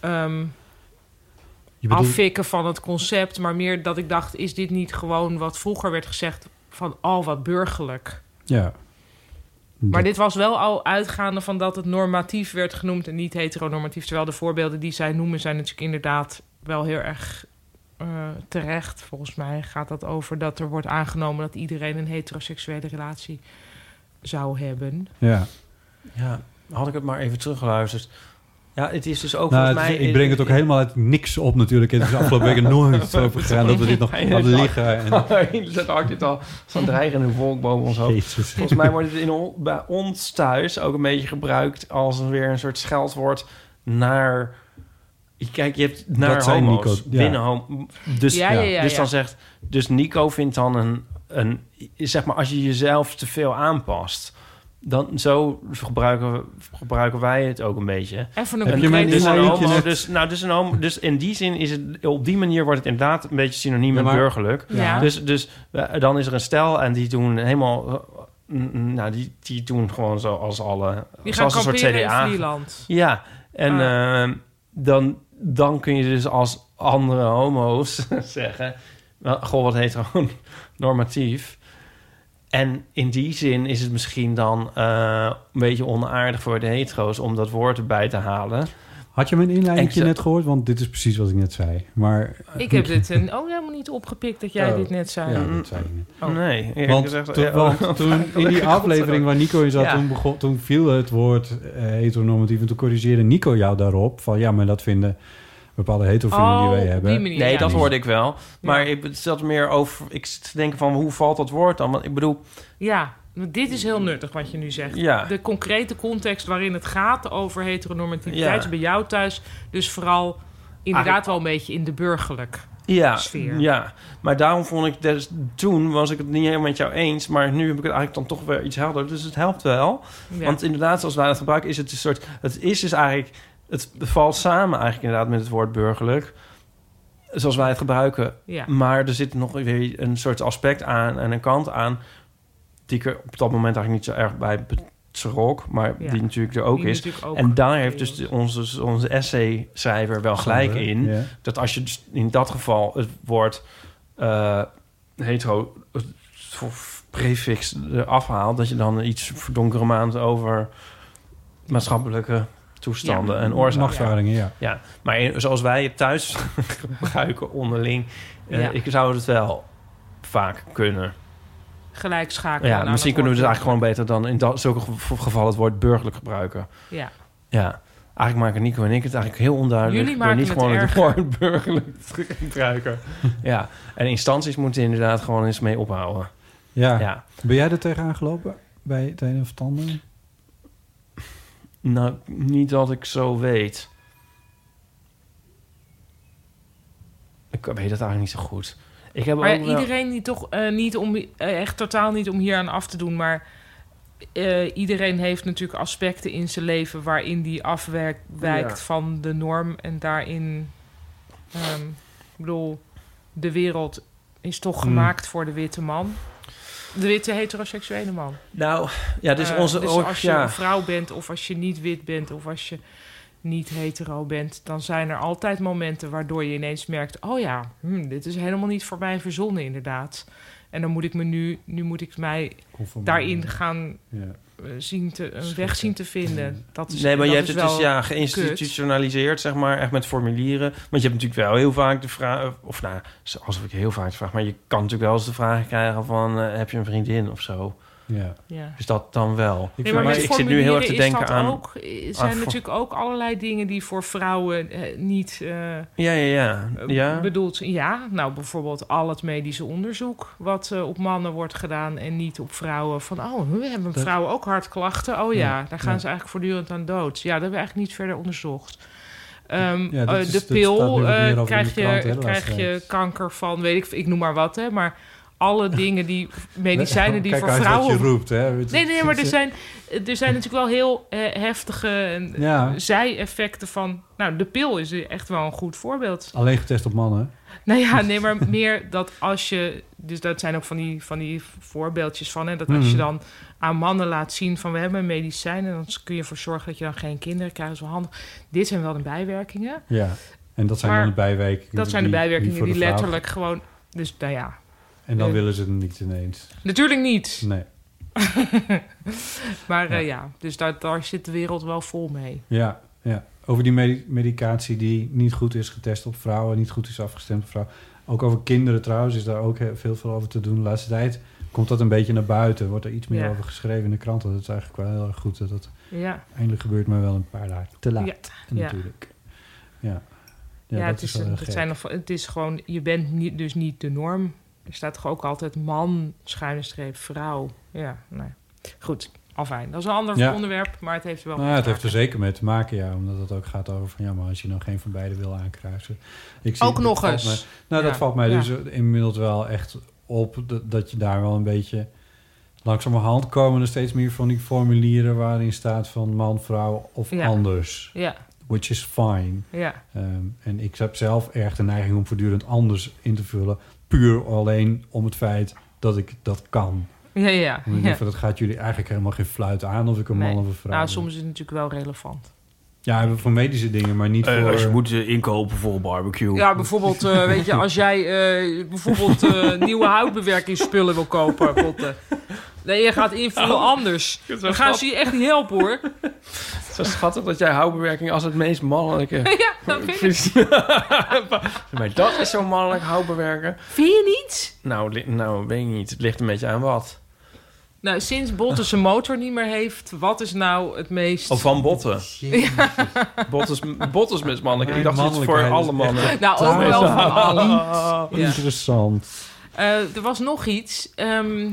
ehm, Je bedoelt- afvikken van het concept, maar meer dat ik dacht: is dit niet gewoon wat vroeger werd gezegd van al wat burgerlijk? Ja. Maar dit was wel al uitgaande van dat het normatief werd genoemd en niet heteronormatief. Terwijl de voorbeelden die zij noemen zijn natuurlijk inderdaad wel heel erg eh, terecht, volgens mij, gaat dat over dat er wordt aangenomen dat iedereen een heteroseksuele relatie zou hebben. Ja. Ja, had ik het maar even teruggeluisterd. Ja, het is dus ook Nou, volgens het is- mij... ik breng het ook helemaal uit niks op natuurlijk. Het is de afgelopen weken nooit zo gegaan dat we dit nog hadden liggen. En, dat had dit al zo'n dreigende wolk boven ons hoofd. Jezus. Volgens mij wordt het in on- bij ons thuis ook een beetje gebruikt als een weer een soort scheldwoord naar. Je- Kijk, je hebt naar Dat zei homo's Nico, ja. binnen homo. Dus, Ja, ja, ja, dus ja. dan zegt, dus Nico vindt dan een, een, zeg maar, als je jezelf te veel aanpast, dan zo gebruiken, we- gebruiken wij het ook een beetje. Even een Heb je mijn concreet Dus een Nico, je homo, net- dus, nou, dus een homo, dus in die zin is het op die manier wordt het inderdaad een beetje synoniem Ja, met maar- burgerlijk. Ja. Dus, dus eh, dan is er een stel en die doen helemaal... eh, mm, mm, Nou, die, die doen gewoon zo als alle... Die gaan zoals een soort kamperen in CDA. Vlieland. Ah. Ja, en eh, dan, dan kun je dus als andere homo's zeggen... wel, Goh, wat heteronormatief. En in die zin is het misschien dan eh, een beetje onaardig voor de hetero's... om dat woord erbij te halen. Had je mijn inleiding Exact. net gehoord? Want dit is precies wat ik net zei. Maar Ik heb dit een, oh, helemaal niet opgepikt dat jij Oh. dit net zei. ja, dat zei je net. Oh. Nee, eerlijk Want, gezegd, toen- ja, want toen in die aflevering waar Nico in zat, Ja. toen, begon, toen viel het woord eh, heteronormatief. En toen corrigeerde Nico jou daarop. Van ja, maar dat vinden bepaalde heterofielen Oh, die wij op hebben. die manier. Nee, ja. dat hoorde ik wel. Maar ik het zat meer over... Ik zit te denken van, hoe valt dat woord dan? Want ik bedoel, Ja, want dit is heel nuttig wat je nu zegt. Ja. De concrete context waarin het gaat over heteronormativiteit Ja. is bij jou thuis. Dus vooral inderdaad wel een beetje in de burgerlijk. ja, Sfeer. ja. Maar daarom vond ik... Dus, toen was ik het niet helemaal met jou eens. Maar nu heb ik het eigenlijk dan toch weer iets helder. Dus het helpt wel. Ja. Want inderdaad, zoals wij dat gebruiken, is het een soort... Het is dus eigenlijk... Het valt samen eigenlijk inderdaad met het woord burgerlijk. Zoals wij het gebruiken. ja. Maar er zit nog weer een soort aspect aan en een kant aan... die ik er op dat moment eigenlijk niet zo erg bij betrok... maar Ja. die natuurlijk er ook Die is. natuurlijk ook En daar heeft dus speelt. de- onze, onze essay-schrijver wel gelijk in... Ja. dat als je dus in dat geval het woord eh, hetero het voor- prefix eraf haalt... dat je dan iets verdonkere maand over maatschappelijke toestanden en oorzaken... Machtsverhoudingen, ja. Ja, maar in- zoals wij het thuis gebruiken onderling... eh, Ja. ik zou het wel vaak kunnen. gelijk Ja, schakelen. Nou, misschien dat kunnen we dus eigenlijk wordt- gewoon beter dan in dat, zulke gev- gevallen het woord burgerlijk gebruiken. Ja. Ja, eigenlijk maken Nico en ik het eigenlijk heel onduidelijk. Jullie door maken niet het gewoon erger. woord burgerlijk te gebruiken. ja, en instanties moeten inderdaad gewoon eens mee ophouden. Ja. Ja, Ben jij er tegenaan gelopen? Bij het een of het ander? nou, niet dat ik zo weet. Ik weet het eigenlijk niet zo goed. Ik heb Maar ook wel- iedereen die toch eh, niet om, eh, echt totaal niet om hier aan af te doen, maar eh, iedereen heeft natuurlijk aspecten in zijn leven waarin die afwijkt wijkt Ja. van de norm en daarin, ehm, ik bedoel, de wereld is Hmm. toch gemaakt voor de witte man, de witte heteroseksuele man. Nou, ja, dus Eh, onze... dus ook- als je ja. een vrouw bent of als je niet wit bent of als je niet hetero bent, dan zijn er altijd momenten waardoor je ineens merkt: oh ja, hm, dit is helemaal niet voor mij verzonnen inderdaad. En dan moet ik me nu, nu moet ik mij daarin gaan Ja. eh, zien te, een weg zien te vinden. Dat is, Nee, maar dat je hebt is het dus wel- ja, geïnstitutionaliseerd, zeg maar, echt met formulieren. Want je hebt natuurlijk wel heel vaak de vraag, of nou, als ik heel vaak de vraag, maar je kan natuurlijk wel eens de vraag krijgen van, eh, heb je een vriendin of zo? Ja. ja. Dus dat dan wel. Ik Nee, maar vraag met me- ik zit nu heel erg te formulieren is denken aan- dat Ah, Ook, eh, zijn aan- natuurlijk ook allerlei dingen die voor vrouwen eh, niet eh, Ja, ja, ja. ja. bedoelt, Eh, ja, nou bijvoorbeeld al het medische onderzoek wat eh, op mannen wordt gedaan en niet op vrouwen. Van, oh, we hebben vrouwen ook hartklachten. Oh ja, daar gaan ze eigenlijk voortdurend aan dood. Ja, dat hebben we eigenlijk niet verder onderzocht. Ehm, Ja, dat eh, is- de dat staat nu wat pil meer eh, over in krijg, de krant, hè, je, de krijg laatste je tijd. kanker van, weet ik, ik noem maar wat, hè, maar alle dingen die medicijnen die Kijk voor uit wat vrouwen. je roept, hè. Nee, nee, maar er zijn, er zijn natuurlijk wel heel eh, heftige en, Ja. zij-effecten van. Nou, de pil is echt wel een goed voorbeeld. Alleen getest op mannen. Nou ja, nee, maar meer dat als je... Dus dat zijn ook van die, van die voorbeeldjes van... Hè, dat als je Mhm. dan aan mannen laat zien van... we hebben een medicijn en dan kun je ervoor zorgen... dat je dan geen kinderen krijgt. Dat is wel handig. Dit zijn wel de bijwerkingen. Ja. En dat zijn Maar dan de bijwerkingen. Dat zijn de die- bijwerkingen voor die de vrouw- letterlijk gewoon... Dus nou ja, En dan Ja. willen ze het niet ineens. natuurlijk niet. Nee. Maar eh, ja, dus daar, daar zit de wereld wel vol mee. Ja, ja. Oké. Over die medi- medicatie die niet goed is getest op vrouwen, niet goed is afgestemd op vrouwen. Ook over kinderen trouwens is daar ook he- veel veel over te doen. De laatste tijd komt dat een beetje naar buiten. Wordt er iets meer Ja. over geschreven in de kranten. Dat is eigenlijk wel heel erg goed dat dat Ja. eindelijk gebeurt, maar wel een paar dagen te laat. Ja. En Ja. natuurlijk. Ja. Ja, dat het, is, wel heel het, gek. zijn, nog- het is gewoon, je bent niet, dus niet de norm. Er staat toch ook altijd man, schuine streep, vrouw. Ja, nee. Goed, al fijn. Dat is een ander Ja. onderwerp, maar het heeft er wel Nou, mee het te heeft er maken. zeker mee te maken, ja. Omdat het ook gaat over van... ja, maar als je nou geen van beide wil aankruisen... Ik Ook dat nog valt eens. mij- nou, Ja, dat valt mij ja. dus inmiddels wel echt op... Dat, dat je daar wel een beetje... langzamerhand komen er steeds meer van die formulieren... waarin staat van man, vrouw of Ja. anders. Ja, Which is fine. ja, Ehm, en ik heb zelf erg de neiging om voortdurend anders in te vullen. Puur alleen om het feit dat ik dat kan. ja, ja. Omdat ik ja. denk van, dat gaat jullie eigenlijk helemaal geen fluit aan... of ik een Nee. man of een vrouw Nou, ben. soms is het natuurlijk wel relevant. Ja, voor medische dingen, maar niet voor... als je moet eh, inkopen voor een barbecue. Ja, bijvoorbeeld, eh, weet je, als jij eh, bijvoorbeeld eh, nieuwe houtbewerkingsspullen wil kopen, botten. Nee, je gaat invullen Oh. anders. dat is wel Dan gaan ze grappig. je echt niet helpen, hoor. Zo schattig dat jij houtbewerking als het meest mannelijke... ja, dat vind ik. Precies. maar dat is zo mannelijk, houtbewerken. Vind je niet? Nou, li- nou, weet ik niet. Het ligt een beetje aan wat. Nou, sinds Botten zijn motor niet meer heeft, wat is nou het meest... Of Oh, van botten. Bottes, bottes met mannelijke. Ik dacht, dit is voor alle mannen. nou, ook wel van allen. Ja. Interessant. Eh, er was nog iets. Ehm,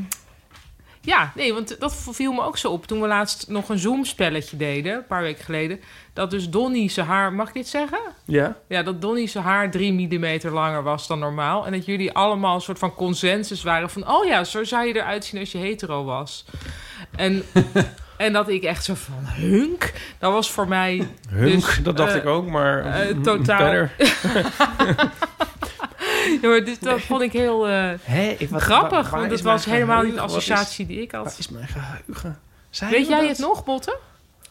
ja, nee, want dat viel me ook zo op toen we laatst nog een Zoom-spelletje deden, een paar weken geleden. Dat dus Donnie zijn haar, mag ik dit zeggen? Ja? Ja, dat Donnie zijn haar drie millimeter langer was dan normaal. En dat jullie allemaal een soort van consensus waren van... oh ja, zo zou je eruit zien als je hetero was. En, en dat ik echt zo van, hunk? Dat was voor mij Hunk, Dus, dat dacht eh, ik ook, maar... eh, mm, totaal. verder. Ja, maar dit, dat vond ik heel eh, Hé, ik- wat- grappig, waar- waar want is het was mijn helemaal niet de geheugen? Wat is- associatie die ik Wat had. is mijn geheugen? Zijn Weet we jij dat? het nog, Botte?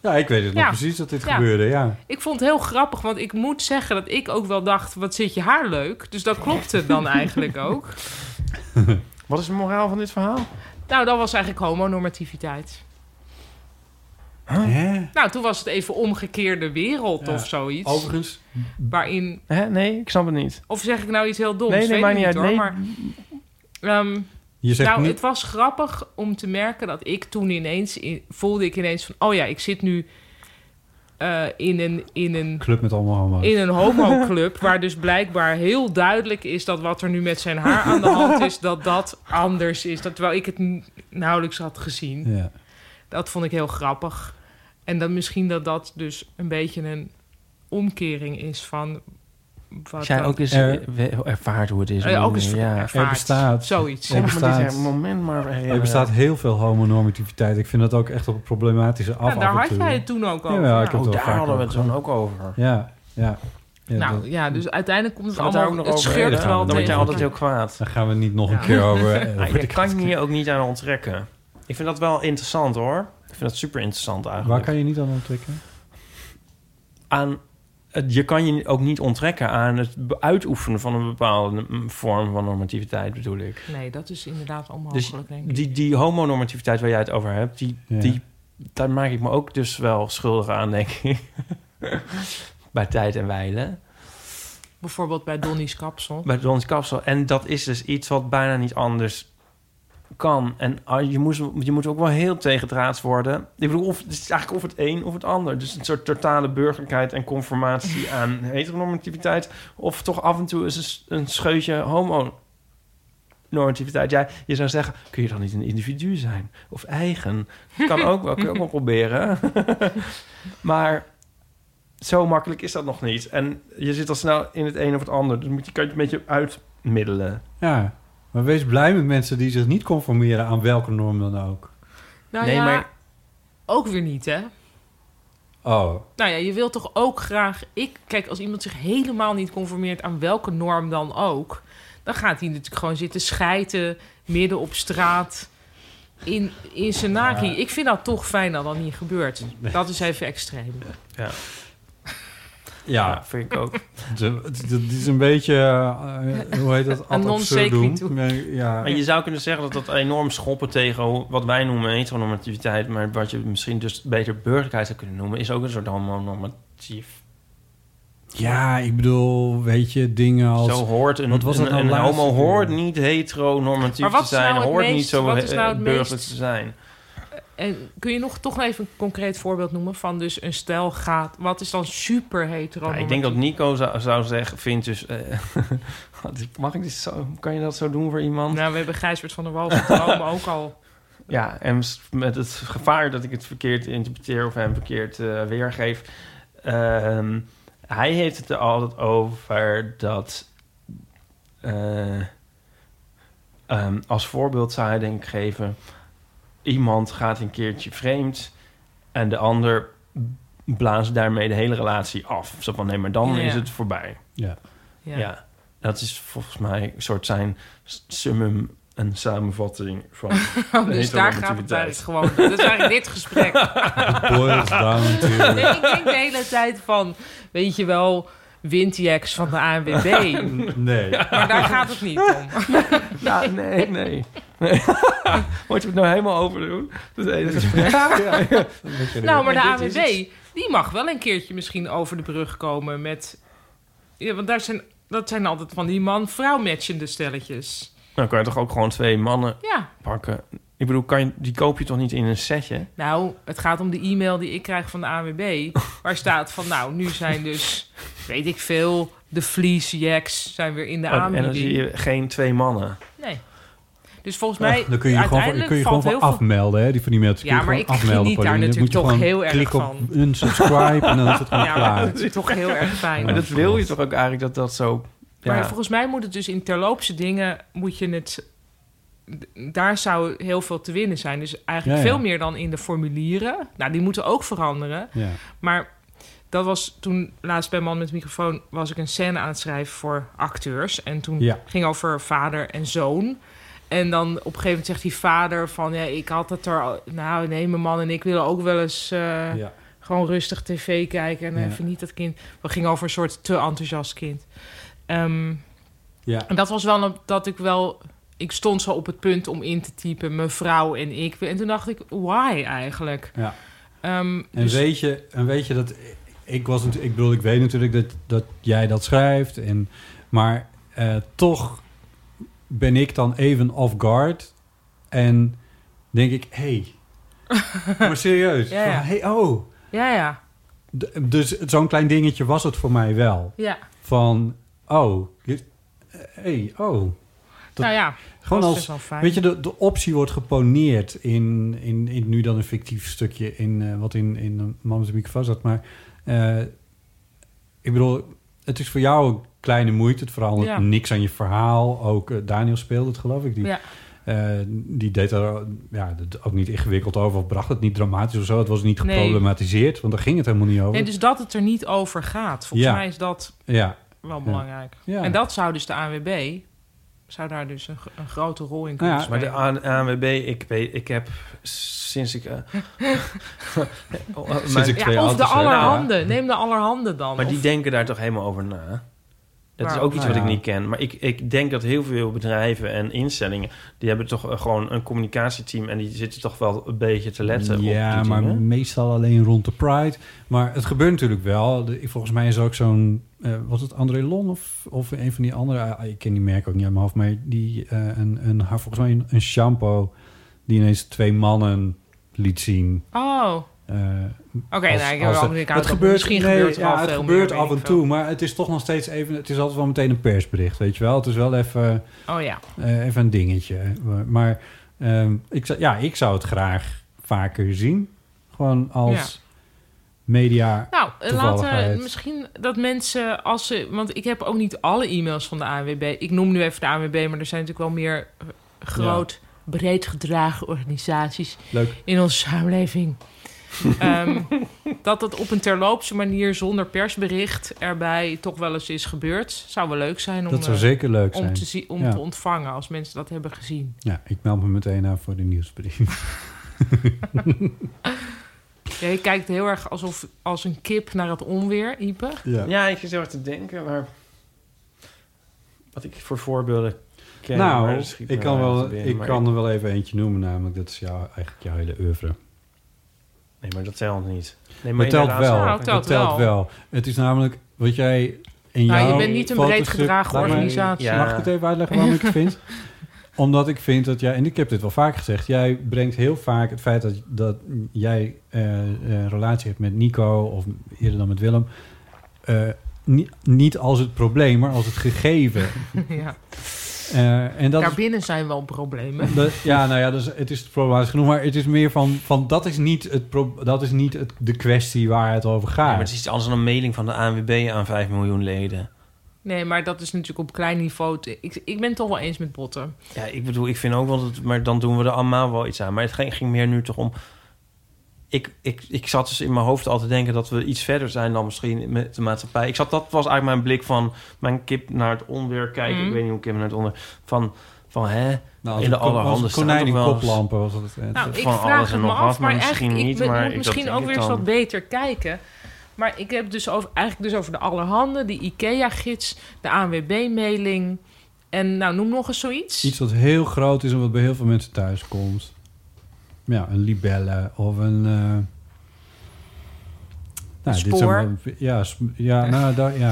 Ja, ik weet het nog Ja. precies dat dit Ja. gebeurde, ja. Ik vond het heel grappig, want ik moet zeggen dat ik ook wel dacht... wat zit je haar leuk? Dus dat klopte dan eigenlijk ook. Wat is de moraal van dit verhaal? Nou, dat was eigenlijk homonormativiteit. Hè? Nou, toen was het even omgekeerde wereld Ja. of zoiets. Overigens, Waarin Hè? Nee, ik snap het niet. Of zeg ik nou iets heel doms? Nee, nee, Weet ik maakt niet uit. Hoor, Nee. Maar, Ehm, je zegt nou, niet... het was grappig om te merken dat ik toen ineens... in- voelde ik ineens van... Oh ja, ik zit nu eh, in een... In een Club met allemaal homo's. in een homoclub, waar dus blijkbaar heel duidelijk is dat wat er nu met zijn haar aan de hand is, dat dat anders is. Dat, terwijl ik het n- nauwelijks had gezien. Ja. Dat vond ik heel grappig. En dan misschien dat dat dus een beetje een omkering is van. Wat Als jij dan- ook eens Er- eh, we- ervaart hoe het is. om- Ja, ook eens ja. ervaart. Er bestaat- Zoiets. er Zeg maar dit bestaat- eh, moment maar. eh, Er bestaat heel veel homonormativiteit. Ik vind dat ook echt op een problematische af Ja, daar af en had toe. jij het toen ook over. Jawel, ja. ik heb Oh, het wel daar vaker hadden we over het toen ook over. Ja, ja. Ja, dat- nou ja, dus uiteindelijk komt het Gaan we het daar ook allemaal... nog Het over hebben? scheurt Ja, wel Dan word jij tegen altijd heel elkaar. kwaad. daar gaan we niet nog een Ja. keer over. eh, Ah, over Ik de- kan je hier ook niet aan onttrekken. Ik vind dat wel interessant hoor. Ik vind dat super interessant Waar eigenlijk. kan je niet aan onttrekken? Aan, het, je kan je ook niet onttrekken aan het be- uitoefenen van een bepaalde mm, vorm van normativiteit bedoel ik. Nee, dat is inderdaad Dus onmogelijk, denk ik. die, die homonormativiteit waar jij het over hebt, die, Ja. die, daar maak ik me ook dus wel schuldig aan denk ik. Bij tijd en wijle. Bijvoorbeeld bij Donnie's kapsel. bij Don's Kapsel. En dat is dus iets wat bijna niet anders kan. En ah, je, moest, je moet ook wel heel tegendraads worden. Ik bedoel, of, het is eigenlijk of het een of het ander. Dus een soort totale burgerlijkheid en conformatie aan heteronormativiteit. Of toch af en toe is een, s- een scheutje homonormativiteit. Ja, je zou zeggen, kun je dan niet een individu zijn? Of eigen? Kan ook wel, kun je ook wel proberen. maar zo makkelijk is dat nog niet. En je zit al snel in het een of het ander. Dus moet je, kan je het een beetje uitmiddelen. Ja, maar wees blij met mensen die zich niet conformeren aan welke norm dan ook. Nou Nee, ja, maar- ook weer niet, hè? Oh, Nou ja, je wilt toch ook graag... Ik, kijk, als iemand zich helemaal niet conformeert aan welke norm dan ook... dan gaat hij natuurlijk gewoon zitten schijten midden op straat... In, in zijn naki. Ik vind dat toch fijn dat dat niet gebeurt. Dat is even extreem. ja. vind ik ook. Dat is een beetje, eh, hoe heet dat? Ad non sequitur. absurdum. Nee, Ja, Maar je zou kunnen zeggen dat dat enorm schoppen tegen hoe- wat wij noemen heteronormativiteit... maar wat je misschien dus beter burgerlijkheid zou kunnen noemen... is ook een soort homonormatief Ja, ik bedoel, weet je, dingen als... zo hoort een, wat was dat een, nou een laatst? homo hoort niet heteronormatief Maar wat te is zijn, nou het hoort meest- niet zo wat is nou eh, het meest- Eh, burgerlijk te zijn. En kun je nog toch nog even een concreet voorbeeld noemen van dus een stel gaat... Wat is dan super hetero? Ja, ik denk dat Nico zou, zou zeggen, vindt dus... eh, mag ik dit zo, kan je dat zo doen voor iemand? Nou, we hebben Gijsbert van der Wal van Rome ook al. Ja, en s- met het gevaar dat ik het verkeerd interpreteer of hem verkeerd eh, weergeef. Ehm, hij heeft het er altijd over dat. eh, ehm, als voorbeeld zou hij denk ik geven: iemand gaat een keertje vreemd en de ander blaast daarmee de hele relatie af. Zo van nee, maar dan Ja. is het voorbij. Ja. Ja. Ja, dat is volgens mij een soort zijn s- summum, een samenvatting van. Dus daar gaat het eigenlijk heteronormativiteit. gewoon. Dat is eigenlijk dit gesprek. Boils down to... Nee, ik denk de hele tijd van, weet je wel, Windjacks van de ANWB. Nee. Maar daar gaat het niet om. Ja, Nou, nee, nee. nee. Moet je het nou helemaal overdoen? Dat is het gesprek. Nou, maar de Maar dit is ANWB, die mag wel een keertje misschien over de brug komen met... Ja, want daar zijn, dat zijn altijd van die man-vrouw matchende stelletjes. Dan Nou, kan je toch ook gewoon twee mannen Ja, pakken? Ik bedoel, kan je, die koop je toch niet in een setje? nou, het gaat om de e-mail die ik krijg van de ANWB... waar staat van, nou, nu zijn dus, weet ik veel, de Vliesjacks zijn weer in de Oh, en dan zie aanbieding. je geen twee mannen. Nee. Dus volgens mij, Dan kun je je gewoon, voor- uiteindelijk kun je gewoon valt voor heel veel afmelden, hè? Die van die mailtjes. kun Ja, je maar gewoon ik afmelden, geniet daar Pauline. Dat natuurlijk moet je toch gewoon heel erg Klik op unsubscribe en dan is het gewoon Ja, maar klaar. dat is toch heel erg fijn. Maar dat wil je toch ook eigenlijk dat dat zo... Ja, Maar volgens mij moet het dus in terloopse dingen, moet je het... d- Daar zou heel veel te winnen zijn. Dus eigenlijk Ja, ja. veel meer dan in de formulieren. Nou, die moeten ook veranderen. Ja. Maar dat was toen laatst bij Man met Microfoon... was ik een scène aan het schrijven voor acteurs. En toen Ja. ging over vader en zoon. En dan op een gegeven moment zegt die vader van... Ja, ik had het er... al- Nou, nee, mijn man en ik willen ook wel eens... eh, Ja. gewoon rustig tv kijken en Ja. even niet dat kind. We gingen over een soort te enthousiast kind. Ehm, Ja. en dat was wel een- dat ik wel. Ik stond zo op het punt om in te typen, mevrouw en ik. En toen dacht ik, why eigenlijk? Ja. Ehm, En, dus- weet je, en weet je dat... Ik, was natuurlijk, ik bedoel, ik weet natuurlijk dat, dat jij dat schrijft. En, maar eh, toch ben ik dan even off guard. En denk ik, hé... Hey, maar serieus. Ja, ja. van, hey, oh. ja, ja, D- Dus zo'n klein dingetje was het voor mij wel. ja. Van, oh, je- hey, oh. Dat- nou ja, Gewoon dat als, is best wel fijn. Weet je, de, de optie wordt geponeerd in, in, in nu dan een fictief stukje in eh, wat in, in een man met een microfoon zat. Maar eh, ik bedoel, het is voor jou een kleine moeite. Het verandert Ja. niks aan je verhaal. Ook eh, Daniel speelde het, geloof ik. Die, Ja. eh, die deed er ja, het ook niet ingewikkeld over of bracht het niet dramatisch of zo. Het was niet geproblematiseerd, want daar ging het helemaal niet over. Nee, dus dat het er niet over gaat. Volgens Ja. mij is dat Ja, wel Ja. belangrijk. Ja. En dat zou dus de ANWB... zou daar dus een, gro- een grote rol in kunnen Nou ja, Maar spelen. de A- ANWB, ik, weet, ik heb sinds ik... eh, oh, eh, Sinds mijn- Nou. ik- twee ja, of de auto's hebben. allerhande. Neem de allerhande dan. Maar Of- die denken daar toch helemaal over na? Dat is Waarom? ook iets Nou wat ik ja. niet ken. Maar ik, ik denk dat heel veel bedrijven en instellingen... die hebben toch eh, gewoon een communicatieteam... en die zitten toch wel een beetje te letten op ja, die maar dingen. meestal alleen rond de Pride. Maar het gebeurt natuurlijk wel. De- Volgens mij is er ook zo'n... eh, was het André Lon of, of een van die andere... ah, ik ken die merk ook niet uit mijn hoofd... maar die, eh, een, een, haar- volgens mij een, een shampoo... die ineens twee mannen liet zien... Oh, eh, oké. als- nou, als ik heb wel de- een koud op. Misschien gebeurt er ja, wel het veel gebeurt meer, af weet en ik veel. toe, maar het is toch nog steeds even... Het is altijd wel meteen een persbericht, weet je wel. Het is wel even, Oh ja. eh, even een dingetje. Maar ehm, ik, zou- ja, ik zou het graag vaker zien. Gewoon als media... Nou, eh, laten Toevalligheid. misschien dat mensen als ze... Want ik heb ook niet alle e-mails van de ANWB. Ik noem nu even de ANWB, maar er zijn natuurlijk wel meer eh, groot, breed gedragen organisaties Leuk. in onze samenleving. Ehm, dat het op een terloopse manier zonder persbericht erbij toch wel eens is gebeurd. Zou wel leuk zijn om, Dat zou eh, zeker leuk om, zijn. te, zien, om Ja. te ontvangen als mensen dat hebben gezien. Ja, ik meld me meteen aan voor de nieuwsbrief. Ja, je kijkt heel erg alsof als een kip naar het onweer, Ipe. Ja, ik zit heel erg te denken, maar... Wat ik voor voorbeelden ken... maar nou, dat schiet ik, me kan, nou wel, te binnen, ik maar kan er wel even eentje noemen, namelijk dat is jou, eigenlijk jouw hele oeuvre. Nee, maar dat telt niet. Nee, Maar telt inderdaad, wel. ja, Nou, ik- Dat telt telt wel. wel. Het is namelijk wat jij in Nou, jouw je bent niet een breed fotostuk- gedragen Laat maar- organisatie. Ja. Mag ik het even uitleggen waarom ik het vind? Omdat ik vind dat jij, en ik heb dit wel vaak gezegd, jij brengt heel vaak het feit dat, dat jij eh, een relatie hebt met Nico of eerder dan met Willem, eh, niet, niet als het probleem, maar als het gegeven. ja. Eh, en dat is Daarbinnen zijn wel problemen. dat- ja, nou ja, dus het is problematisch genoeg, maar het is meer van, van dat is niet, het pro- dat is niet het, de kwestie waar het over Nee, gaat. maar het is iets anders dan een mailing van de ANWB aan 5 miljoen leden. Nee, maar dat is natuurlijk op klein niveau. te- Ik, ik ben het toch wel eens met botten. Ja, ik bedoel, ik vind ook wel dat... Maar dan doen we er allemaal wel iets aan. Maar het ging, ging meer nu toch om... Ik, ik, ik zat dus in mijn hoofd al te denken dat we iets verder zijn dan misschien met de maatschappij. Ik zat, dat was eigenlijk mijn blik van mijn kip naar het onweer kijken. Mm. Ik weet niet hoe kip naar het onweer... Van, van hè, Nou, als in de een ko- als een allerhande staat konijn toch in wel eens- koplampen was dat het. Nou, ik Dus van vraag alles het en me nog af, wat, maar maar eigenlijk misschien ik niet, be- maar ik- moet dat misschien denk ook ik weer eens dan. wat beter kijken. Maar ik heb dus over, eigenlijk dus over de allerhande, die IKEA-gids, de ANWB-mailing en nou, noem nog eens zoiets. Iets wat heel groot is en wat bij heel veel mensen thuis komt. Ja, een libelle of een... eh, Nou, Spoor. zijn wel- ja, sp- ja, nou, daar, ja.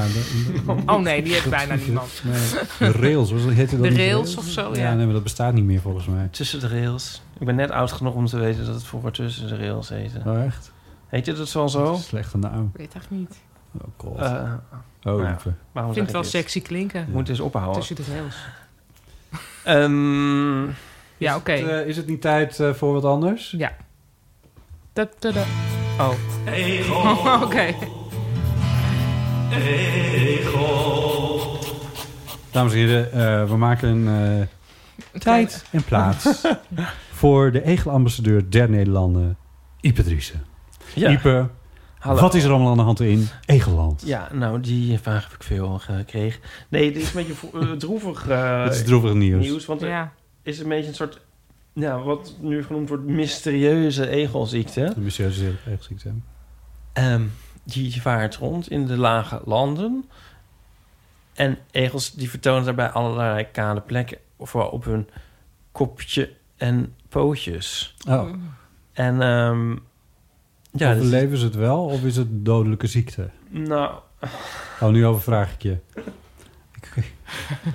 daar- Oh nee, die heeft bijna niemand. nee, de rails, was, heette dat De niet rails of zo, ja. Ja, nee, maar dat bestaat niet meer volgens mij. Mhm. tussen de rails. Ik ben net oud genoeg om te weten dat het vroeger tussen de rails heette. Oh, echt? Heet je dat zo zo? Slechte naam. Ik weet het echt niet. Oh, god. Eh oh, ja. lieve. waarom Ik zeg vind ik het wel dit? sexy klinken. Moet eens ophouden. Tussen de rails. Ehm, Ja, oké. Is, het, eh, is het niet tijd eh, voor wat anders? Ja. Da, da, da. oh, Eh, Oké. Dames en heren, eh, we maken eh, tijd en plaats voor de egelambassadeur der Nederlanden, Ipe Driessen. ja. Ipe, Hallo. wat is er allemaal aan de hand in Egeland? Ja, nou, die vraag heb ik veel gekregen. Nee, het is een beetje vo- eh, droevig eh, Het is droevig nieuws. nieuws. Want er Ja. is een beetje een soort, ja, wat nu genoemd wordt, mysterieuze egelziekte. De mysterieuze egelziekte. Ehm, die vaart rond in de lage landen. En egels die vertonen daarbij allerlei kale plekken. Vooral op hun kopje en pootjes. Oh, En ehm ja, dus- overleven ze het wel of is het dodelijke ziekte? nou, Oh, nu overvraag ik je. Ik-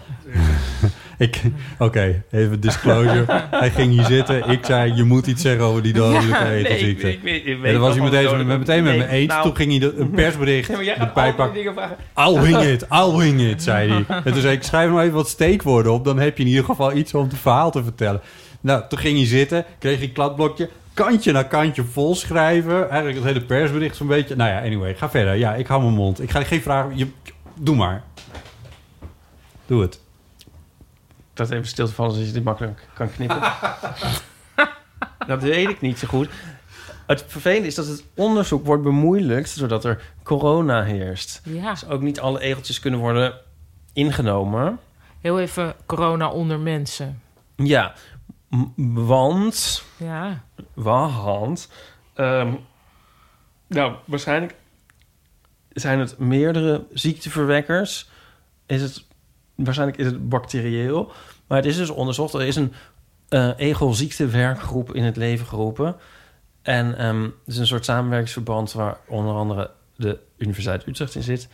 ik, Oké, even disclosure. Hij ging hier zitten. Ik zei, je moet iets zeggen over die dodelijke egelziekte. En dan was hij meteen, met- meteen met me eens. Toen ging hij de- een persbericht nou- Nee, maar oh, jij de gaat pijp al die pakken. dingen vragen. I'll wing it, I'll wing it, zei hij. En toen zei ik, schrijf maar even wat steekwoorden op. Dan heb je in ieder geval iets om het verhaal te vertellen. Nou, toen ging hij zitten, kreeg hij een kladblokje. Kantje na kantje vol schrijven. Eigenlijk het hele persbericht zo'n beetje. Nou ja, anyway, ga verder. Ja, ik hou mijn mond. Ik ga geen vragen... Je, doe maar. Doe het. Dat even stil te vallen, zodat je dit makkelijk kan knippen. dat weet ik niet zo goed. Het vervelende is dat het onderzoek wordt bemoeilijkt doordat er corona heerst. ja. Dus ook niet alle egeltjes kunnen worden ingenomen. Heel even corona onder mensen. Ja, m- want Ja. Wahand. Ehm nou, waarschijnlijk zijn het meerdere ziekteverwekkers. Is het, waarschijnlijk is het bacterieel. Maar het is dus onderzocht. Er is een eh egelziektewerkgroep in het leven geroepen. En ehm, het is een soort samenwerkingsverband waar onder andere de Universiteit Utrecht in zit.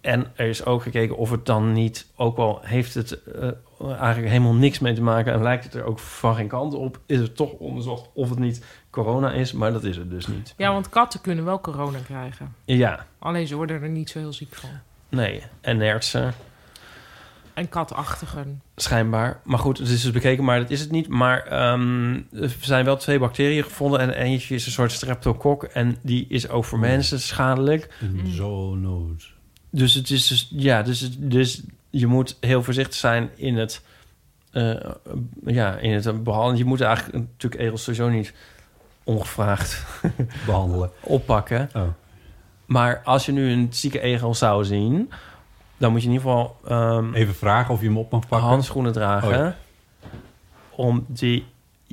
En er is ook gekeken of het dan niet, ook al heeft het eh, eigenlijk helemaal niks mee te maken en lijkt het er ook van geen kant op, is het toch onderzocht of het niet corona is, maar dat is het dus niet. ja, want katten kunnen wel corona krijgen. Ja, Alleen ze worden er niet zo heel ziek van. nee. En nertsen, En katachtigen. schijnbaar. Maar goed, het is dus bekeken, maar dat is het niet. Maar ehm, er zijn wel twee bacteriën gevonden en eentje is een soort streptokok en die is ook voor mensen schadelijk. Zo nood. Dus het is dus, ja, dus, het- dus je moet heel voorzichtig zijn in het, eh, ja, in het behandelen. Je moet eigenlijk natuurlijk egels sowieso niet ongevraagd Behandelen. oppakken. Oh. Maar als je nu een zieke egel zou zien, dan moet je in ieder geval ehm, Even vragen of je hem op mag pakken. handschoenen dragen. Oh ja. Om die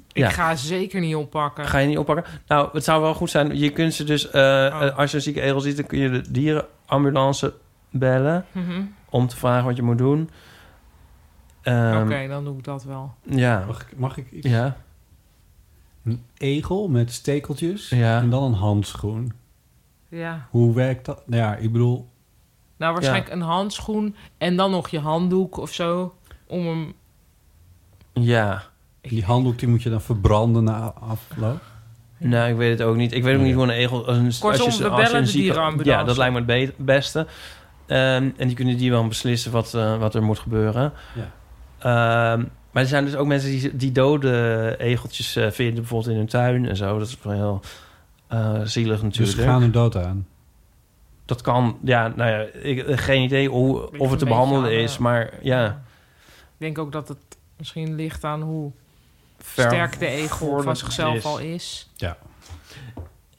Ja. Ik ga zeker niet oppakken. Ga je niet oppakken? Nou, het zou wel goed zijn. Je kunt ze dus, eh, Oh. eh, als je een zieke egel ziet, dan kun je de dierenambulance bellen Mhm. om te vragen wat je moet doen. Ehm, Oké, dan doe ik dat wel. Ja, Mag ik, mag ik iets? ja. een egel met stekeltjes Ja. en dan een handschoen. Ja. Hoe werkt dat? Nou ja, ik bedoel, Nou, waarschijnlijk een handschoen en dan nog je handdoek of zo. Om hem... Ja. die handdoek die moet je dan verbranden na afloop. Nou, ik weet het ook niet. Ik weet ook niet hoe een egel... Als een, Kortom, als je, als je we bellen een de zieke- dierenambulance. Ja, dat lijkt me het be- beste. Ehm, en die kunnen die wel beslissen wat, eh, wat er moet gebeuren. Ja. Ehm, maar er zijn dus ook mensen die, die dode egeltjes eh, vinden... bijvoorbeeld in hun tuin en zo. Dat is wel heel eh, zielig Dus natuurlijk. ze gaan er dood aan. Dat kan, ja, nou ja, ik, geen idee hoe, Ligt of een het te beetje behandelen aan, is. eh, Maar ja, Ik denk ook dat het misschien ligt aan hoe ver sterk de egel van voordat zichzelf het is. al is.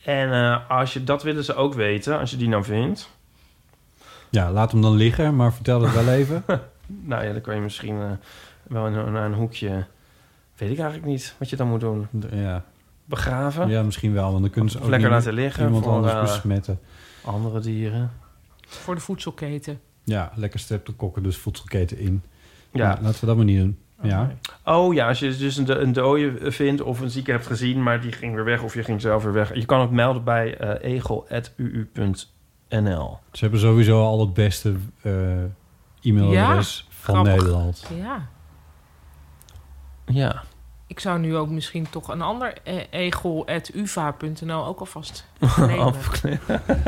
En eh, als je, dat willen ze ook weten, als je die nou vindt. Ja, laat hem dan liggen, maar vertel het wel even. Nou ja, dan kan je misschien eh, wel in- naar een hoekje... Weet ik eigenlijk niet wat je dan moet doen. Ja, Begraven? ja misschien wel, want dan kunnen ze ook Of lekker niet laten liggen iemand voor, anders eh, besmetten. Andere dieren. Voor de voedselketen. Ja, lekker streptokokken, dus voedselketen in. Ja. Ja. laten we dat maar niet doen. Ja. Oh ja, als je dus een, do- een dode vindt of een zieke hebt gezien... maar die ging weer weg of je ging zelf weer weg. Je kan ook melden bij eh, egel.uu.nl. Ze hebben sowieso al het beste eh, e-mailadres van Grappig. Nederland. Ja. Ja. Ik zou nu ook misschien toch een ander eh, egel.uva.nl ook alvast nemen. Afkle-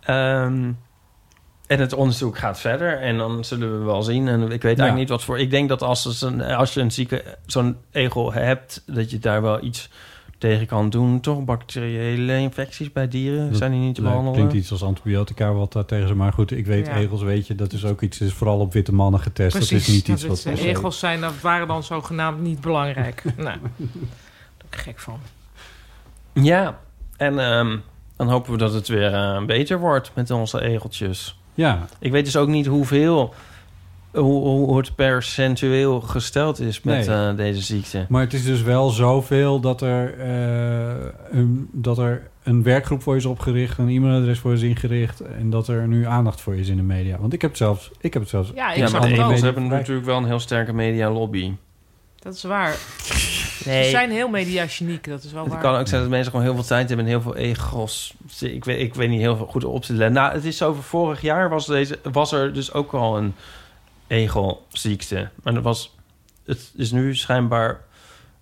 Ehm, en het onderzoek gaat verder en dan zullen we wel zien. En ik weet eigenlijk Ja. niet wat voor... Ik denk dat als, het een- als je een zieke, zo'n egel hebt... dat je daar wel iets tegen kan doen, toch? Bacteriële infecties bij dieren Dat zijn die niet te Leuk, behandelen. klinkt iets als antibiotica wat daar tegen ze. Maar goed, ik weet Ja. egels, weet je, dat is ook iets. is vooral op witte mannen getest. dat is niet dat iets wat. het, eh, Egels zijn, dat waren dan zogenaamd niet belangrijk. nou, daar ben ik gek van. Ja, en ehm, dan hopen we dat het weer eh, beter wordt met onze egeltjes. Ja, Ik weet dus ook niet hoeveel, hoe, hoe hoe het percentueel gesteld is met Nee. eh, deze ziekte. maar het is dus wel zoveel dat er, eh, een, dat er een werkgroep voor is opgericht, een e-mailadres voor is ingericht en dat er nu aandacht voor is in de media. Want ik heb het zelfs, ik heb het zelfs. Ja, ik ja, maar zag de het ook. Oh, egels media- hebben natuurlijk wel een heel sterke media lobby. Dat is waar. Ze zijn heel mediageniek, dat is wel Het waar. kan ook zijn dat mensen gewoon heel veel tijd hebben en heel veel egels. Ik weet, ik weet niet heel veel goed op te letten. Nou, het is over vorig jaar was, deze, was er dus ook al een egelziekte. Maar dat was, het is nu schijnbaar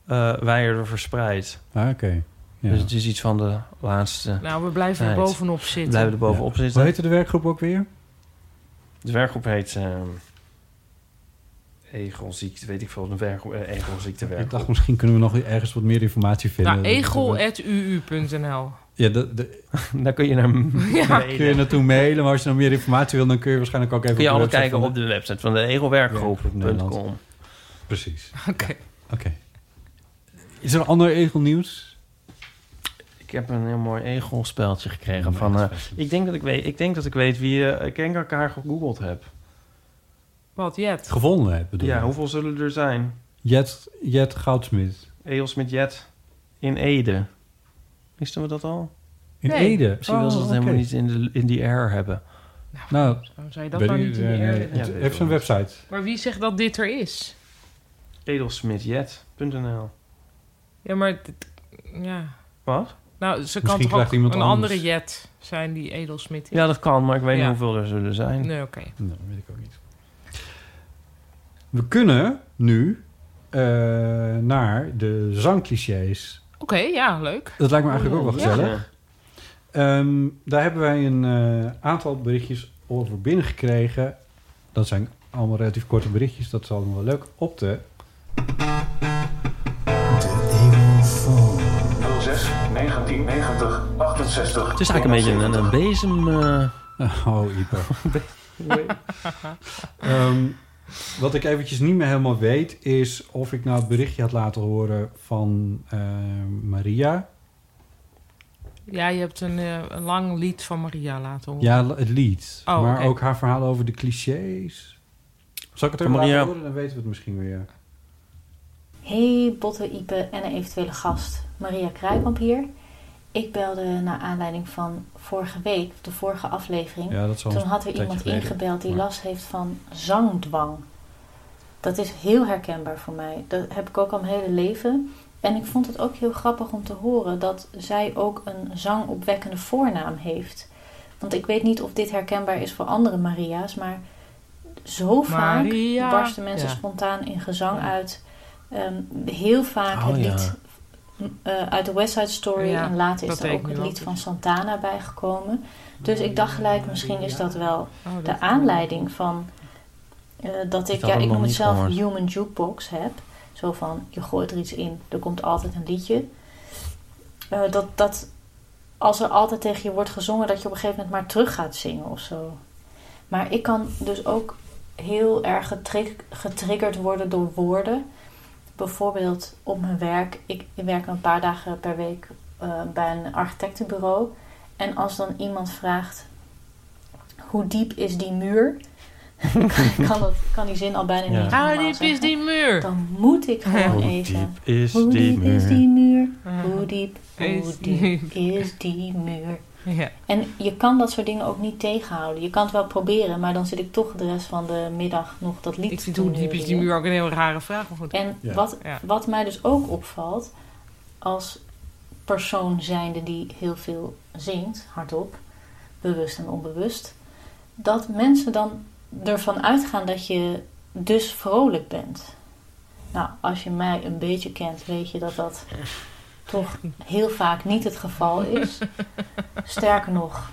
eh wijder verspreid. Ah, Oké. Ja. Dus het is iets van de laatste. Nou, we blijven er Right. bovenop We zitten. blijven er bovenop Hoe zitten. heette de werkgroep ook weer? De werkgroep heet... ehm egelziekte, weet ik veel. Een werkgroep, eh, egelziekte Ik werkgroep. dacht, misschien kunnen we nog ergens wat meer informatie vinden. Nou, egel.uu.nl. Ja, de, de, Daar kun je naar Ja. kun je naartoe mailen, maar als je nog meer informatie wil, dan kun je waarschijnlijk ook even. Kun je allemaal de website kijken van op de website van de Werkgroep egelwerkgroep.com. de- Precies. Oké. Oké. Is er een ander egelnieuws? Ik heb een heel mooi egelspeltje gekregen. Van, eh, ik, denk dat ik, weet, ik denk dat ik weet wie eh, ik denk dat ik haar gegoogeld heb. Wat, Jet? Gevonden hebben bedoel Ja, je? hoeveel zullen er zijn? Jet, Jet Goudsmit. Eels met Jet in Ede. Wisten we dat al? In Nee. Ede. Misschien wil ze dat Oh, helemaal oké. niet in, de, in die air hebben. Nou, Waarom zou je dat weet nou ik- niet in de eh, air nee, willen? het Ja, heeft zijn website. Maar wie zegt dat dit er is? Edelsmitjet.nl Ja, maar... dit- ja. Wat? Nou, ze Misschien kan toch krijgt ook een iemand anders. andere Jet zijn die edelsmid is? Ja, dat kan, maar ik weet Ja. niet hoeveel er zullen zijn. Nee, oké. Nee, weet ik ook niet. We kunnen nu eh, naar de zangclichés. Oké, ja, leuk. Dat lijkt me eigenlijk ook wel Ja. gezellig. Ehm, daar hebben wij een eh, aantal berichtjes over binnengekregen. Dat zijn allemaal relatief korte berichtjes. Dat is allemaal wel leuk op te... 06 1990 68. Het is eigenlijk een beetje een, een bezem. eh, Oh, Ipa. Ehm, wat ik eventjes niet meer helemaal weet... is of ik nou het berichtje had laten horen van eh, Maria. Ja, je hebt een, eh, een lang lied van Maria laten horen. Ja, het lied. Oh, maar oké. ook haar verhaal over de clichés. Zal ik het eh, even Van Maria. laten horen? Dan weten we het misschien weer. Hey Botte, Ipe en een eventuele gast. Maria Kruikamp hier. Ik belde naar aanleiding van vorige week, de vorige aflevering. Ja, dat zal Toen had er tijdje iemand geleden. ingebeld die Maar- last heeft van zangdwang. Dat is heel herkenbaar voor mij. Dat heb ik ook al mijn hele leven. En ik vond het ook heel grappig om te horen dat zij ook een zangopwekkende voornaam heeft. Want ik weet niet of dit herkenbaar is voor andere Maria's, maar zo vaak Maria. barsten mensen Ja. spontaan in gezang uit. Ehm, heel vaak Oh, het ja. lied m, eh, uit de West Side Story Ja, en later is dat er weet ook ik het nu lied van Santana bijgekomen. Dus ik dacht gelijk, misschien is dat wel Oh, dat de aanleiding van eh, dat ik, had ja, hem ik nog noem het niet zelf gehoord. human jukebox heb. Zo van, je gooit er iets in, er komt altijd een liedje. Eh, dat, dat als er altijd tegen je wordt gezongen, dat je op een gegeven moment maar terug gaat zingen of zo. Maar ik kan dus ook heel erg getrik- getriggerd worden door woorden. Bijvoorbeeld op mijn werk. Ik, ik werk een paar dagen per week eh, bij een architectenbureau. En als dan iemand vraagt: hoe diep is die muur? Ik kan, dat, kan die zin al bijna Ja. niet. Hoe helemaal diep is zeggen. die muur? Dan moet ik gewoon Hoe even. diep is hoe die diep is muur? die muur? Hoe diep, hoe Is diep is die muur? Ja. En je kan dat soort dingen ook niet tegenhouden. Je kan het wel proberen, maar dan zit ik toch de rest van de middag nog dat lied Ik te vind hoe diep is die neuriën. muur ook een heel rare vraag. Maar goed. En Ja. wat, Ja. wat mij dus ook opvalt, als persoon zijnde die heel veel zingt, hardop, bewust en onbewust, dat mensen dan ervan uitgaan dat je dus vrolijk bent. Nou, als je mij een beetje kent, weet je dat dat toch heel vaak niet het geval is. Sterker nog,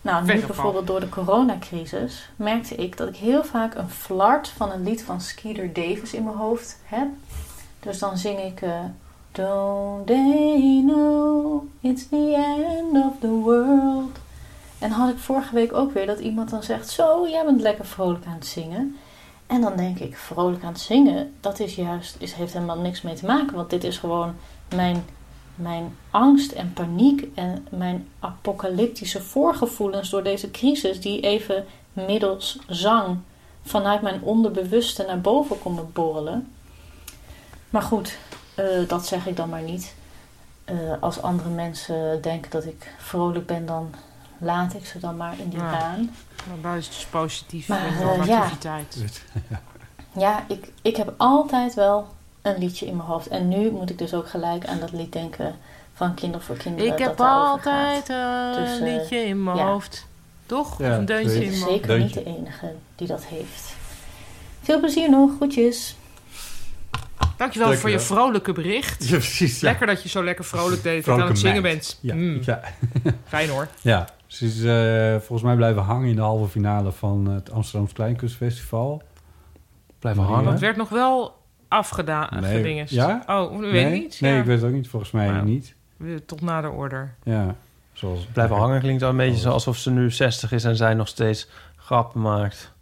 nou, nu Verre van. bijvoorbeeld door de coronacrisis merkte ik dat ik heel vaak een flart van een lied van Skeeter Davis in mijn hoofd heb. Dus dan zing ik. eh, Don't they know it's the end of the world? En had ik vorige week ook weer dat iemand dan zegt: Zo, jij bent lekker vrolijk aan het zingen. En dan denk ik: Vrolijk aan het zingen, dat is juist, is, heeft helemaal niks mee te maken. Want dit is gewoon mijn, mijn angst en paniek en mijn apocalyptische voorgevoelens door deze crisis, die even middels zang vanuit mijn onderbewuste naar boven komen borrelen. Maar goed, eh, dat zeg ik dan maar niet. Eh, als andere mensen denken dat ik vrolijk ben, dan laat ik ze dan maar in die Ja. baan. Maar dat is dus positief. Maar, en eh, normativiteit. Ja, ik, ik heb altijd wel een liedje in mijn hoofd. En nu moet ik dus ook gelijk aan dat lied denken van Kinder voor Kinderen. Ik heb dat daarover altijd een Dus, eh, liedje in mijn ja. hoofd. Toch? Ja, Of een deuntje Ik in ben mijn zeker hoofd. niet de enige die dat heeft. Veel plezier nog, groetjes. Dankjewel, Dankjewel. voor je vrolijke bericht. Ja, precies, ja. Lekker dat je zo lekker vrolijk deed en aan Vrolijke het zingen meid. Ja, bent. Mm. ja. Fijn hoor. Ja, ze is eh, volgens mij blijven hangen in de halve finale van het Amsterdams Kleinkunstfestival. Blijven Maar het werd nog wel afgedaan. eh, Nee. gedingest. Ja? Oh, dat weet ik Nee? niet. Nee, Ja. ik weet het ook niet. Volgens Nou mij niet. Eh, Tot nader order. Ja, zoals... Blijven hangen klinkt al een beetje zo alsof ze nu 60 is en zij nog steeds grappen maakt.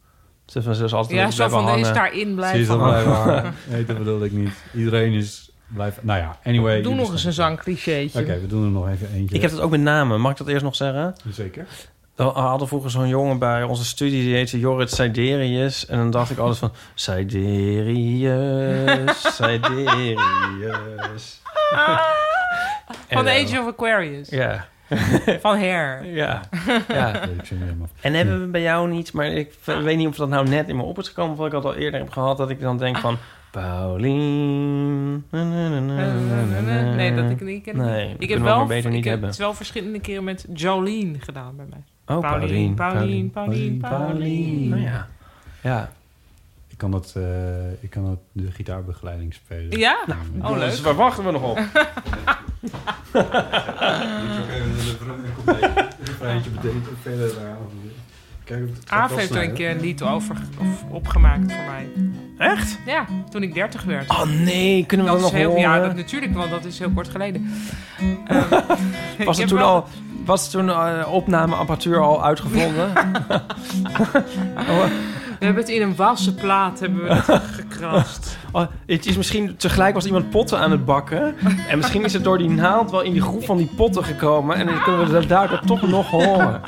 Ze is dus altijd Ja, een zo blijven van, hangen. is daarin Ze blijven is al blijven hangen. hangen. Nee, dat bedoelde ik niet. Iedereen is blijven... Nou ja, anyway. Doe jullie nog eens een Oké, zangclichéetje. we doen er nog even eentje. Ik heb dat ook met namen. Mag ik dat eerst nog zeggen? Zeker. We hadden vroeger zo'n jongen bij onze studie, die heette Jorrit Siderius. En dan dacht ik altijd van, Eh, Siderius, Siderius. Van En, The eh, Age of Aquarius. Ja. Van Hair. Ja. ja. En hebben we bij jou niet, maar ik v- weet niet of dat nou net in me op is gekomen... of dat ik dat al eerder heb gehad, dat ik dan denk van... Paulien... na, na, na, na, na, na. Nee, dat ik niet ken. Nee, ik dat heb kunnen we ook wel, maar beter ik niet heb hebben. het wel verschillende keren met Jolene gedaan bij mij. Oh, Paulien, Nou Paulien, Paulien, Paulien, Paulien, Paulien. Paulien. Oh ja. Ja. Ik kan, dat, eh, ik kan dat de gitaarbegeleiding spelen. Ja? Nou, oh, leuk. Dus waar wachten we nog op? Aaf heeft eh, er een keer een lied over of opgemaakt voor mij. Echt? Ja, toen ik 30 werd. Oh nee, kunnen we dat dat is nog heel, horen? Ja, dat, natuurlijk, want dat is heel kort geleden. Ehm, ik Was heb er toen wel- al was toen eh, opnameapparatuur al uitgevonden? We hebben het in een wassen plaat hebben we het gekrast. Oh, het is misschien tegelijk was iemand potten aan het bakken en misschien is het door die naald wel in die groef van die potten gekomen en dan kunnen we dat daardoor toch nog horen.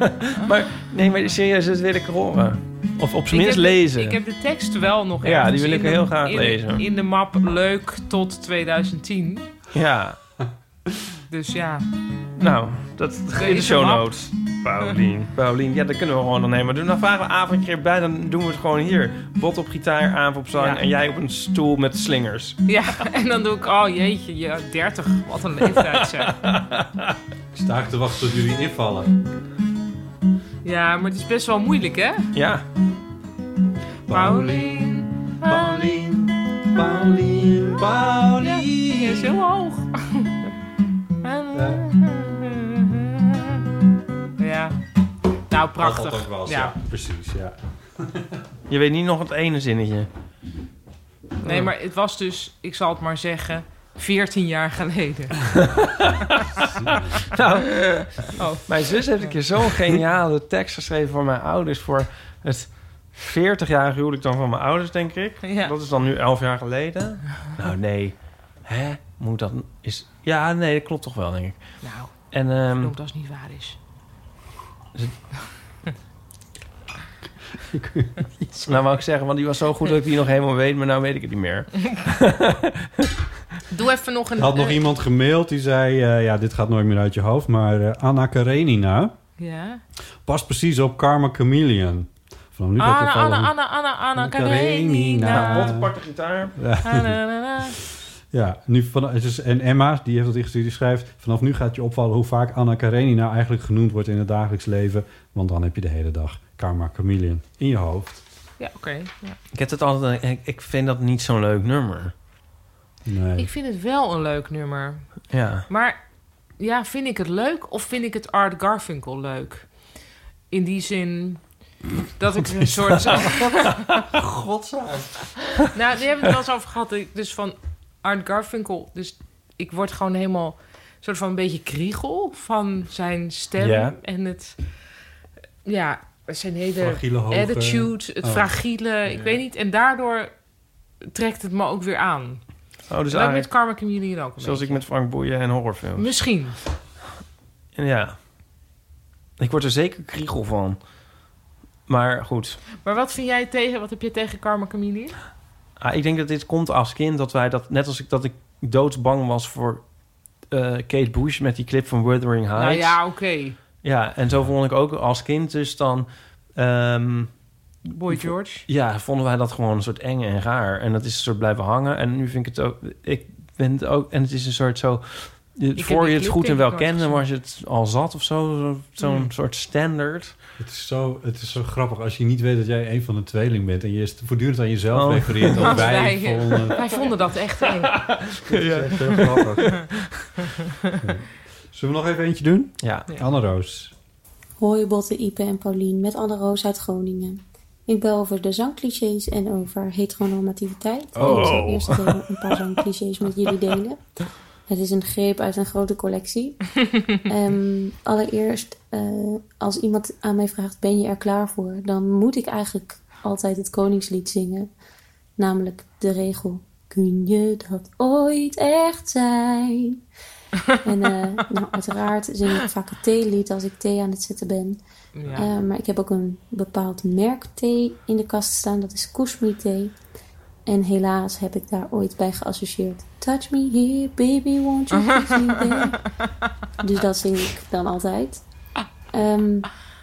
maar nee, maar serieus, dat wil ik horen. Of op zijn minst ik heb, lezen. Ik heb de tekst wel nog Ja, die ergens wil ik in de- heel graag in- lezen. In de map leuk tot 2010. Ja. Dus ja, Nou, dat in de Deze show map. notes. Paulien, Paulien. Ja, dat kunnen we gewoon dan nemen. Dan vragen we avondje erbij, dan doen we het gewoon hier. Bot op gitaar, avond op zang Ja. en jij op een stoel met slingers. Ja, en dan doe ik, oh jeetje, ja, 30. Wat een leeftijd zeg. Ik sta echt te wachten tot jullie invallen. Ja, maar het is best wel moeilijk, hè? Ja. Paulien, Paulien, Paulien, Paulien. Ja, die is heel hoog. Ja. Nou, prachtig. Dat ook wel, eens, ja. ja. Precies, ja. Je weet niet nog het ene zinnetje. Nee, maar het was dus, ik zal het maar zeggen, 14 jaar geleden. Nou, Oh. mijn zus heeft een keer zo'n geniale tekst geschreven voor mijn ouders. Voor het 40-jarige huwelijk dan van mijn ouders, denk ik. Ja. Dat is dan nu 11 jaar geleden. Nou, nee. Hè? Moet dat... Is... Ja, nee, dat klopt toch wel, denk ik. Nou, En, ehm, verdomd als het niet waar is. nou wou ik zeggen, want die was zo goed dat ik die nog helemaal weet. Maar nou weet ik het niet meer. Doe even nog een... Er had nog eh, iemand gemaild die zei... eh, ja, dit gaat nooit meer uit je hoofd, maar eh, Anna Karenina... Ja. past precies op Karma Chameleon. Vanaf nu gaat Anna, het al- Anna, Anna, Anna, Anna, Karenina. Karenina. Nou, Wat een Pak de gitaar. Na, na, na, na. Ja, nu van, het is- en Emma, die heeft dat ingestuurd, die schrijft... vanaf nu gaat je opvallen hoe vaak Anna Karenina eigenlijk genoemd wordt in het dagelijks leven. Want dan heb je de hele dag Karma Chameleon in je hoofd. Ja, oké. ja. Ik, heb het altijd, ik, ik vind dat niet zo'n leuk nummer. Nee. Ik vind het wel een leuk nummer. Ja. Maar ja, vind ik het leuk of vind ik het Art Garfinkel leuk? In die zin dat ik een soort... Nou, die hebben we het wel eens over gehad. dat ik Dus van Art Garfinkel... Dus ik word gewoon helemaal... soort van een beetje kriegel van zijn stem. Ja. En het... Ja, zijn hele Fragiele hoge- attitude. Het Oh. fragiele. Ik weet niet. En daardoor trekt het me ook weer aan. Oh, dus en ook met eigenlijk Karma Chameleon ook een zoals ik met Frank Boeien en horrorfilms. beetje. Misschien. En Ja. Ik word er zeker kriegel van. Maar goed. Maar wat vind jij tegen... Wat heb je tegen Karma Chameleon? Ah, ik denk dat dit komt als kind dat wij dat... Net als ik dat ik doodsbang was voor eh, Kate Bush met die clip van Wuthering Heights. Nou ja, oké. Ja, en zo vond ik ook als kind dus dan... ehm, Boy George. ja, vonden wij dat gewoon een soort eng en raar. En dat is een soort blijven hangen. En nu vind ik het ook... Ik ben het ook... En het is een soort zo... je- heb voor die je het clip goed en denk wel ik nooit kende, gezien. was je het al zat of zo. zo- Zo'n Mm. soort standaard. Het is, zo, het is zo grappig als je niet weet dat jij een van de tweeling bent... en je is voortdurend aan jezelf Oh. refereert. Want Dat wij wij, vonden... wij vonden dat echt eng. Dat is echt heel grappig. Ja. Zullen we nog even eentje doen? Ja. Anne Roos. Hoi Botte, Ipe en Paulien met Anne Roos uit Groningen. Ik bel over de zangclichés en over heteronormativiteit. Oh. Ik zal eerst even een paar zangclichés met jullie delen. Het is een greep uit een grote collectie. Ehm, allereerst, eh, als iemand aan mij vraagt, ben je er klaar voor? Dan moet ik eigenlijk altijd het koningslied zingen. Namelijk de regel, kun je dat ooit echt zijn? En eh, nou, uiteraard zing ik vaak het theelied als ik thee aan het zetten ben. Ja. Eh, maar ik heb ook een bepaald merk thee in de kast staan. Dat is Kushmi thee. En helaas heb ik daar ooit bij geassocieerd. Touch me here, baby, won't you kiss me there? Dus dat zing ik dan altijd. Ehm,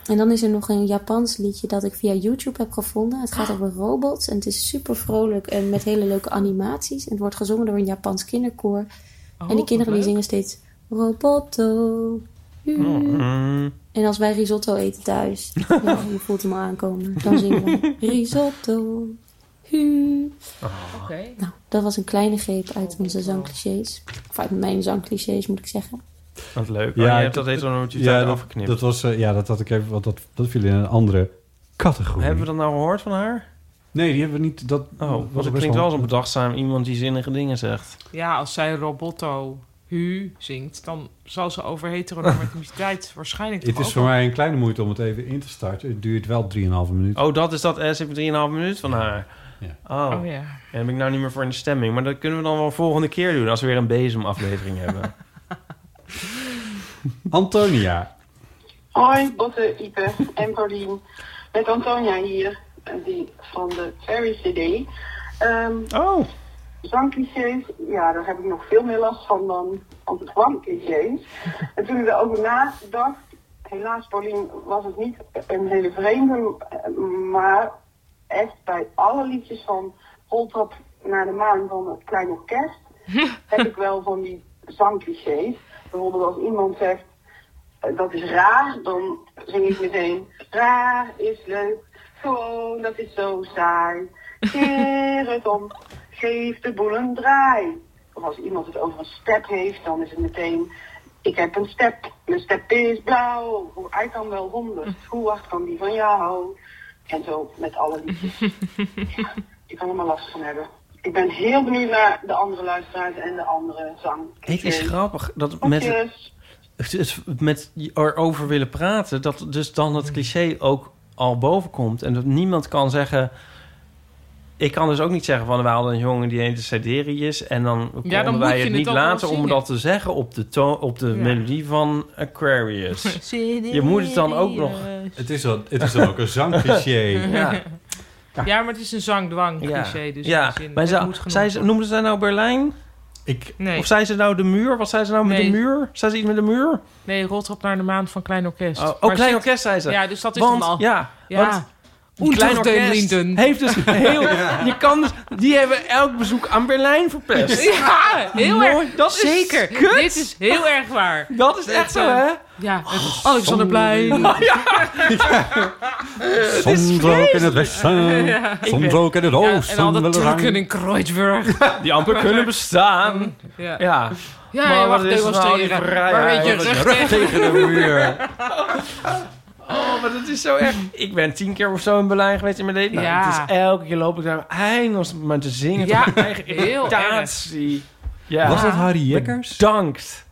en dan is er nog een Japans liedje dat ik via YouTube heb gevonden. Het gaat over robots en het is super vrolijk en met hele leuke animaties. En het wordt gezongen door een Japans kinderkoor. en die Oh, wat kinderen die leuk. zingen steeds Roboto. u. Mm. En als wij risotto eten thuis, ja, je voelt hem al aankomen, dan zingen we risotto. Hu. Oké. Nou, dat was een kleine greep uit onze zangclichés. Of uit mijn zangclichés, moet ik zeggen. Wat leuk. Ja, Ja, je ik- hebt dat deze nooit Ja, dat, afgeknipt. dat was, eh, ja, dat had ik even, want dat, dat viel in een andere categorie. Hebben we dat nou gehoord van haar? Nee, die hebben we niet. Dat Oh, was want het best klinkt wel- wel als een bedachtzaam iemand die zinnige dingen zegt. Ja, als zij Roboto Hu zingt, dan zal ze over heteronormativiteit waarschijnlijk Het toch is ook voor mij een kleine moeite om het even in te starten. Het duurt wel 3,5 minuten. Oh, dat is dat S in 3,5 minuut van haar. Ja. Oh, al- Oh ja. daar ben ik nou niet meer voor in de stemming. Maar dat kunnen we dan wel volgende keer doen als we weer een bezemaflevering hebben. Antonia. Hoi, Botte, Ipe en Paulien. Met Antonia hier, eh, die van de Ferry CD. Ehm, Oh, zangclichés, ja, daar heb ik nog veel meer last van dan anti-glam-clichés. En toen ik erover nadacht, helaas Paulien, was het niet een hele vreemde, eh, maar echt bij alle liedjes van Holtrap naar de maan van het Klein Orkest, heb ik wel van die zangclichés. Bijvoorbeeld als iemand zegt, eh, dat is raar, dan zing ik meteen, raar is leuk, gewoon dat is zo saai. Keer het om, geef de boel een draai. Of als iemand het over een step heeft, dan is het meteen, ik heb een step, mijn step is blauw. Hoe uit dan wel honderd, hoe hard kan die van jou? En zo met alle liedjes. Ja, ik kan er maar last van hebben. Ik ben heel benieuwd naar de andere luisteraars en de andere zang. Het is grappig dat met, het- het, het- met erover willen praten, dat dus dan het cliché ook al boven komt. En dat niemand kan zeggen. Ik kan dus ook niet zeggen van we hadden een jongen die heette Siderius. En dan konden dan moet wij het je het niet ook wel laten om zingen. dat te zeggen op de, to- op de Ja. melodie van Aquarius. Je moet het dan ook nog. Het is, dan- het is dan ook een zangcliché. Ja. Ja. maar het is een zangdwang Ja. cliché. Dus ja, in die zin, maar het ze, moet genoemd zei ze, worden. noemden ze nou Berlijn? Ik, Nee. Of zei ze nou de muur? Wat zei ze nou met Nee. de muur? Zei ze iets met de muur? Nee, Rotrop naar de maan van Klein Orkest. Oh, oh, Maar Klein zit- Orkest zei ze. Ja, dus dat is Want- dan al. ja, want Oeh, Klein toch, Den orkest Linden. heeft dus heel... Je kan dus, die hebben elk bezoek aan Berlijn verpest. Ja, heel Mooi, erg. Dat is Zeker. kut. Dit is heel erg waar. eh, Dat is echt zo, hè? Ja, Oh, het Alexanderplein. Soms ook in het westen, Ja. soms ook in het oosten. en al de wel een Turken rang. in Kreuzberg. Die amper kunnen bestaan. Ja. Ja. Ja, Maar je wat mag is er nou die demonstreren. vrijheid? Maar met je Wat is nou rug er tegen- de muur. Oh, maar dat is zo echt. Ik ben tien keer of zo in Berlijn geweest in mijn leven. Nou, Ja. Het is elke keer loop ik daar eindeloos maar te zingen. Ja, tot mijn eigen heel irritatie. Ja. Was dat Harry Jekkers? Bedankt.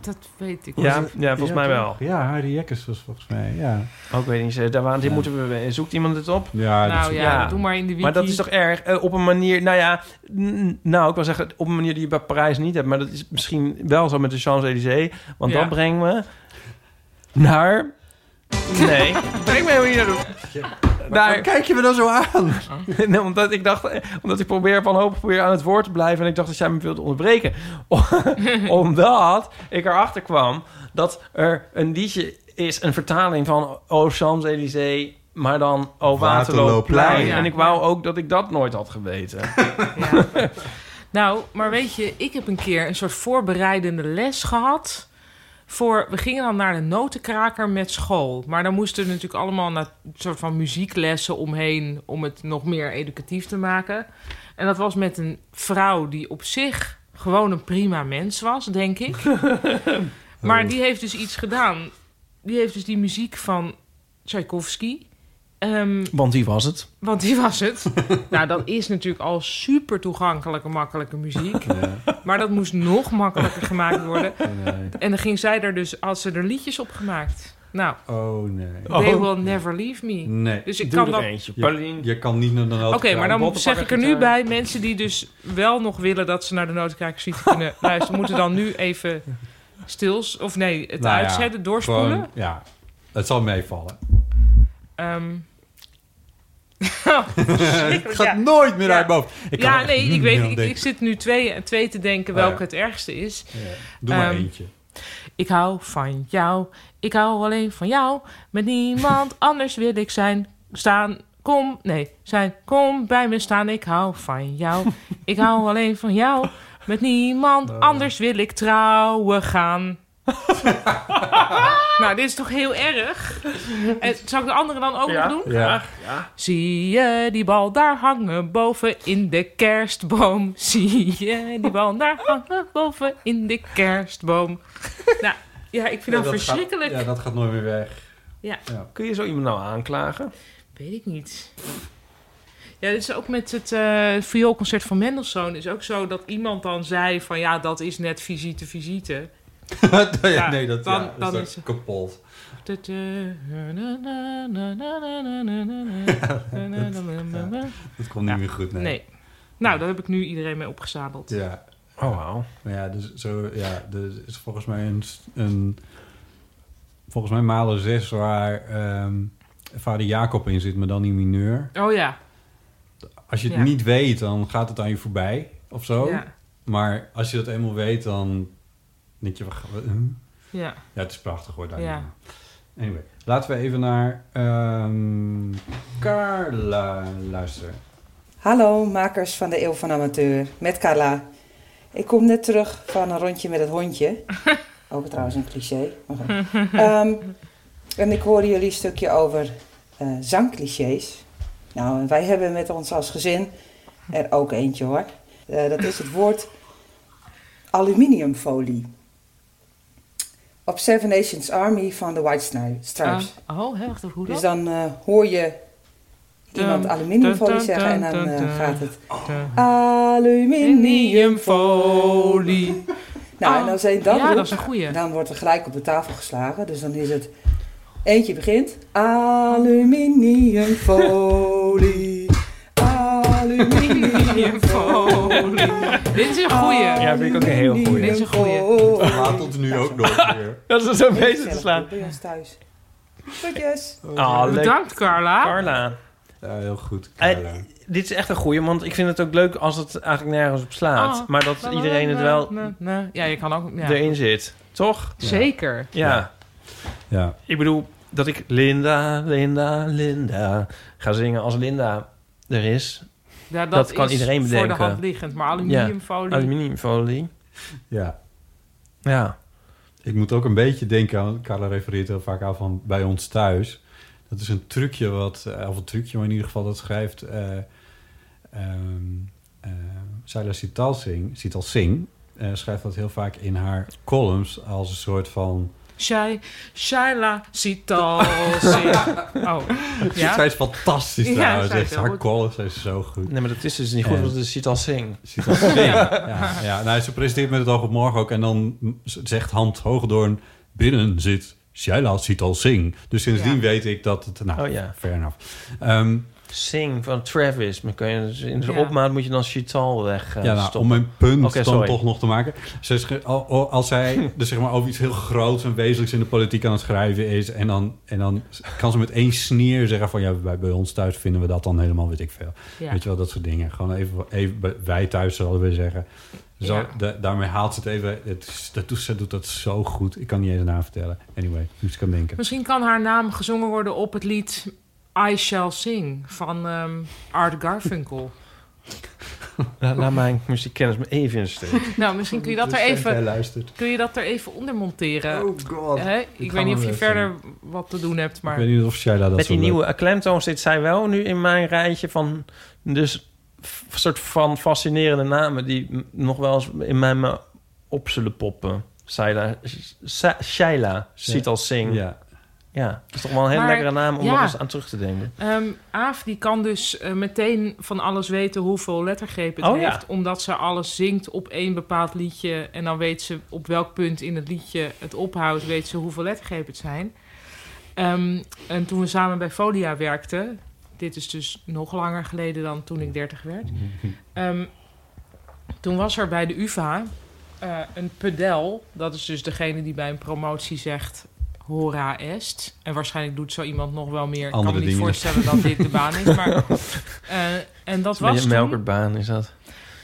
Dat weet ik Ja, niet. ja, volgens mij wel. Ja, Harry Jekkers was volgens mij, ja. Ook weet niet, eh, daar waren, dit moeten we, zoekt iemand het op? Ja, Nou ja, doe maar in de wiki. Maar dat is toch erg, eh, op een manier, nou ja, n- nou, ik wil zeggen, op een manier die je bij Parijs niet hebt, maar dat is misschien wel zo met de Champs-Élysées, want Ja. dat brengt me naar... Nee, breng me helemaal niet naar de... Daar... Kijk je me dan zo aan? Nee, omdat ik dacht, eh, omdat ik probeer van hoop probeer aan het woord te blijven en ik dacht dat jij me wilde onderbreken. Om- omdat ik erachter kwam dat er een liedje is, een vertaling van O Champs-Élysées, maar dan O Waterlooplein. Waterlooplein. En ik wou ook dat ik dat nooit had geweten. Nou, maar weet je, ik heb een keer een soort voorbereidende les gehad. Voor, we gingen dan naar de notenkraker met school. Maar dan moesten er natuurlijk allemaal naar een soort van muzieklessen omheen... om het nog meer educatief te maken. En dat was met een vrouw die op zich gewoon een prima mens was, denk ik. maar die heeft dus iets gedaan. Die heeft dus die muziek van Tchaikovsky... ehm, Want die was het. want die was het. nou, dat is natuurlijk al super toegankelijke, makkelijke muziek. Maar dat moest nog makkelijker gemaakt worden. En dan ging zij er dus, had ze er liedjes op gemaakt. Nou, Oh, nee. They Will Never Leave Me. Nee. Dus ik Doe kan er dat... Eentje, Je, je kan niet naar de Oké, noten maar gaan. dan zeg ik er nu bij... mensen die dus wel nog willen dat ze naar de noodkraak zien kunnen luisteren... moeten dan nu even stils... of nee, het Nou ja, uitzetten, doorspoelen. gewoon- ja, het zal meevallen. Ehm, het gaat nooit meer uit mijn hoofd. Ik kan ja, echt nee, niet ik meer weet aan ik, ik denken. zit nu twee, twee te denken Oh, ja. welke het ergste is. Ja. Doe maar Ehm, eentje. Ik hou van jou. Ik hou alleen van jou. Met niemand anders wil ik zijn. Staan. Kom. Nee, zijn. Kom bij me staan. Ik hou van jou. Ik hou alleen van jou. Met niemand anders wil ik trouwen gaan. nou, dit is toch heel erg? En, zal ik de andere dan ook nog doen? Ja. Zie je die bal daar hangen boven in de kerstboom? Zie je die bal daar hangen boven in de kerstboom? nou, ja, ik vind dat, gaat- verschrikkelijk. ja, dat gaat nooit meer weg. Ja. Kun je zo iemand nou aanklagen? Weet ik niet. Ja, dit is ook met het eh vioolconcert van Mendelssohn. is ook zo dat iemand dan zei van... ja, dat is net visite, visite. ja, Ja, nee, dat, dan- ja, dat dan is, is het- kapot. Dat komt niet meer goed, nee. Nee. Nou, daar heb ik nu iedereen mee opgezadeld. Ja, Oh, wauw. maar ja, dus zo, ja, er is volgens mij een, een volgens mij malen zes waar ehm, vader Jacob in zit, maar dan in mineur. Oh ja. Als je het Ja. niet weet, dan gaat het aan je voorbij of zo. Ja. Maar als je dat eenmaal weet, dan denk je... wat gaan we- hm? Ja. ja, het is prachtig hoor. Daar Ja. Anyway, laten we even naar ehm, Carla luisteren. Hallo makers van de Eeuw van Amateur, met Carla. Ik kom net terug van een rondje met het hondje. Ook trouwens een cliché. maar goed. Mhm. Ehm, en ik hoorde jullie een stukje over eh, zangclichés. Nou, en wij hebben met ons als gezin er ook eentje hoor. Eh, dat is het woord aluminiumfolie. Op Seven Nations Army van de White Sni- Stripes. Ah, oh, hè, wacht even, hoe Dus dan? dan eh, hoor je iemand Dun, aluminiumfolie dun, zeggen en dun, dan dun, eh, dun. gaat het Dun. aluminiumfolie. Nou, en als een dat Ja, dat roept, is een goeie. dan wordt er gelijk op de tafel geslagen. Dus dan is het, eentje begint, aluminiumfolie. Aluminiumfolie. Dit is een goeie. Ja, vind ik ook een heel goeie. Dit is een goeie. Laat ons nu ook nog weer. Dat is zo bezig te slaan. Bij ons thuis. Groetjes. Oh, Bedankt, Carla. Ah, Carla. Ja, heel goed, Carla. dit is echt een goeie, want ik vind het ook leuk als het eigenlijk nergens op slaat. Ah, maar dat na, na, iedereen het na, wel na, na. Ja, je kan ook... Ja. erin zit. Toch? Zeker. Ja. Ja. Ik bedoel, dat ik Linda, Linda, Linda ga zingen als Linda er is. Ja, dat kan is iedereen voor de bedenken. hand liggend, maar aluminiumfolie- Ja, aluminiumfolie. Ja. Ja. Ik moet ook een beetje denken aan... Carla refereert heel vaak aan van bij ons thuis. Dat is een trucje wat... eh, Of een trucje, maar in ieder geval dat schrijft... eh ehm eh Saila Sital Singh, Sital Singh eh, schrijft dat heel vaak in haar columns... als een soort van... Shai, Shaila Sital. Singh. Oh, ja. Zij is fantastisch Ja, trouwens. zij is Echt, heel haar goed. columns is zo goed. Nee, maar dat is dus niet goed, Eh, want het is Sital Singh. Sital Singh. Ja. ja, ja. Nou, ze presenteert met het oog op morgen ook. En dan mm, z- zegt Hand Hogedoorn... Binnen zit Shaila Sital Singh. Dus sindsdien Ja. weet ik dat het... Nou, Oh ja. fair enough. Ehm, Sing van Travis. Maar kun je, dus in de Ja. opmaat moet je dan Chital weg eh, ja, nou, stoppen. om mijn punt Oké, dan sorry. toch nog te maken. Ze sch- al- al- als zij dus zeg maar over iets heel groots en wezenlijks in de politiek aan het schrijven is... en dan, en dan kan ze met één sneer zeggen van... ja, bij, bij ons thuis vinden we dat dan helemaal, weet ik veel. Ja. Weet je wel, dat soort dingen. Gewoon even, even bij- wij thuis zouden we zeggen. Zo, Ja. da- daarmee haalt ze het even... Het, is- dat, doet- ze doet dat zo goed. Ik kan niet eens na vertellen. Anyway, dus ik kan denken. Misschien kan haar naam gezongen worden op het lied I Shall Sing van ehm, Art Garfunkel. Laat, laat mijn muziekkennis me even in steek. nou, misschien kun je dat Dus er als jij even, luistert. kun je dat er even onder monteren. Oh god. Ik ga weet niet of maar je even. verder wat te doen hebt, maar... Ik weet niet of Shaila dat Met zo die leuk- nieuwe klemtoon zit zij wel nu in mijn rijtje van... dus f- soort van fascinerende namen... die m- nog wel eens in mijn me- op zullen poppen. Shaila, Sa- Shaila ziet als Singh. Ja. ja, dat is toch wel een hele Maar- lekkere naam om ja. nog eens aan terug te denken. Ehm, Aaf die kan dus eh, meteen van alles weten hoeveel lettergrepen het Oh, ja. heeft. Omdat ze alles zingt op één bepaald liedje. En dan weet ze op welk punt in het liedje het ophoudt, weet ze hoeveel lettergrepen het zijn. Ehm, en toen we samen bij Folia werkten. Dit is dus nog langer geleden dan toen ik 30 werd. Ehm, toen was er bij de UVA eh, een pedel. Dat is dus degene die bij een promotie zegt... Hora est. En waarschijnlijk doet zo iemand nog wel meer. ik kan Andere me niet dingen. voorstellen dat dit de baan is. Maar, eh, en dat Een was beetje toen... melkertbaan is dat.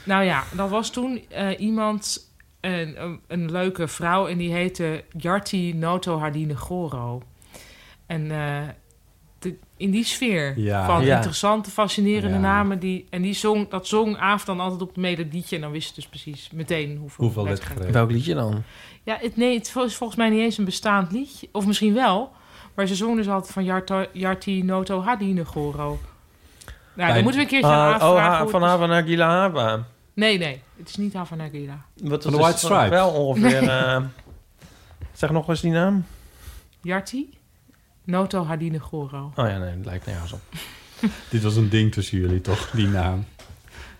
Nou ja, dat was toen eh, iemand... Een, een, een leuke vrouw en die heette Jarti Noto Hardine Goro. En eh, de- in die sfeer Ja. van Ja. interessante, fascinerende Ja. namen. Die, en die zong, dat zong Aaf dan altijd op het melodietje. En dan wist je dus precies meteen hoeveel, Hoeveel lettergrepen. lettergrepen. Welk liedje dan? Ja, het, nee, het is volgens mij niet eens een bestaand liedje. Of misschien wel. Maar ze zongen dus altijd van Jarto- Jarti Noto Hadine Goro. Nou, dan moeten we een keertje aan Ah, Aaf Oh, vragen ha, hoe van het is. Havana Gilahaba. Nee, nee. Het is niet Havana Gila. Wat Van is de White dat Stripes. Wel ongeveer... Nee. eh, zeg nog eens die naam. Jarti Noto Hadine Ah. Goro. Oh ja, nee, het lijkt nergens op. Dit was een ding tussen jullie, toch? Die naam.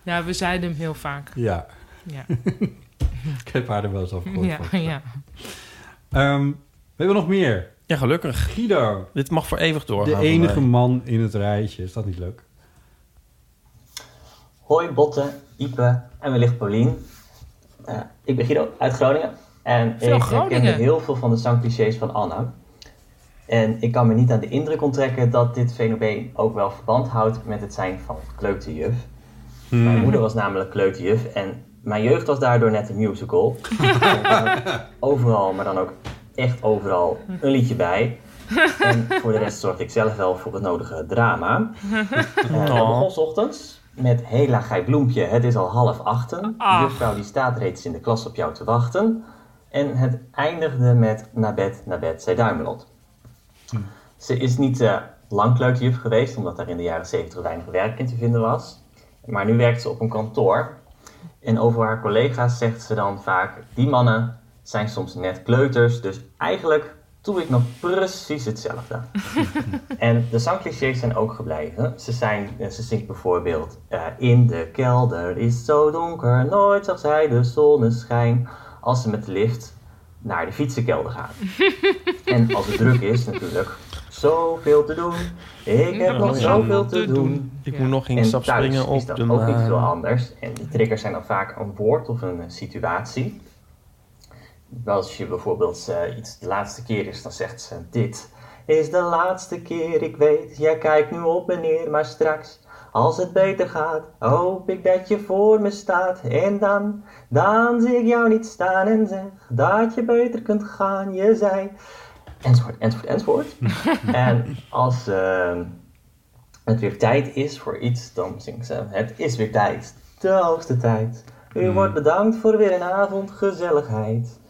Nou, we zeiden hem heel vaak. Ja. Ja. Ik heb haar er wel eens af gehoord. ja, volgens mij. ja. Ehm, we hebben nog meer. Ja, gelukkig. Guido. Dit mag voor eeuwig doorgaan. De enige man in het rijtje. Is dat niet leuk? Hoi Botte, Ipe en wellicht Paulien. Eh, ik ben Guido uit Groningen. En Veel ik herkende Groningen. heel veel van de zangclichés van Anna. En ik kan me niet aan de indruk onttrekken dat dit fenomeen ook wel verband houdt met het zijn van kleuterjuf. Hmm. Mijn moeder was namelijk kleuterjuf en mijn jeugd was daardoor net een musical. Eh, overal, maar dan ook echt overal, een liedje bij. En voor de rest zorgde ik zelf wel voor het nodige drama. Eh, Oh. dat Nou. begon 's ochtends met Hela Gij Bloempje, het is al half achten. Ah. De juffrouw die staat reeds in de klas op jou te wachten. En het eindigde met naar bed, naar bed, zei Duimelot. Ze is niet eh, lang kleuterjuf geweest, omdat daar in de jaren 70 weinig werk in te vinden was. Maar nu werkt ze op een kantoor. En over haar collega's zegt ze dan vaak: die mannen zijn soms net kleuters, dus eigenlijk doe ik nog precies hetzelfde. en de zangclichés zijn ook gebleven. Ze, zijn, eh, ze zingt bijvoorbeeld: eh, In de kelder is zo donker, nooit zag zij de zonneschijn. Als ze met de lift naar de fietsenkelder gaat. en als het druk is, natuurlijk. Zoveel te doen. Ik heb nog zoveel te doen. Ik moet nog geen En stap thuis springen op is dat de eh, ook niet maan. veel anders. En de triggers zijn dan vaak een woord of een eh, situatie. Als je bijvoorbeeld eh, iets de laatste keer is, dan zegt ze dit. Is de laatste keer, ik weet, jij kijkt nu op meneer, maar straks, als het beter gaat, hoop ik dat je voor me staat. En dan, dan zie ik jou niet staan en zeg dat je beter kunt gaan, je zei. Enzovoort, enzovoort, enzovoort. en als eh, het weer tijd is voor iets, dan zingt ze, het is weer tijd, de hoogste tijd. U wordt bedankt voor weer een avond gezelligheid.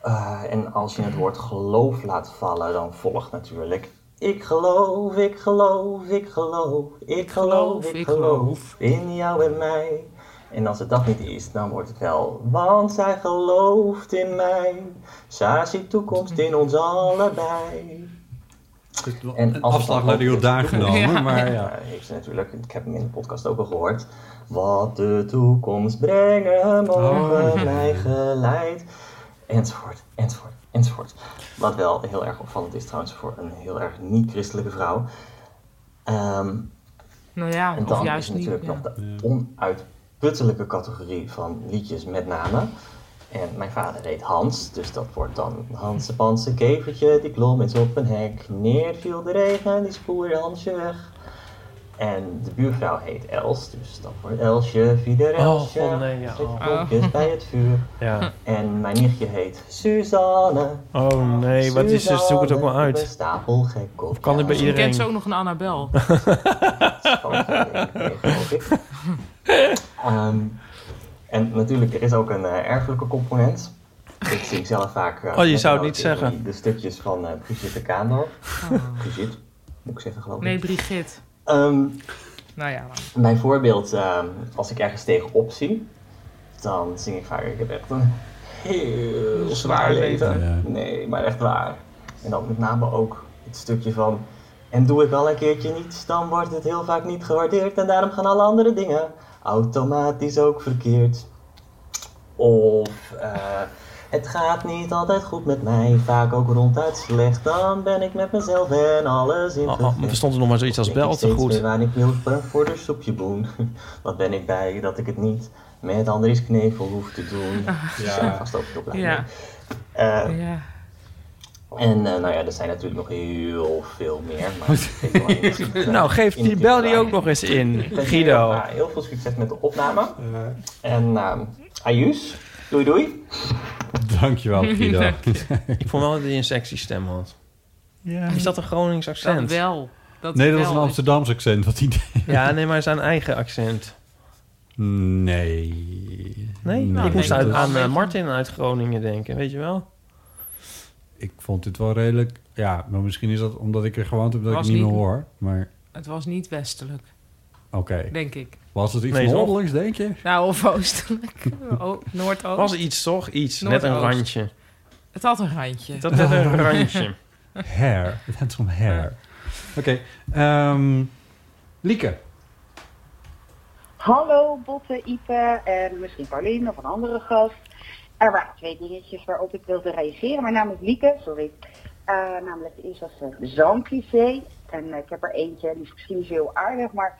Eh, en als je het woord geloof laat vallen, dan volgt natuurlijk. Ik geloof, ik geloof, ik geloof, ik geloof, ik geloof in jou en mij. En als het dat niet is, dan wordt het wel. Want zij gelooft in mij. Zij ziet toekomst in ons allebei. een afslag naar Dus de Jordaan genomen, maar ja. Eh, heeft ze natuurlijk, ik heb hem in de podcast ook al gehoord. Wat de toekomst brengen mogen Oh. mij geleid. Enzovoort, enzovoort, enzovoort. Wat wel heel erg opvallend is trouwens voor een heel erg niet-christelijke vrouw. Ehm, Nou ja, en of dan juist is natuurlijk niet. nog de onuitputtelijke categorie van liedjes met name. En mijn vader heet Hans, dus dat wordt dan Hanse Panse kevertje, die klom eens op een hek. Neer viel de regen, die spoer Hansje weg. En de buurvrouw heet Els, dus dat wordt Elsje, Vieder Oh, Elsje. god, nee, ja. zet Oh. kopjes bij het vuur. Ja. En mijn nichtje heet Suzanne. Oh nee, wat is dus? Zoek het ook maar Ik ben uit. stapel gek op Of kan dit bij Je kent ze iedereen? ook nog een Annabel. Ehm, en natuurlijk, er is ook een eh, erfelijke component. Ik zing zelf vaak... eh, Oh, je met zou het de niet noten zeggen. De stukjes van eh Brigitte Kaandorp. Brigitte, moet ik zeggen geloof ik. Nee, Brigitte. Ehm, Nou ja. mijn voorbeeld, ehm, als ik ergens tegenop zie, dan zing ik vaak, ik heb echt een heel zwaar leven. Nee, maar echt waar. En dan met name ook het stukje van, en doe ik al een keertje niets, dan wordt het heel vaak niet gewaardeerd en daarom gaan alle andere dingen automatisch ook verkeerd. Of eh, het gaat niet altijd goed met mij, vaak ook ronduit slecht, dan ben ik met mezelf en alles in Oh, oh, maar er stond er nog maar zoiets als bel te steeds goed. meer waar ik wil ben voor de soepjeboen. Wat ben ik bij dat ik het niet met Andries Knevel hoef te doen. Ah. Ja. Vast ook heel blij mee. Ja. Eh, ja. En eh, nou ja, er zijn natuurlijk nog heel veel meer. Maar ik weet wel niet of ik, eh, Nou, geef die, in- bel die ook nog eens Ik in, wens jullie Guido. ook, eh, heel veel succes met de opname. Eh. En ehm ajuus. Doei doei. Dankjewel, Guido. Dank Ik vond wel dat hij een sexy stem had. Ja. Is dat een Gronings accent? Dat wel. Dat nee, dat was wel. een Amsterdams accent wat hij deed. Ja, nee, maar zijn eigen accent. Nee. Nee, Nee, ik moest Nou, dat uit, is- aan eh, Martin uit Groningen denken, weet je wel? Ik vond dit wel redelijk... Ja, maar misschien is dat omdat ik er gewoond heb dat Was ik het niet niet- meer hoor. Maar Het was niet westelijk, oké. denk ik. Was het iets Nee, nee, toch? denk je? Nou, of oostelijk. O- Noordoost. Was iets toch? Iets, net een Noordoost. randje. Het had een randje. Dat net een randje. Hair. Het gaat om hair. Oké. ehm, Lieke. Hallo Botte, Ipe en misschien Pauline of een andere gast. Er waren twee dingetjes waarop ik wilde reageren. Mijn naam is Lieke, sorry. Eh, namelijk, de eerste was een zangcliché. En eh, ik heb er eentje, die is misschien niet zo heel aardig, maar...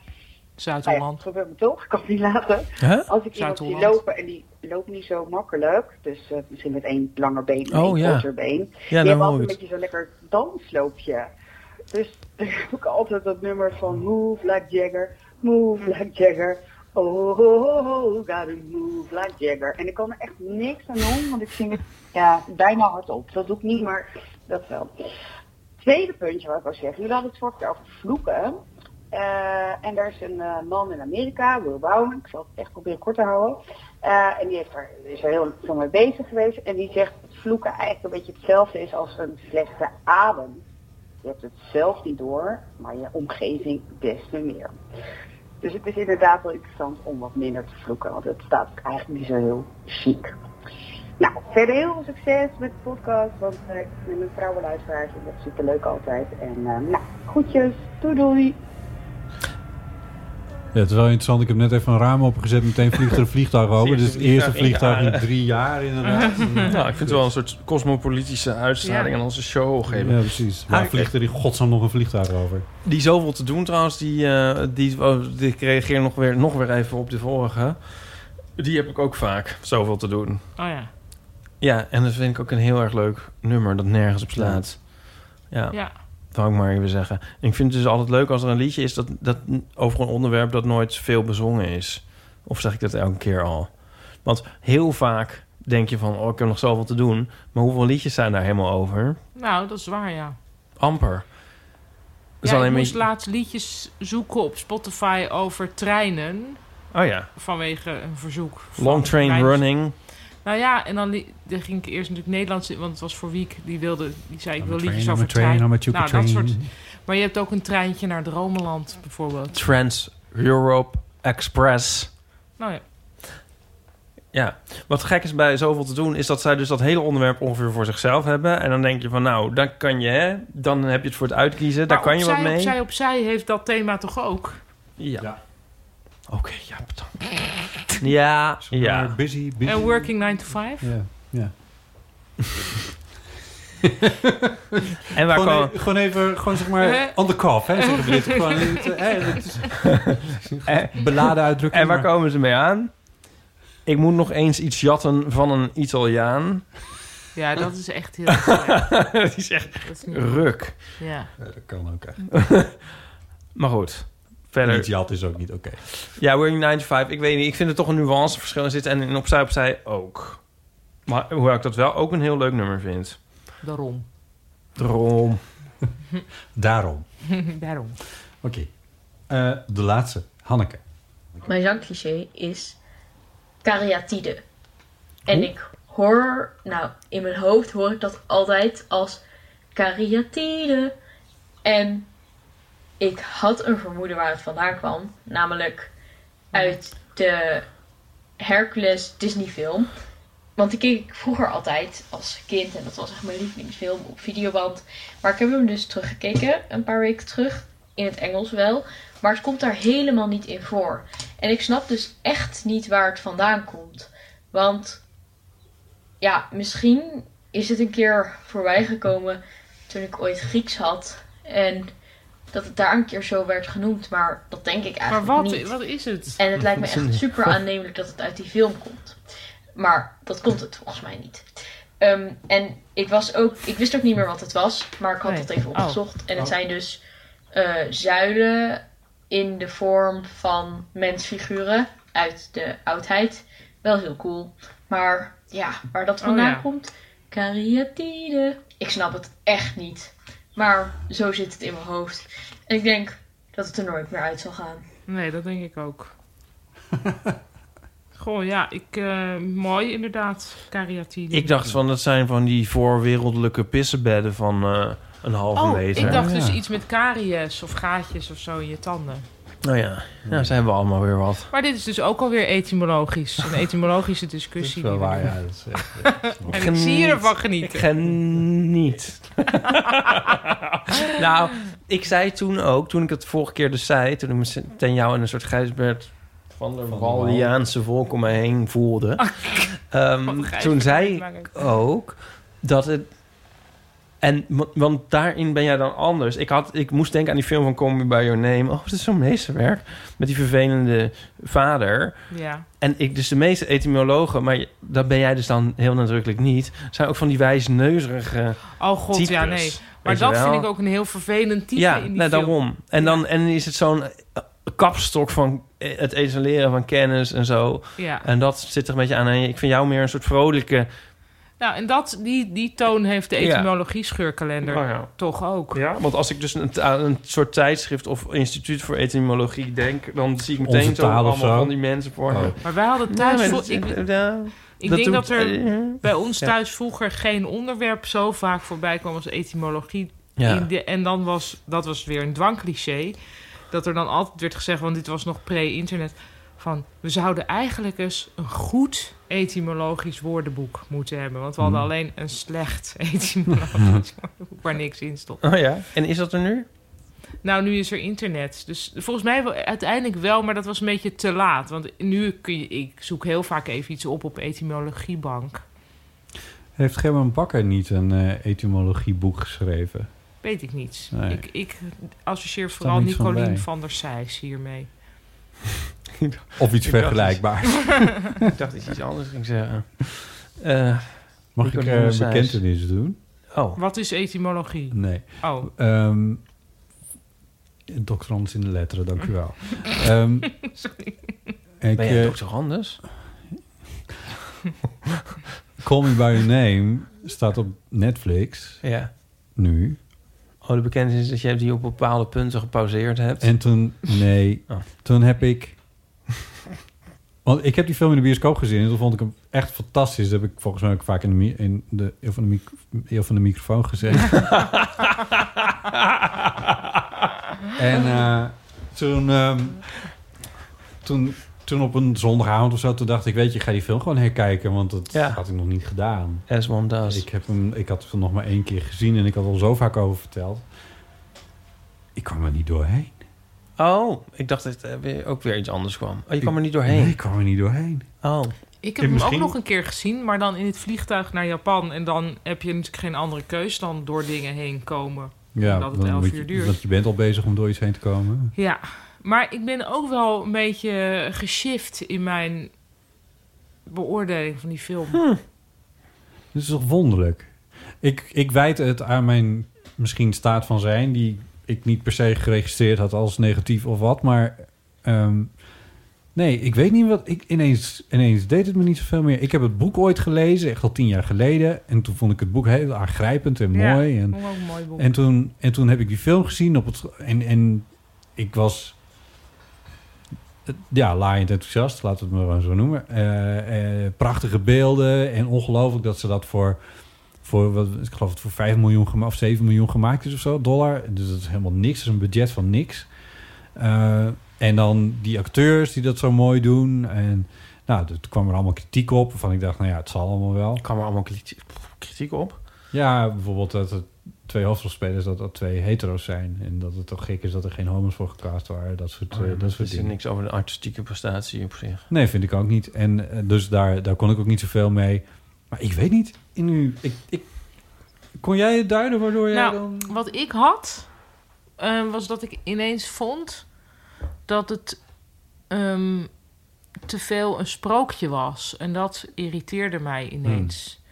Zuid-Holland. Nou ja, het gebeurt me toch, ik kan het niet laten. Huh? Als ik iemand zie Zuid-Holland. lopen en die loopt niet zo makkelijk, dus eh, misschien met één langer been en Oh, één ja. korter Ja, been. die dan hebben hoor ik altijd het. een beetje zo'n lekker dansloopje. Dus daar heb ik altijd dat nummer van Move Like Jagger, Move Like Jagger. Oh, oh, oh, oh, gotta move like Jagger. En ik kan er echt niks aan doen, want ik zing het ja, bijna hardop. Dat doe ik niet, maar dat wel. Tweede puntje wat ik wil zeggen. Jullie hadden het vorige keer over vloeken. Eh, en er is een eh, man in Amerika, Will Bowman. Ik zal het echt proberen kort te houden. Eh, en die heeft er, is er heel lang mee bezig geweest. En die zegt dat vloeken eigenlijk een beetje hetzelfde is als een slechte adem. Je hebt het zelf niet door, maar je omgeving des te meer. Dus het is inderdaad wel interessant om wat minder te vloeken, want het staat ook eigenlijk niet zo heel chic. Nou, verder heel veel succes met de podcast, want eh, ik ben een vrouwenluisteraars en dat is super leuk altijd. En eh, nou, groetjes, doei doei. Ja, het is wel interessant. Ik heb net even een raam opengezet. Meteen vliegt er een vliegtuig over. Dus het eerste vliegtuig in drie jaar inderdaad. Nou, ik vind het wel een soort cosmopolitische uitstraling Ja. aan onze show op een gegeven Ja, moment. precies. Waar Ah, vliegt er in godsnaam nog een vliegtuig over? Die zoveel te doen trouwens, die, eh, die, oh, die- ik reageer nog weer, nog weer even op de vorige. Die heb ik ook vaak, zoveel te doen. Oh ja. Ja, en dat vind ik ook een heel erg leuk nummer dat nergens op slaat. Ja, Ja. dat wou ik maar even zeggen. En ik vind het dus altijd leuk als er een liedje is dat, dat over een onderwerp dat nooit veel bezongen is. Of zeg ik dat elke keer al? Want heel vaak denk je van, oh, ik heb nog zoveel te doen. Maar hoeveel liedjes zijn daar helemaal over? Nou, dat is waar, ja. Amper. Dus ja ik alleen maar- moest laatst liedjes zoeken op Spotify over treinen. Oh ja. Vanwege een verzoek. van Long Train trein- Running. Nou ja, en dan, li- dan ging ik eerst natuurlijk Nederlands in, want het was voor Wiek. Die, wilde, die zei, ik wil train, liedjes I'm a over train, trein. I'm a Nou, tuka dat train. soort. Maar je hebt ook een treintje naar Dromeland, bijvoorbeeld. Trans Europe Express. Nou ja. Ja, wat gek is bij zoveel te doen, is dat zij dus dat hele onderwerp ongeveer voor zichzelf hebben. En dan denk je van, nou, dan kan je, hè? Dan heb je het voor het uitkiezen, daar Maar kan je wat opzij, mee. Opzij, opzij heeft dat thema toch ook? Ja. Oké, ja, bedankt. Ja, ja. Busy, busy. En Working 9 to 5? Ja, ja. En waar Eh? gewoon, kwam- e- gewoon even, gewoon zeg Hè? maar, on the cuff, hè, zeggen we dit. Gewoon, het, eh, hè, het is- beladen uitdrukking, Eh. En waar maar- komen ze mee aan? Ik moet nog eens iets jatten van een Italiaan. Ja, dat is echt heel erg. dat is echt Dat is niet- ruk. Ja. dat kan ook echt. maar goed, verder. Niet jat is ook niet oké. Ja, Working 9 to 5. Ik weet niet. Ik vind er toch een nuanceverschil in zitten. En in opzij opzij ook. Maar hoewel ik dat wel ook een heel leuk nummer vind. Daarom. Daarom. Daarom. Daarom. Oké. Eh, de laatste. Hanneke. Mijn zangcliché is kariatide. En ik hoor, nou, in mijn hoofd hoor ik dat altijd als kariatide. En ik had een vermoeden waar het vandaan kwam, namelijk uit de Hercules Disney film. Want die keek ik vroeger altijd als kind en dat was echt mijn lievelingsfilm op videoband. Maar ik heb hem dus teruggekeken, een paar weken terug, in het Engels wel. Maar het komt daar helemaal niet in voor. En ik snap dus echt niet waar het vandaan komt. Want ja, misschien is het een keer voorbij gekomen toen ik ooit Grieks had. En dat het daar een keer zo werd genoemd, maar dat denk ik Maar eigenlijk wat, niet. wat is het? En het lijkt me echt super aannemelijk dat het uit die film komt. Maar dat komt het volgens mij niet. Ehm, en ik was ook, ik wist ook niet meer wat het was, maar ik had Nee. het even Oh. opgezocht. En het Oh. zijn dus eh, zuilen in de vorm van mensfiguren uit de oudheid. Wel heel cool. Maar ja, waar dat Oh, vandaan ja. komt, kariatide. Ik snap het echt niet. Maar zo zit het in mijn hoofd. En ik denk dat het er nooit meer uit zal gaan. Nee, dat denk ik ook. Goh, ja, ik, eh, mooi inderdaad, kariatide. Ik dacht van, dat zijn van die voorwereldelijke pissenbedden van eh, een halve Oh, meter. ik dacht ja. dus iets met karies of gaatjes of zo in je tanden. Nou ja, nou zijn we allemaal weer wat. Maar dit is dus ook alweer etymologisch. Een etymologische discussie. Dat is wel die we waar, doen. ja, dat is echt- en ik zie je ervan genieten. Ik geniet. nou, ik zei toen ook, toen ik het vorige keer dus zei... toen ik me ten jou en een soort Gijsbert van der Walliaanse volk om mij heen voelde... ehm, Gijsbert toen zei ik maakt het. ook dat het... En, wa- want daarin ben jij dan anders. Ik, had, ik moest denken aan die film van Call Me By Your Name. Oh, dat is zo'n meesterwerk. Met die vervelende vader. Ja. En ik, dus de meeste etymologen, maar je- dat ben jij dus dan heel nadrukkelijk niet, zijn ook van die wijsneuzerige. Oh god, types, ja, nee. Maar weet je dat wel? vind ik ook een heel vervelend type Ja, in die nou, film. daarom. En dan en is het zo'n eh, kapstok van eh, het etaleren van kennis en zo. Ja. En dat zit er een beetje aan. En ik vind jou meer een soort vrolijke... Nou, en dat, die, die toon heeft de Ja. etymologie-scheurkalender Oh ja. toch ook. Ja, want als ik dus een, aan een soort tijdschrift of instituut voor etymologie denk... dan zie ik Onze meteen zo taal of allemaal zo. van die mensen voor me. Oh. Maar wij hadden thuis... Nee, maar vro- dat- ik ik dat denk doet- dat er eh, bij ons ja. thuis vroeger geen onderwerp zo vaak voorbij kwam als etymologie. Ja. In de, en dan was, dat was weer een dwangcliché, dat er dan altijd werd gezegd, want dit was nog pre-internet, van we zouden eigenlijk eens een goed etymologisch woordenboek moeten hebben. Want we hadden Hmm. alleen een slecht etymologisch woordenboek waar niks in stond. Oh ja, en is dat er nu? Nou, nu is er internet. Dus volgens mij wel- uiteindelijk wel, maar dat was een beetje te laat. Want nu kun je... Ik zoek heel vaak even iets op op etymologiebank. Heeft Gerben Bakker niet een eh, etymologieboek geschreven? Weet ik niet. Nee. Ik, ik associeer vooral niets van Nicolien bij. van, der Sijs hiermee. Of iets Ik dacht- vergelijkbaars. ik dacht dat je iets anders ging zeggen. Eh, Mag ik Nicoline eh Sijs. bekentenissen doen? Oh. Wat is etymologie? Nee. Oh. Ehm, doctorandus in de letteren, dank u wel. Ehm, Ben ik, jij eh, doctorandus? Call Me By Your Name staat op Netflix. Ja. Nu. Oh, de bekend is dat je die op bepaalde punten gepauzeerd hebt. En toen, nee, Oh. toen heb ik... Want ik heb die film in de bioscoop gezien en toen vond ik hem echt fantastisch. Dat heb ik volgens mij ook vaak in de, mi- in de eeuw, van de mic- eeuw van de microfoon gezegd. en eh, toen, ehm, toen, toen op een zondagavond of zo, toen dacht ik, weet je, ik ga die film gewoon herkijken, want dat had ik nog niet gedaan. As one does. Ik, heb hem, ik had hem nog maar één keer gezien en ik had al zo vaak over verteld. Ik kwam er niet doorheen. Oh, ik dacht dat er weer- ook weer iets anders kwam. Oh, je kwam er niet Nee, doorheen. ik kwam er niet doorheen. Oh. Ik heb hem ook nog een keer gezien, maar dan in het vliegtuig naar Japan. En dan heb je natuurlijk geen andere keus dan door dingen heen komen. Ja, omdat het dan elf moet uur je, duurt. Want je bent al bezig om door iets heen te komen. Ja, maar ik ben ook wel een beetje geshift in mijn beoordeling van die film. Dat is toch wonderlijk? Ik, ik wijd het aan mijn misschien staat van zijn, die ik niet per se geregistreerd had als negatief of wat. Maar ehm, nee, ik weet niet wat. Ik, ineens, ineens deed het me niet zoveel meer. Ik heb het boek ooit gelezen, echt al tien jaar geleden. En toen vond ik het boek heel aangrijpend en Ja, mooi. En, vond ik ook een mooi boek. En toen, en toen heb ik die film gezien op het. En, en ik was. Eh, Ja, laaiend enthousiast, laten we het maar gewoon zo noemen. Eh, eh, prachtige beelden en ongelooflijk dat ze dat voor, voor wat, ik geloof het voor 5 miljoen gema- of 7 miljoen gemaakt is of zo, dollar. Dus dat is helemaal niks, dat is een budget van niks. Eh, en dan die acteurs die dat zo mooi doen. En nou, er kwam er allemaal kritiek op, waarvan ik dacht, nou ja, het zal allemaal wel. Kwam er allemaal kritiek, op? Ja, bijvoorbeeld dat er twee hoofdrolspelers, dat dat twee hetero's zijn. En dat het toch gek is dat er geen homo's voor gecast waren. Dat soort, eh, dat er soort Oh is dingen. niks over de artistieke prestatie op zich. Nee, vind ik ook niet. En eh, dus daar, daar kon ik ook niet zoveel mee. Maar ik weet niet. In u, ik, ik, kon jij het duiden waardoor jij nou, dan... wat ik had, eh, was dat ik ineens vond dat het ehm, te veel een sprookje was. En dat irriteerde mij ineens. Hmm.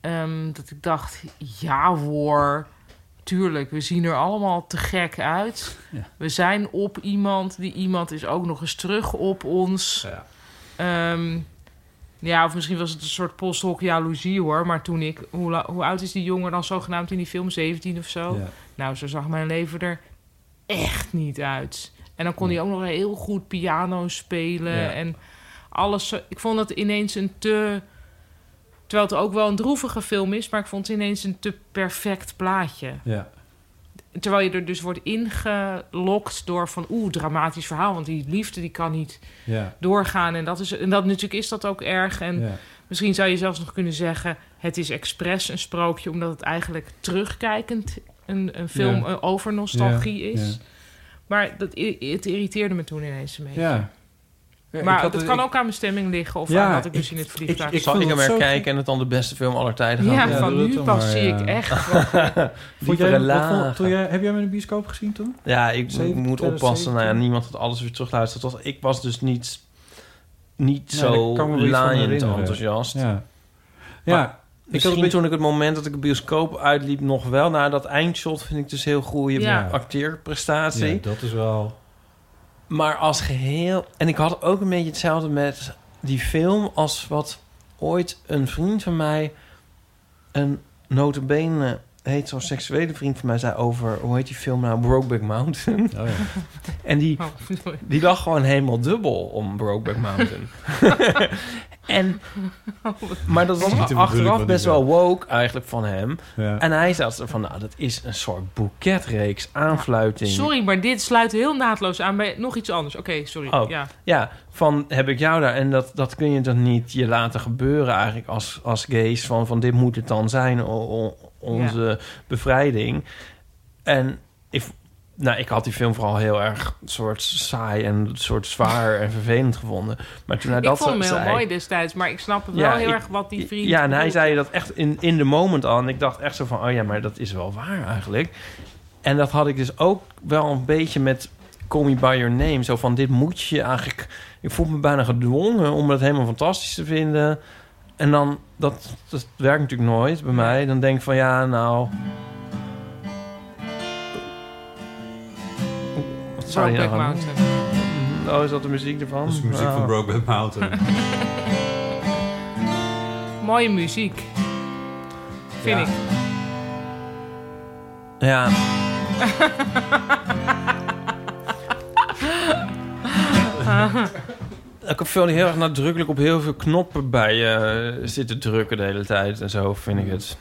Ehm, dat ik dacht, ja hoor, tuurlijk, we zien er allemaal te gek uit. Ja. We zijn op iemand, die iemand is ook nog eens terug op ons. Ehm, Ja. ja, of misschien was het een soort posthoc jaloezie hoor. Maar toen ik, hoe, la- hoe oud is die jongen dan zogenaamd in die film? 17 of zo? Ja. Nou, zo zag mijn leven er echt niet uit. En dan kon hij ook nog heel goed piano spelen Ja. en alles. zo- Ik vond het ineens een te. Terwijl het ook wel een droevige film is, maar ik vond het ineens een te perfect plaatje. Ja. Terwijl je er dus wordt ingelokt door van oeh, dramatisch verhaal. Want die liefde die kan niet Ja. doorgaan. En dat is en dat natuurlijk is dat ook erg. En Ja. misschien zou je zelfs nog kunnen zeggen, het is expres een sprookje, omdat het eigenlijk terugkijkend een, een film Ja. eh, over nostalgie Ja, is. ja. Maar dat, i- het irriteerde me toen ineens een beetje. Ja. Ja, ik maar had dat het- kan ik- ook aan mijn stemming liggen of Ja, aan dat ik dus ik- in het vliegtuig Ik, zal ik hem weer kijken en het dan de beste film aller tijden gaan Ja, vinden. van doe nu dat dan pas maar, zie ja. ik echt. Vond jij, Diepere wat vond- lagen. toen jij, heb jij hem in de bioscoop gezien toen? Ja, ik Zeven- moet 2017? oppassen. Nou ja, niemand had alles weer terugluisterd. Dat was- Ik was dus niet, niet Nee, zo daar kan ik me niet van laaiend herinneren. enthousiast. Ja. Maar Ja, ik had een misschien beetje- toen ik het moment dat ik de bioscoop uitliep nog wel. Nou, naar dat eindshot vind ik dus heel goede Ja. acteerprestatie. Ja, dat is wel... Maar als geheel... En ik had ook een beetje hetzelfde met die film... als wat ooit een vriend van mij... een notabene heteroseksuele vriend van mij zei over... hoe heet die film nou? Brokeback Oh, Mountain. en die, die lag gewoon helemaal dubbel om Brokeback Mountain. en, maar dat Ziet was hem achteraf natuurlijk best wel wel niet, woke eigenlijk van hem. Ja. En hij zei altijd van... nou, dat is een soort boeketreeks, aanfluiting. Sorry, maar dit sluit heel naadloos aan bij nog iets anders. Oké, sorry. Oh, Ja. ja. van heb ik jou daar. En dat, dat kun je dan niet je laten gebeuren eigenlijk als, als gays. Van, van dit moet het dan zijn, o- o- onze bevrijding. En ik, nou, ik had die film vooral heel erg soort saai en soort zwaar en vervelend gevonden. Maar toen hij ik Nou, dat vond hem heel zei, mooi destijds, maar ik snap wel heel ik- erg wat die vriend... Ja, en hij bedoelt. zei dat echt in, in de moment al. En ik dacht echt zo van, oh ja, maar dat is wel waar eigenlijk. En dat had ik dus ook wel een beetje met Call Me By Your Name. Zo van, dit moet je eigenlijk... Ik voel me bijna gedwongen om dat helemaal fantastisch te vinden. En dan, dat, dat werkt natuurlijk nooit bij mij. Dan denk ik van, ja, nou... Wat zou je Brokeback nou gaan doen? Mountain. Oh, is dat de muziek ervan? Dat is de muziek van Ah. Brokeback Mountain. Mooie muziek. Vind ik. Ja. Ik heb veel die heel erg nadrukkelijk op heel veel knoppen bij je zitten drukken de hele tijd. En zo vind Mm. ik het.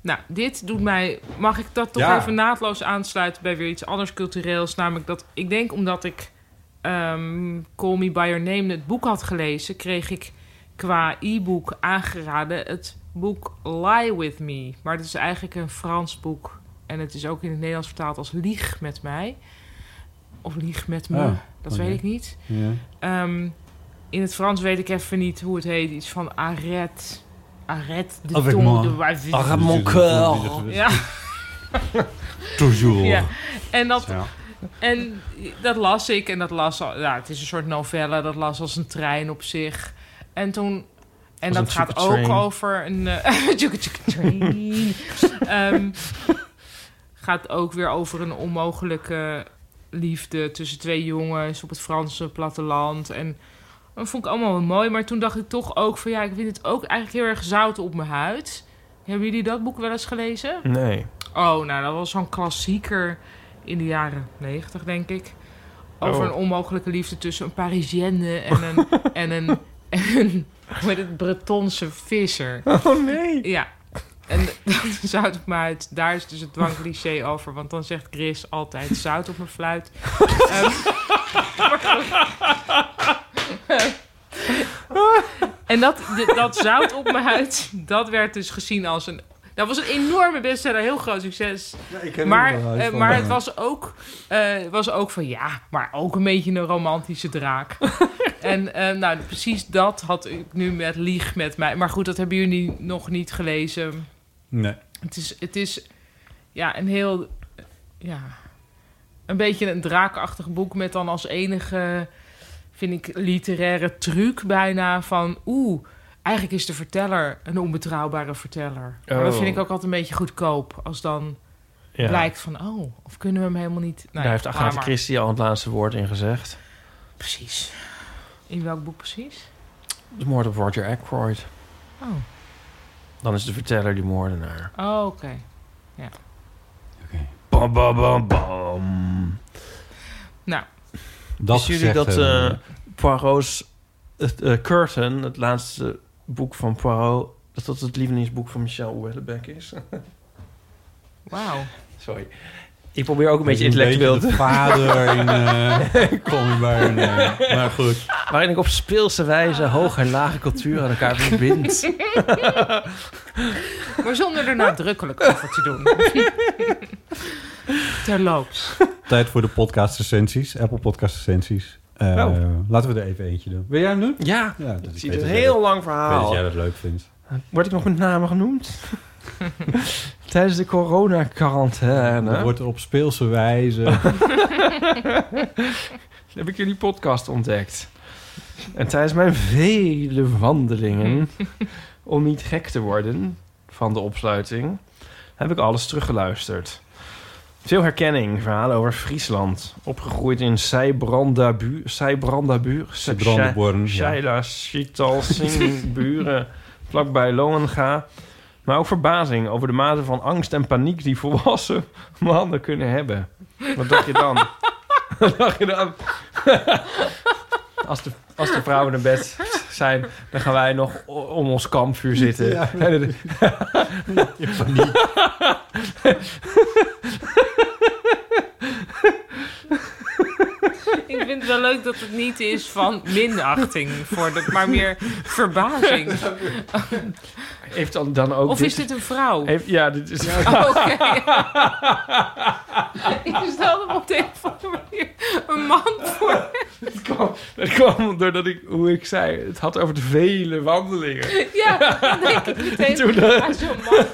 Nou, dit doet mij. Mag ik dat toch Ja. even naadloos aansluiten bij weer iets anders cultureels? Namelijk dat ik denk omdat ik ehm Call Me By Your Name het boek had gelezen, kreeg ik qua e-book aangeraden het boek Lie With Me. Maar dat is eigenlijk een Frans boek. En het is ook in het Nederlands vertaald als Lieg met mij. Of Lieg met me. Ah, dat oké. weet ik niet. Ja. Ehm, in het Frans weet ik even niet hoe het heet. Iets van arrête. Arrête de Avec tong moi. de wa- Arrête mon cœur. Ja. Toujours. Ja. En dat, Ja. en dat las ik. En dat las al, ja, het is een soort novelle. Dat las als een trein op zich. En toen... En Als dat een gaat super ook train. over een... eh, tjoeke tjoeke train. Ehm, gaat ook weer over een onmogelijke liefde tussen twee jongens op het Franse platteland. En dat vond ik allemaal wel mooi. Maar toen dacht ik toch ook van ja, ik vind het ook eigenlijk heel erg zout op mijn huid. Hebben jullie dat boek wel eens gelezen? Nee. Oh, nou, dat was zo'n klassieker in de jaren negentig, denk ik. Over Oh. een onmogelijke liefde tussen een Parisienne en een... en een, en een met het Bretonse visser. Oh, nee. Ja. En dat zout op mijn huid. Daar is dus het dwangcliché over. Want dan zegt Chris altijd zout op mijn fluit. Ehm, en dat, de- dat zout op mijn huid, dat werd dus gezien als een... Dat was een enorme bestseller, heel groot succes. ik ken maar, hem wel, hij is eh, van maar mij. het was ook, eh, was ook van ja, maar ook een beetje een romantische draak. en eh, nou, precies dat had ik nu met Lieg met mij. Maar goed, dat hebben jullie nog niet gelezen. Nee. Het is, het is ja, een heel. Ja, een beetje een draakachtig boek met dan als enige, vind ik, literaire truc bijna van. Oeh, eigenlijk is de verteller een onbetrouwbare verteller. Maar dat Oh. vind ik ook altijd een beetje goedkoop als dan. Ja. Blijkt van, oh, of kunnen we hem helemaal niet... Nou ja, Daar heeft laat Agatha maar. Christie al het laatste woord in gezegd. Precies. In welk boek precies? De moord op Roger Ackroyd. Oh, Dan is de verteller die moordenaar. oh oké. Ja. Bam, bam, bam, bam. Nou. Dat Wisten jullie dat gezegd eh hebben. Poirot's het, eh, Curtain, het laatste boek van Poirot, dat dat het lievelingsboek van Michel Houellebecq is? Wauw. Sorry. Ik probeer ook een beetje Dat is een intellectueel beetje te- de vader in, eh, Call Me By Your Name. eh, Maar goed. Waarin ik op speelse wijze hoge en lage cultuur aan elkaar verbind. maar zonder er nadrukkelijk over te doen. Terloops. Tijd voor de podcast recensies. Apple podcast recensies. Eh, Oh. Laten we er even eentje doen. Wil jij hem doen? Ja, ja dat ik is zie beter het zo. een heel lang Ik verhaal. weet dat jij dat leuk vindt. Word ik nog met namen genoemd? Tijdens de corona-quarantaine. Dat wordt er op speelse wijze. heb ik jullie podcast ontdekt. En tijdens mijn vele wandelingen om niet gek te worden van de opsluiting, heb ik alles teruggeluisterd. Veel herkenning. Verhalen over Friesland. Opgegroeid in Seibrandabuur. Seibrandabuur. Seibrandenborn, ja. Seila, Schietal, Singburen. Vlakbij Lohenga. Maar ook verbazing over de mate van angst en paniek die volwassen mannen kunnen hebben. Wat dacht je dan? Wat dacht je dan? Als de, als de vrouwen naar bed zijn, dan gaan wij nog o- om ons kampvuur zitten. Ja. En dan- Ik vind het wel leuk dat het niet is van minachting voor de, maar meer verbazing. Heeft dan, dan ook Of is dit een vrouw? Heeft- ja, dit is... Oh, Oké. Ik stelde hem op de een of andere manier een man voor. Dat kwam doordat ik, hoe ik zei, het had over de vele wandelingen. Ja, dan denk ik meteen Toen, eh, aan zo'n man.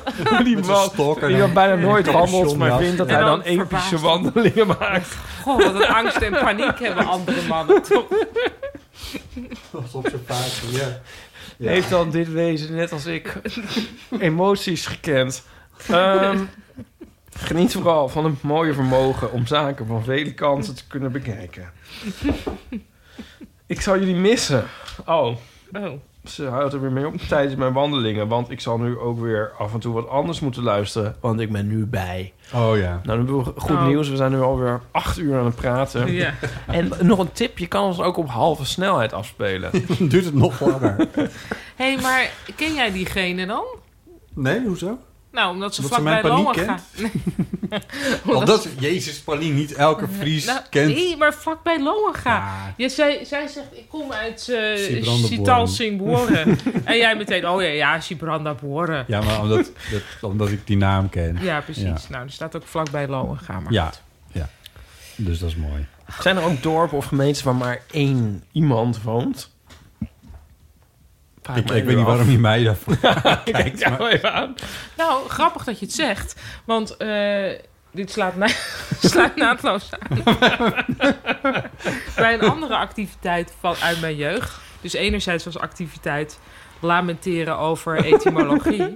Die man, die dan bijna nooit wandelt, maar vindt dat En hij dan dan epische wandelingen maakt. Goh, wat een angst en paniek hebben andere mannen toch? Als op zijn paard, ja. Ja. Heeft dan dit wezen, net als ik, emoties gekend. Ehm, geniet vooral van het mooie vermogen om zaken van vele kanten te kunnen bekijken. Ik zal jullie missen. Oh. Ze houdt er weer mee op tijdens mijn wandelingen. Want ik zal nu ook weer af en toe wat anders moeten luisteren. Want ik ben nu bij. Oh ja. Nou, dan hebben we goed Oh. nieuws. We zijn nu alweer acht uur aan het praten. Ja. En nog een tip. Je kan ons ook op halve snelheid afspelen. Duurt het nog langer? Hé, hey, maar ken jij diegene dan? Nee, hoezo? Nou, omdat ze Omdat ze vlakbij mijn Lohen paniek gaat. Nee. Want dat is, Jezus, Pauline, niet elke Fries Nou, kent. Nee, maar vlakbij Lohenga. Ja, zij, zij zegt, ik kom uit eh Sibrandenborn. Sital Singboren. en jij meteen, oh ja, ja, Sibrandaboren. Ja, maar omdat, dat, omdat ik die naam ken. Ja, precies. Ja, Nou, er staat ook vlakbij Lohenga. Maar ja. ja. Dus dat is mooi. Zijn er ook dorpen of gemeenten waar maar één iemand woont? Vraag Ik, mij ik nu weet niet af. waarom je mij daarvoor Kijk kijkt. jou maar- even aan. Nou, grappig dat je het zegt. Want eh, dit slaat, na slaat naadloos aan. Bij een andere activiteit van, uit mijn jeugd. Dus enerzijds was activiteit lamenteren over etymologie.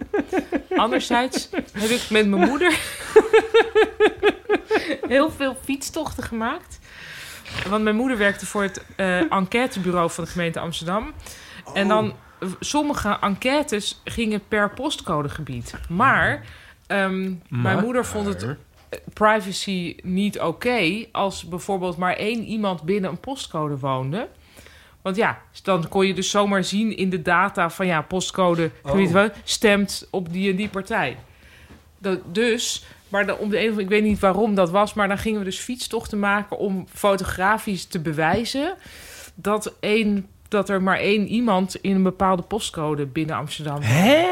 Anderzijds heb ik met mijn moeder heel veel fietstochten gemaakt. Want mijn moeder werkte voor het eh, enquêtebureau van de gemeente Amsterdam. En dan eh, sommige enquêtes gingen per postcodegebied. Maar, ehm, mijn moeder vond het eh, privacy niet oké als bijvoorbeeld maar één iemand binnen een postcode woonde. Want ja, dan kon je dus zomaar zien in de data van ja, postcode gebied Oh. wel, stemt op die en die partij. Dat, dus, maar dan, om de een of, ik weet niet waarom dat was, maar dan gingen we dus fietstochten maken om fotografisch te bewijzen dat, één, dat er maar één iemand in een bepaalde postcode binnen Amsterdam. Hè?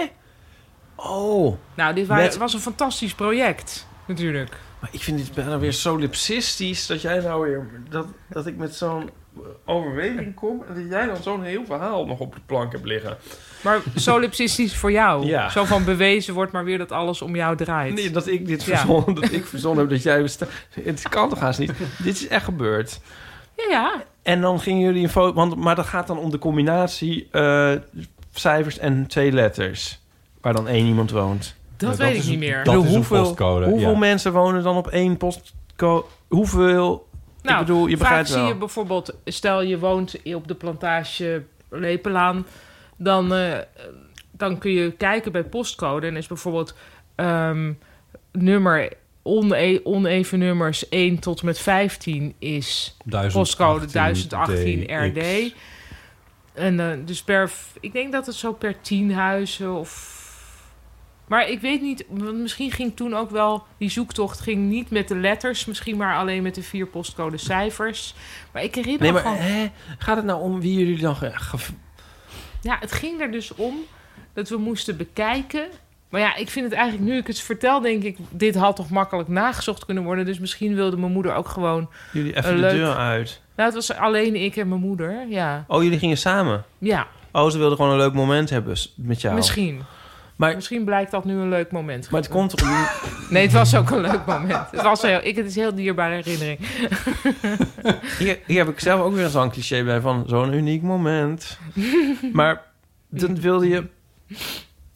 Oh. Nou, dit waren, Met- was een fantastisch project, natuurlijk. Maar ik vind dit bijna weer solipsistisch dat jij nou weer... Dat, dat ik met zo'n eh, overweging kom en dat jij dan zo'n heel verhaal nog op de plank hebt liggen. Maar solipsistisch voor jou. Ja. Zo van bewezen wordt maar weer dat alles om jou draait. Nee, dat ik dit Ja. verzonnen, dat ik verzonnen heb dat jij... besta- Het kan toch haast niet? Dit is echt gebeurd. Ja, ja. En dan gingen jullie een foto... Want, maar dat gaat dan om de combinatie eh, cijfers en twee letters. Waar dan één iemand woont. Dat weet ik niet meer. Ik bedoel, hoeveel, Hoeveel mensen wonen dan op één postcode? Hoeveel... ik bedoel, je Nou, vaak begrijpt zie wel. je bijvoorbeeld, stel je woont op de plantage Lepelaan, dan, eh, dan kun je kijken bij postcode en is bijvoorbeeld ehm, nummer one, oneven nummers 1 tot en met 15 is 1018 postcode 1018 RD. DX. En eh, dus per, ik denk dat het zo per 10 huizen of maar ik weet niet, want misschien ging toen ook wel... die zoektocht ging niet met de letters... misschien maar alleen met de vier postcode cijfers. Maar ik herinner Nee, me maar gewoon... hè, gaat het nou om wie jullie dan... ge- ge- Ja, het ging er dus om dat we moesten bekijken... Maar ja, ik vind het eigenlijk, nu ik het vertel, denk ik... dit had toch makkelijk nagezocht kunnen worden. Dus misschien wilde mijn moeder ook gewoon... Jullie een even de leuk- deur uit. Nou, het was alleen ik en mijn moeder, ja. Oh, jullie gingen samen? Ja. Oh, ze wilden gewoon een leuk moment hebben s- met jou. Misschien. Maar- Misschien blijkt dat nu een leuk moment. Maar het komt toch Nee, het was ook een leuk moment. Het, was heel, ik, het is een heel dierbare herinnering. Hier, hier heb ik zelf ook weer zo'n cliché bij van zo'n uniek moment. Maar dan wilde je...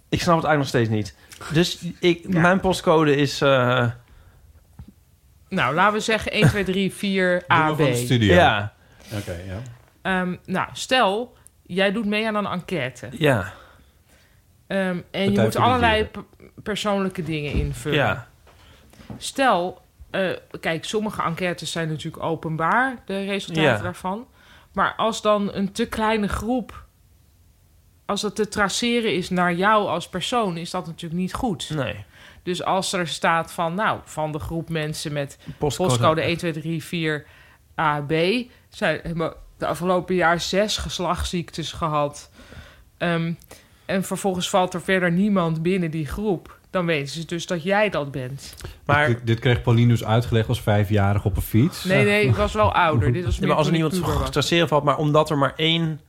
Ik snap het eigenlijk nog steeds niet. Dus ik, mijn postcode is... eh, Nou, laten we zeggen 1, 2, 3, 4, A, B. van de studio. Ja. Oké, ja. Ehm, nou, stel, jij doet mee aan een enquête. Ja. Ehm, en je Partij moet voor de allerlei pe- persoonlijke dingen invullen. Ja. Stel, eh, kijk, sommige enquêtes zijn natuurlijk openbaar, de resultaten Ja. daarvan. Maar als dan een te kleine groep, als dat te traceren is naar jou als persoon, is dat natuurlijk niet goed. Nee. Dus als er staat van, nou, van de groep mensen met Postcode. postcode, 1234 AB, zijn hebben de afgelopen jaar zes geslachtsziektes gehad. Ehm, en vervolgens valt er verder niemand binnen die groep. Dan weten ze dus dat jij dat bent. Maar... Dit, dit kreeg Pauline dus uitgelegd als vijfjarig op een fiets. Nee, nee, ik was wel ouder. Dit was Ja, meer maar als er toen ik iemand puber was. traceren valt, maar omdat er maar één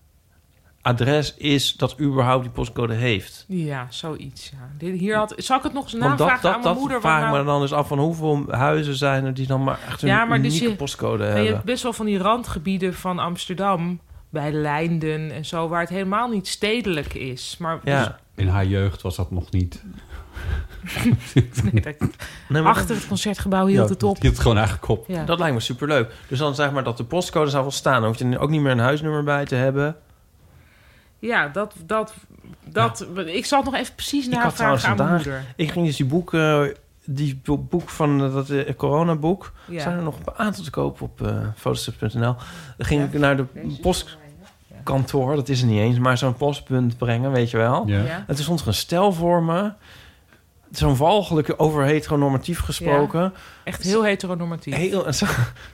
adres is dat überhaupt die postcode heeft. Ja, zoiets. Ja. Dit, hier had, zal ik het nog eens Want dat, navragen Nou, aan dat, mijn dat moeder? wat vraag ik nou- me dan dus af van hoeveel huizen zijn er die dan maar echt een Ja, maar dus unieke je- postcode Maar Je eh, hebben. hebt best wel van die randgebieden van Amsterdam, bij Leinden en zo, waar het helemaal niet stedelijk is. Maar dus Ja. Dus In haar jeugd was dat nog niet. nee, dat- Nee, maar achter dat- het concertgebouw hield Ja, het op. Je hebt het gewoon eigenlijk op. Ja. Dat lijkt me superleuk. Dus dan zeg maar dat de postcode zou wel staan. Dan hoef je er ook niet meer een huisnummer bij te hebben. Ja, dat, dat, dat, ik zal het nog even precies Ik had trouwens navragen aan mijn vandaag- moeder. Ik ging dus die boek, eh, die bo- boek van eh, dat eh, coronaboek. Ja. Zijn er nog een aantal te koop op eh fotostrips.nl. Dan ging ik naar de postkantoor, dat is er niet eens, maar zo'n postpunt brengen, weet je wel. Ja. Ja. En toen stond er een stel voor me. Zo'n walgelijke over heteronormatief gesproken. Ja. Echt heel heteronormatief. Heel, zo-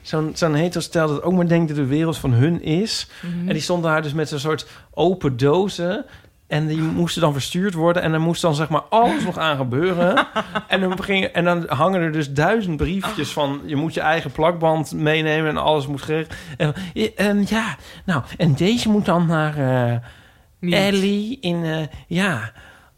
zo'n zo'n hetero stel dat ook maar denkt dat de wereld van hun is. Mhm. En die stonden daar dus met zo'n soort open dozen. En die moesten dan verstuurd worden. En dan moest dan zeg maar alles nog aan gebeuren. En dan, ging, en dan hangen er dus duizend briefjes van... je moet je eigen plakband meenemen en alles moet geregeld. En, en ja, nou, en deze moet dan naar Niet. eh Ellie in... eh, ja,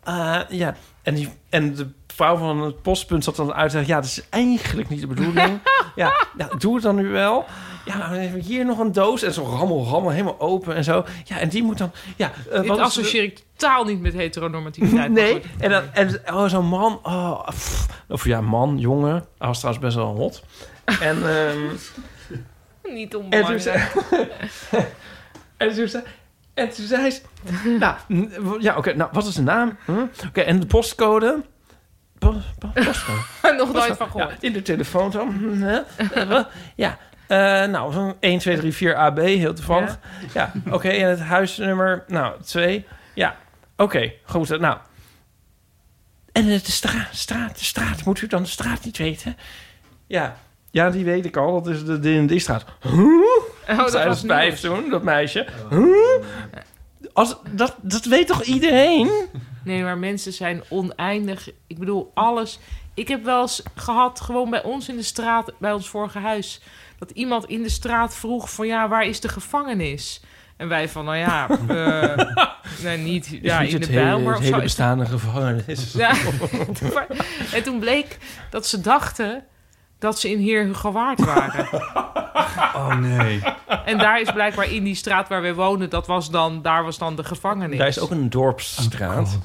eh, ja. En, die, en de vrouw van het postpunt zat dan uit te zeggen... ja, dat is eigenlijk niet de bedoeling. ja, nou, doe het dan nu wel. Ja, dan hebben we hier nog een doos. En zo rammel, rammel, helemaal open en zo. Ja, en die moet dan... Ja, eh, Dit wat is- associeer ik totaal niet met heteronormativiteit. maar Nee, goed. en, dan, en oh, zo'n man. Oh, pff. of ja, man, jongen. Hij was trouwens best wel hot. En, ehm Niet en toen, onbelangrijk. zei, en, toen zei, en toen zei ze... Nou, n- ja, oké, nou, wat is de naam? Hm? Oké, en de postcode? Po- po- postcode. Nog nooit van Ja, in de telefoon zo. hm, hè? Eh, wat? ja, eh, nou, zo'n 1, 2, 3, 4 AB, heel toevallig. Ja, oké, en het huisnummer, nou, 2. Ja, oké, goed, nou. En eh, de straat, straat, de straat, moet u dan de straat niet weten? Ja, ja die weet ik al, dat is de D&D-straat. Oh, dat dat Zij was was vijf nieuws. toen, dat meisje. Huh? Als, dat, dat weet toch iedereen? Nee, maar mensen zijn oneindig. Ik bedoel, alles. Ik heb wel eens gehad, gewoon bij ons in de straat, bij ons vorige huis, dat iemand in de straat vroeg van ja, waar is de gevangenis? En wij van, nou ja, eh, nee, niet ja, Is niet in de het hele- Bijlmer het of hele zo. Is- bestaande gevangenis. Ja. en toen bleek dat ze dachten dat ze in Heer Hugo Waard waren. Oh nee. En daar is blijkbaar in die straat waar wij wonen, dat was dan, daar was dan de gevangenis. Daar is ook een dorpsstraat.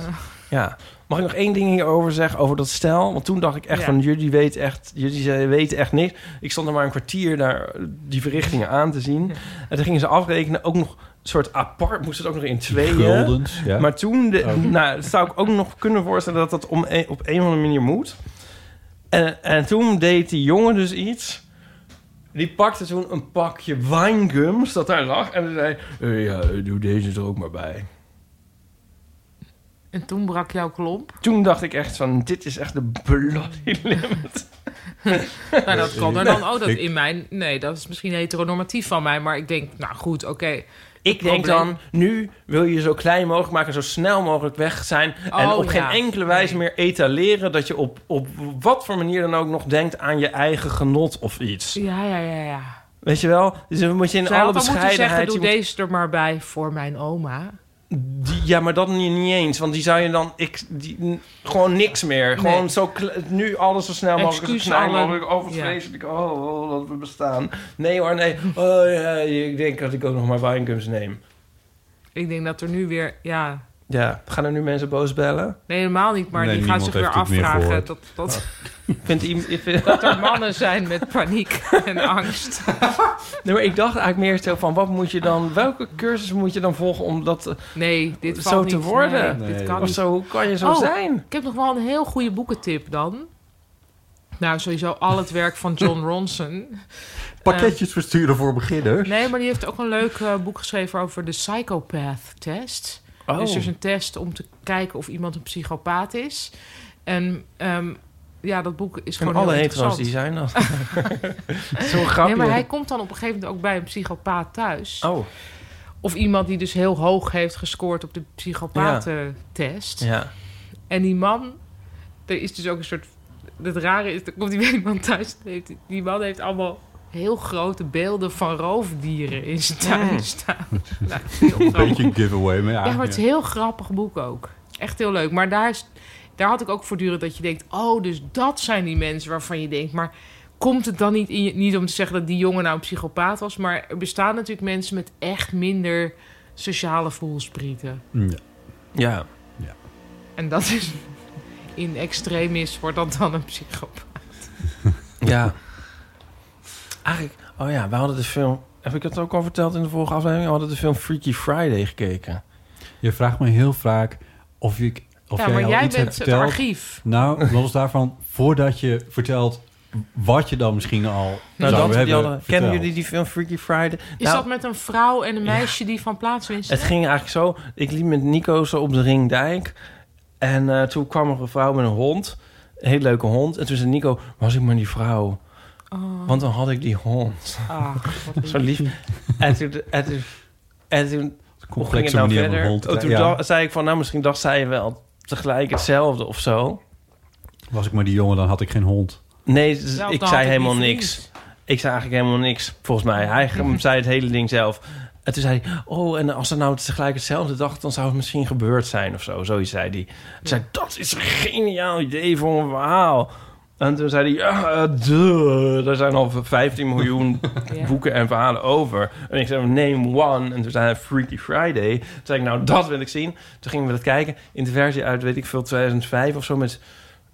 ja. Mag ik nog één ding hierover zeggen, over dat stijl? Want toen dacht ik echt Ja. van, jullie weten echt, jullie ze- weten echt niks. Ik stond er maar een kwartier daar die verrichtingen aan te zien. En toen gingen ze afrekenen, ook nog een soort apart, moest het ook nog in tweeën. Guldens, ja. Maar toen, de, Oh. nou, dat zou ik ook nog kunnen voorstellen dat dat om een- op een of andere manier moet. En, en toen deed die jongen dus iets. Die pakte toen een pakje winegums dat daar lag. En zei, eh, ja, doe deze er ook maar bij. En toen brak jouw klomp. Toen dacht ik echt van, dit is echt de bloody limit. nou, dat kan er dan ook dat Ik- in mijn... Nee, dat is misschien heteronormatief van mij, maar ik denk, nou goed, oké. Ik denk dan, nu wil je zo klein mogelijk maken, zo snel mogelijk weg zijn. en Oh, op ja. geen enkele wijze meer etaleren dat je op, op wat voor manier dan ook nog denkt aan je eigen genot of iets. Ja, ja, ja, ja. Weet je wel? Dus dan moet je in Zou je alle dan moeten zeggen, bescheidenheid... doe je moet- deze er maar bij voor mijn oma. die- ja, maar dat niet, niet eens. Want die zou je dan... Ik, die, n- gewoon niks meer. Gewoon zo kle- nu alles zo snel mogelijk, Excuus zo klein allen. mogelijk. Oh, wat Ja. vreselijk. Oh, oh, dat we bestaan. Nee hoor, nee. Oh, ja, ik denk dat ik ook nog maar winegums neem. Ik denk dat er nu weer, ja... Ja, gaan er nu mensen boos bellen? Nee, helemaal niet, maar die gaan zich weer afvragen dat, dat, Vindt iemand, dat er mannen zijn met paniek en angst. Nee, maar ik dacht eigenlijk meer zo van, wat moet je dan, welke cursus moet je dan volgen om dat eh, Nee, dit zo valt te niet. worden? Nee, dit kan of niet. zo, hoe kan je zo Oh, zijn? Ik heb nog wel een heel goede boekentip dan. Nou, sowieso al het werk van John Ronson. Pakketjes versturen voor Eh, beginners. nee, maar die heeft ook een leuk eh, boek geschreven over de psychopath-test. Oh. Dus er is een test om te kijken of iemand een psychopaat is. En ehm, ja, dat boek is En gewoon alle heel hetero's interessant. die zijn dat. Zo'n grapje. Nee, maar hij komt dan op een gegeven moment ook bij een psychopaat thuis. Oh. Of iemand die dus heel hoog heeft gescoord op de psychopatentest. Ja. En die man, er is dus ook een soort... Het rare is, dan komt die weekman thuis. dan heeft die- Die man heeft allemaal heel grote beelden van roofdieren in zijn tuin Mm. staan. Een beetje een giveaway, maar ja. Ja, maar het is een heel grappig boek ook. Echt heel leuk. Maar daar, is, daar had ik ook voortdurend dat je denkt... oh, dus dat zijn die mensen waarvan je denkt... maar komt het dan niet, in je- niet om te zeggen dat die jongen nou een psychopaat was... maar er bestaan natuurlijk mensen met echt minder sociale voelsprieten. Ja. En dat is... in extremis wordt dat dan een psychopaat. Ja. Eigenlijk, oh ja, we hadden de film... Heb ik het ook al verteld in de vorige aflevering? We hadden de film Freaky Friday gekeken. Nou, Je vraagt me heel vaak of ik of Ja, jij maar al jij iets bent hebt het verteld. archief. Nou, los daarvan, voordat je vertelt wat je dan misschien al zou Nou, dat, die hebben hadden, verteld. kennen jullie die film Freaky Friday? Is Nou, dat met een vrouw en een meisje die van plaats wisten? Het ging eigenlijk zo. Ik liep met Nico zo op de Ringdijk. En eh, toen kwam er een vrouw met een hond. Een hele leuke hond. En toen zei Nico, was ik maar die vrouw. Oh. Want dan had ik die hond. Ah, wat lief. zo lief. En toen... En toen, en toen hoe ging het complexe nou manier om verder? een hond te Oh, toen krijgen. Ja. dacht- zei ik van, nou misschien dacht zij wel tegelijk hetzelfde of zo. Was ik maar die jongen, dan had ik geen hond. Nee, dus Ja, of ik dan zei had ik helemaal niet niks. Ik zei eigenlijk helemaal niks, volgens mij. Hij zei het hele ding zelf. En toen zei hij, oh, en als ze nou tegelijk hetzelfde dacht... dan zou het misschien gebeurd zijn of zo. Zoiets zei hij. Toen zei ik, dat is een geniaal idee voor een verhaal. En toen zei hij, ja, eh, duh, er zijn al 15 miljoen boeken en verhalen over. En ik zei, name one. En toen zei hij, Freaky Friday. Toen zei ik, nou, dat wil ik zien. Toen gingen we dat kijken. In de versie uit, weet ik veel, 2005 of zo... met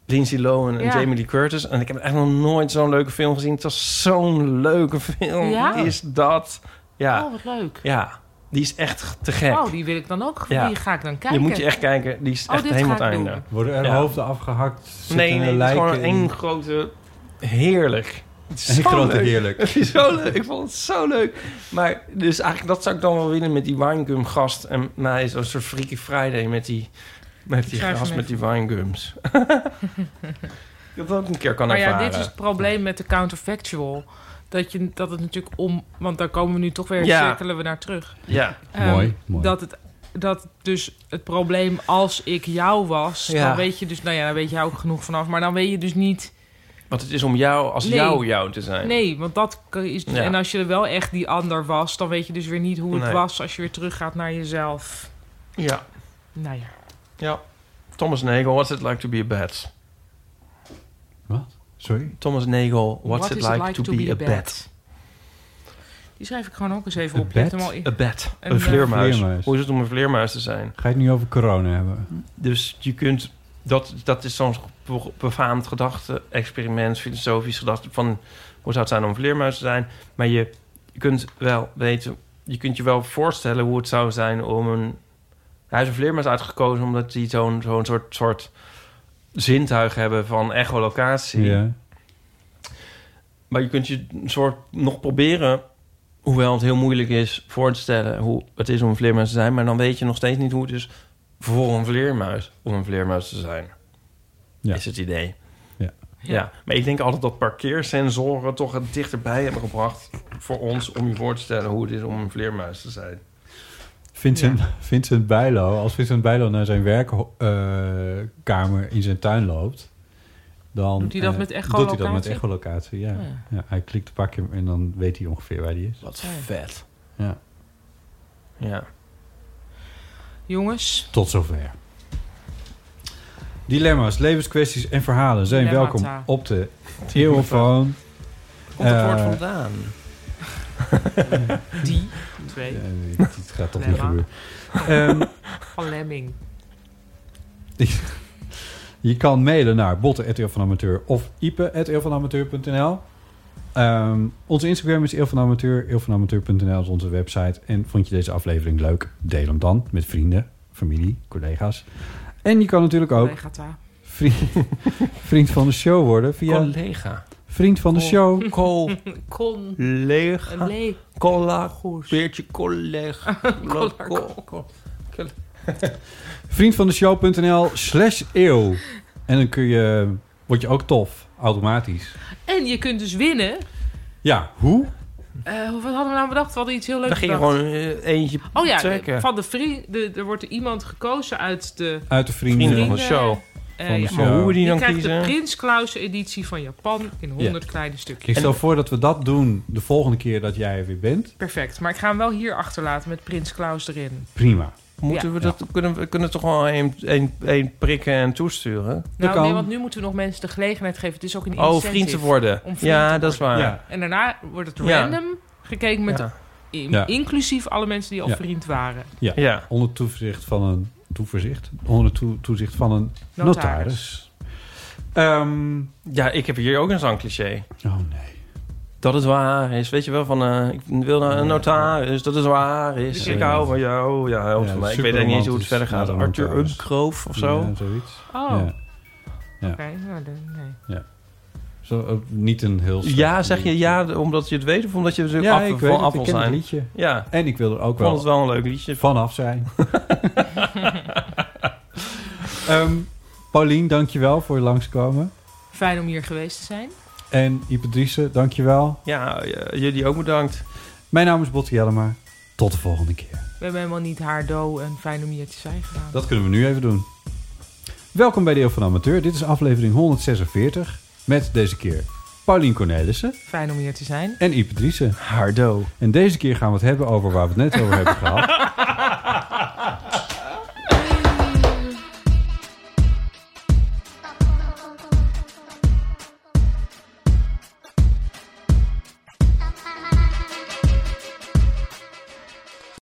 Lindsay Lohan en Ja. Jamie Lee Curtis. En ik heb echt nog nooit zo'n leuke film gezien. Het was zo'n leuke film. Ja? Is dat... Ja. Oh, wat leuk. Ja, die is echt te gek. Oh, die wil ik dan ook. Ja. Die ga ik dan Je kijken. moet je echt kijken. Die is Oh, echt dit helemaal ga het ik einde. doen. Worden er Ja. hoofden afgehakt? zitten Nee, nee, het is lijken gewoon in? één grote... Heerlijk. Het is Eén zo grote leuk. heerlijk. Het is zo leuk. Ik vond het zo leuk. Maar dus eigenlijk dat zou ik dan wel willen met die winegum gast. En mij zo'n soort Freaky Friday met die, met die Ik schrijf gast hem met die winegums. dat ook een keer kan maar ervaren. ja, dit is het probleem met de counterfactual. Dat, je, dat het natuurlijk om... Want daar komen we nu toch weer, Ja. cirkelen we naar terug. Ja. Ehm, Mooi, mooi. Dat het... Dat dus het probleem als ik jou was, Ja. dan weet je dus, nou ja, dan weet je ook genoeg vanaf, maar dan weet je dus niet. Want het is om jou als Nee. jou jou te zijn. Nee, want dat kan- is. Ja. En als je wel echt die ander was, dan weet je dus weer niet hoe het Nee. was als je weer teruggaat naar jezelf. Ja. Nou ja. Ja. Thomas Nagel, what's it like to be a bat? Wat? Sorry? Thomas Nagel, what's it like, to, be, a bat? Die schrijf ik gewoon ook eens even op. Je bat? hebt hem al in- Een bat. En, Een eh, vleermuis. vleermuis. Hoe is het om een vleermuis te zijn? Ga je het nu over corona hebben? Dus je kunt... Dat, dat is zo'n be- befaamd gedachte-experiment, filosofisch gedachte... van hoe zou het zijn om een vleermuis te zijn? Maar je, je kunt wel weten... Je kunt je wel voorstellen hoe het zou zijn om een... Hij is een vleermuis uitgekozen omdat die zo'n zo'n soort, soort zintuig hebben van echolocatie. Ja. Maar je kunt je een soort nog proberen, hoewel het heel moeilijk is voor te stellen hoe het is om een vleermuis te zijn, maar dan weet je nog steeds niet hoe het is voor een vleermuis om een vleermuis te zijn. Is het idee. Ja. Ja. maar ik denk altijd dat parkeersensoren toch het dichterbij hebben gebracht voor ons om je voor te stellen hoe het is om een vleermuis te zijn. Vincent, Vincent Bijlo, als Vincent Bijlo naar zijn werkkamer eh, in zijn tuin loopt, dan Doet hij dat eh, met Doet hij dat met echolocatie? echolocatie? Ja. Oh ja. hij klikt een paar keer en dan weet hij ongeveer waar hij is. Wat ja. vet. Ja. Ja. Jongens, Tot zover. Dilemma's, levenskwesties en verhalen zijn Dilemmata. welkom op de Eeuwenfoon. Komt het Eh, woord vandaan? die twee. eh, dit gaat toch niet gebeuren. Ehm, Oh, van Lemming. Je kan mailen naar botten.eel van Amateur of ipe.eelvanamateur.nl. Ehm onze Instagram is Eel van Amateur. Eelvanamateur.nl is onze website. En vond je deze aflevering leuk? Deel hem dan met vrienden, familie, collega's. En je kan natuurlijk ook Collega Ta. vriend, vriend van de show worden via... Collega. Vriend van de Col- show. col- Kon. Collega. Le- Colla. Beertje collega. Col- col- col- Vriendvandeshow.nl slash eeuw. En dan kun je, word je ook tof, automatisch. En je kunt dus winnen. Ja, hoe? Eh, wat hadden we nou bedacht? We hadden iets heel leuks Daar ging je bedacht. gewoon eh, eentje Oh ja, trekken. van de vriend, de, er wordt iemand gekozen uit de... Uit de vrienden. van de show. Eh, Van de ja. show. Maar hoe we die dan krijgt kiezen? de Prins Claus editie van Japan in 100 Ja. kleine stukjes. Ik stel En- voor dat we dat doen de volgende keer dat jij er weer bent. Perfect, maar ik ga hem wel hier achterlaten met Prins Claus erin. Prima. Moeten we dat kunnen we kunnen we toch wel één, één, één prikken en toesturen? Nou, nee, want nu moeten we nog mensen de gelegenheid geven. Het is ook een Oh, incentive. vriend te worden. om vriend Ja, te dat is worden. waar. Ja. En daarna wordt het Ja. random gekeken met Ja. in- Ja. inclusief alle mensen die al Ja. vriend waren. Ja. Onder toezicht van een toeverzicht. Onder toe- toezicht van een notaris. Notaris. ja, ik heb hier ook een zo'n cliché. Ehm, Oh nee. Dat het waar is. Weet je wel, van eh, ik wil naar een notaris, dat het waar is. Ja. Ik hou van jou. Ja, houdt Ja, van mij. Ik weet eigenlijk niet eens hoe het superromantisch verder gaat. naar een Arthur notaris. Umkroof of zo. Ja, zoiets. Oh. Ja. Ja. Oké, nou, dan- nee. Ja. Zo, eh, niet een heel slecht Ja, zeg je liedje. ja omdat je het weet of omdat je er Ja, af, ik van weet het, af ik wil ken het zijn? liedje. Ja. En ik wil er ook Ik vond wel, het wel een leuk liedje. vanaf zijn. Ehm Paulien, dankjewel voor je langskomen. Fijn om hier geweest te zijn. En Ipatrice, dankjewel. Ja, eh, jullie ook bedankt. Mijn naam is Botti Jellema. Tot de volgende keer. We hebben helemaal niet haar do en fijn om hier te zijn gedaan. Dat kunnen we nu even doen. Welkom bij Deel van Amateur. Dit is aflevering 146. Met deze keer Paulien Cornelissen. Fijn om hier te zijn. En Ipatrice. Hardo. En deze keer gaan we het hebben over waar we het net over hebben gehad.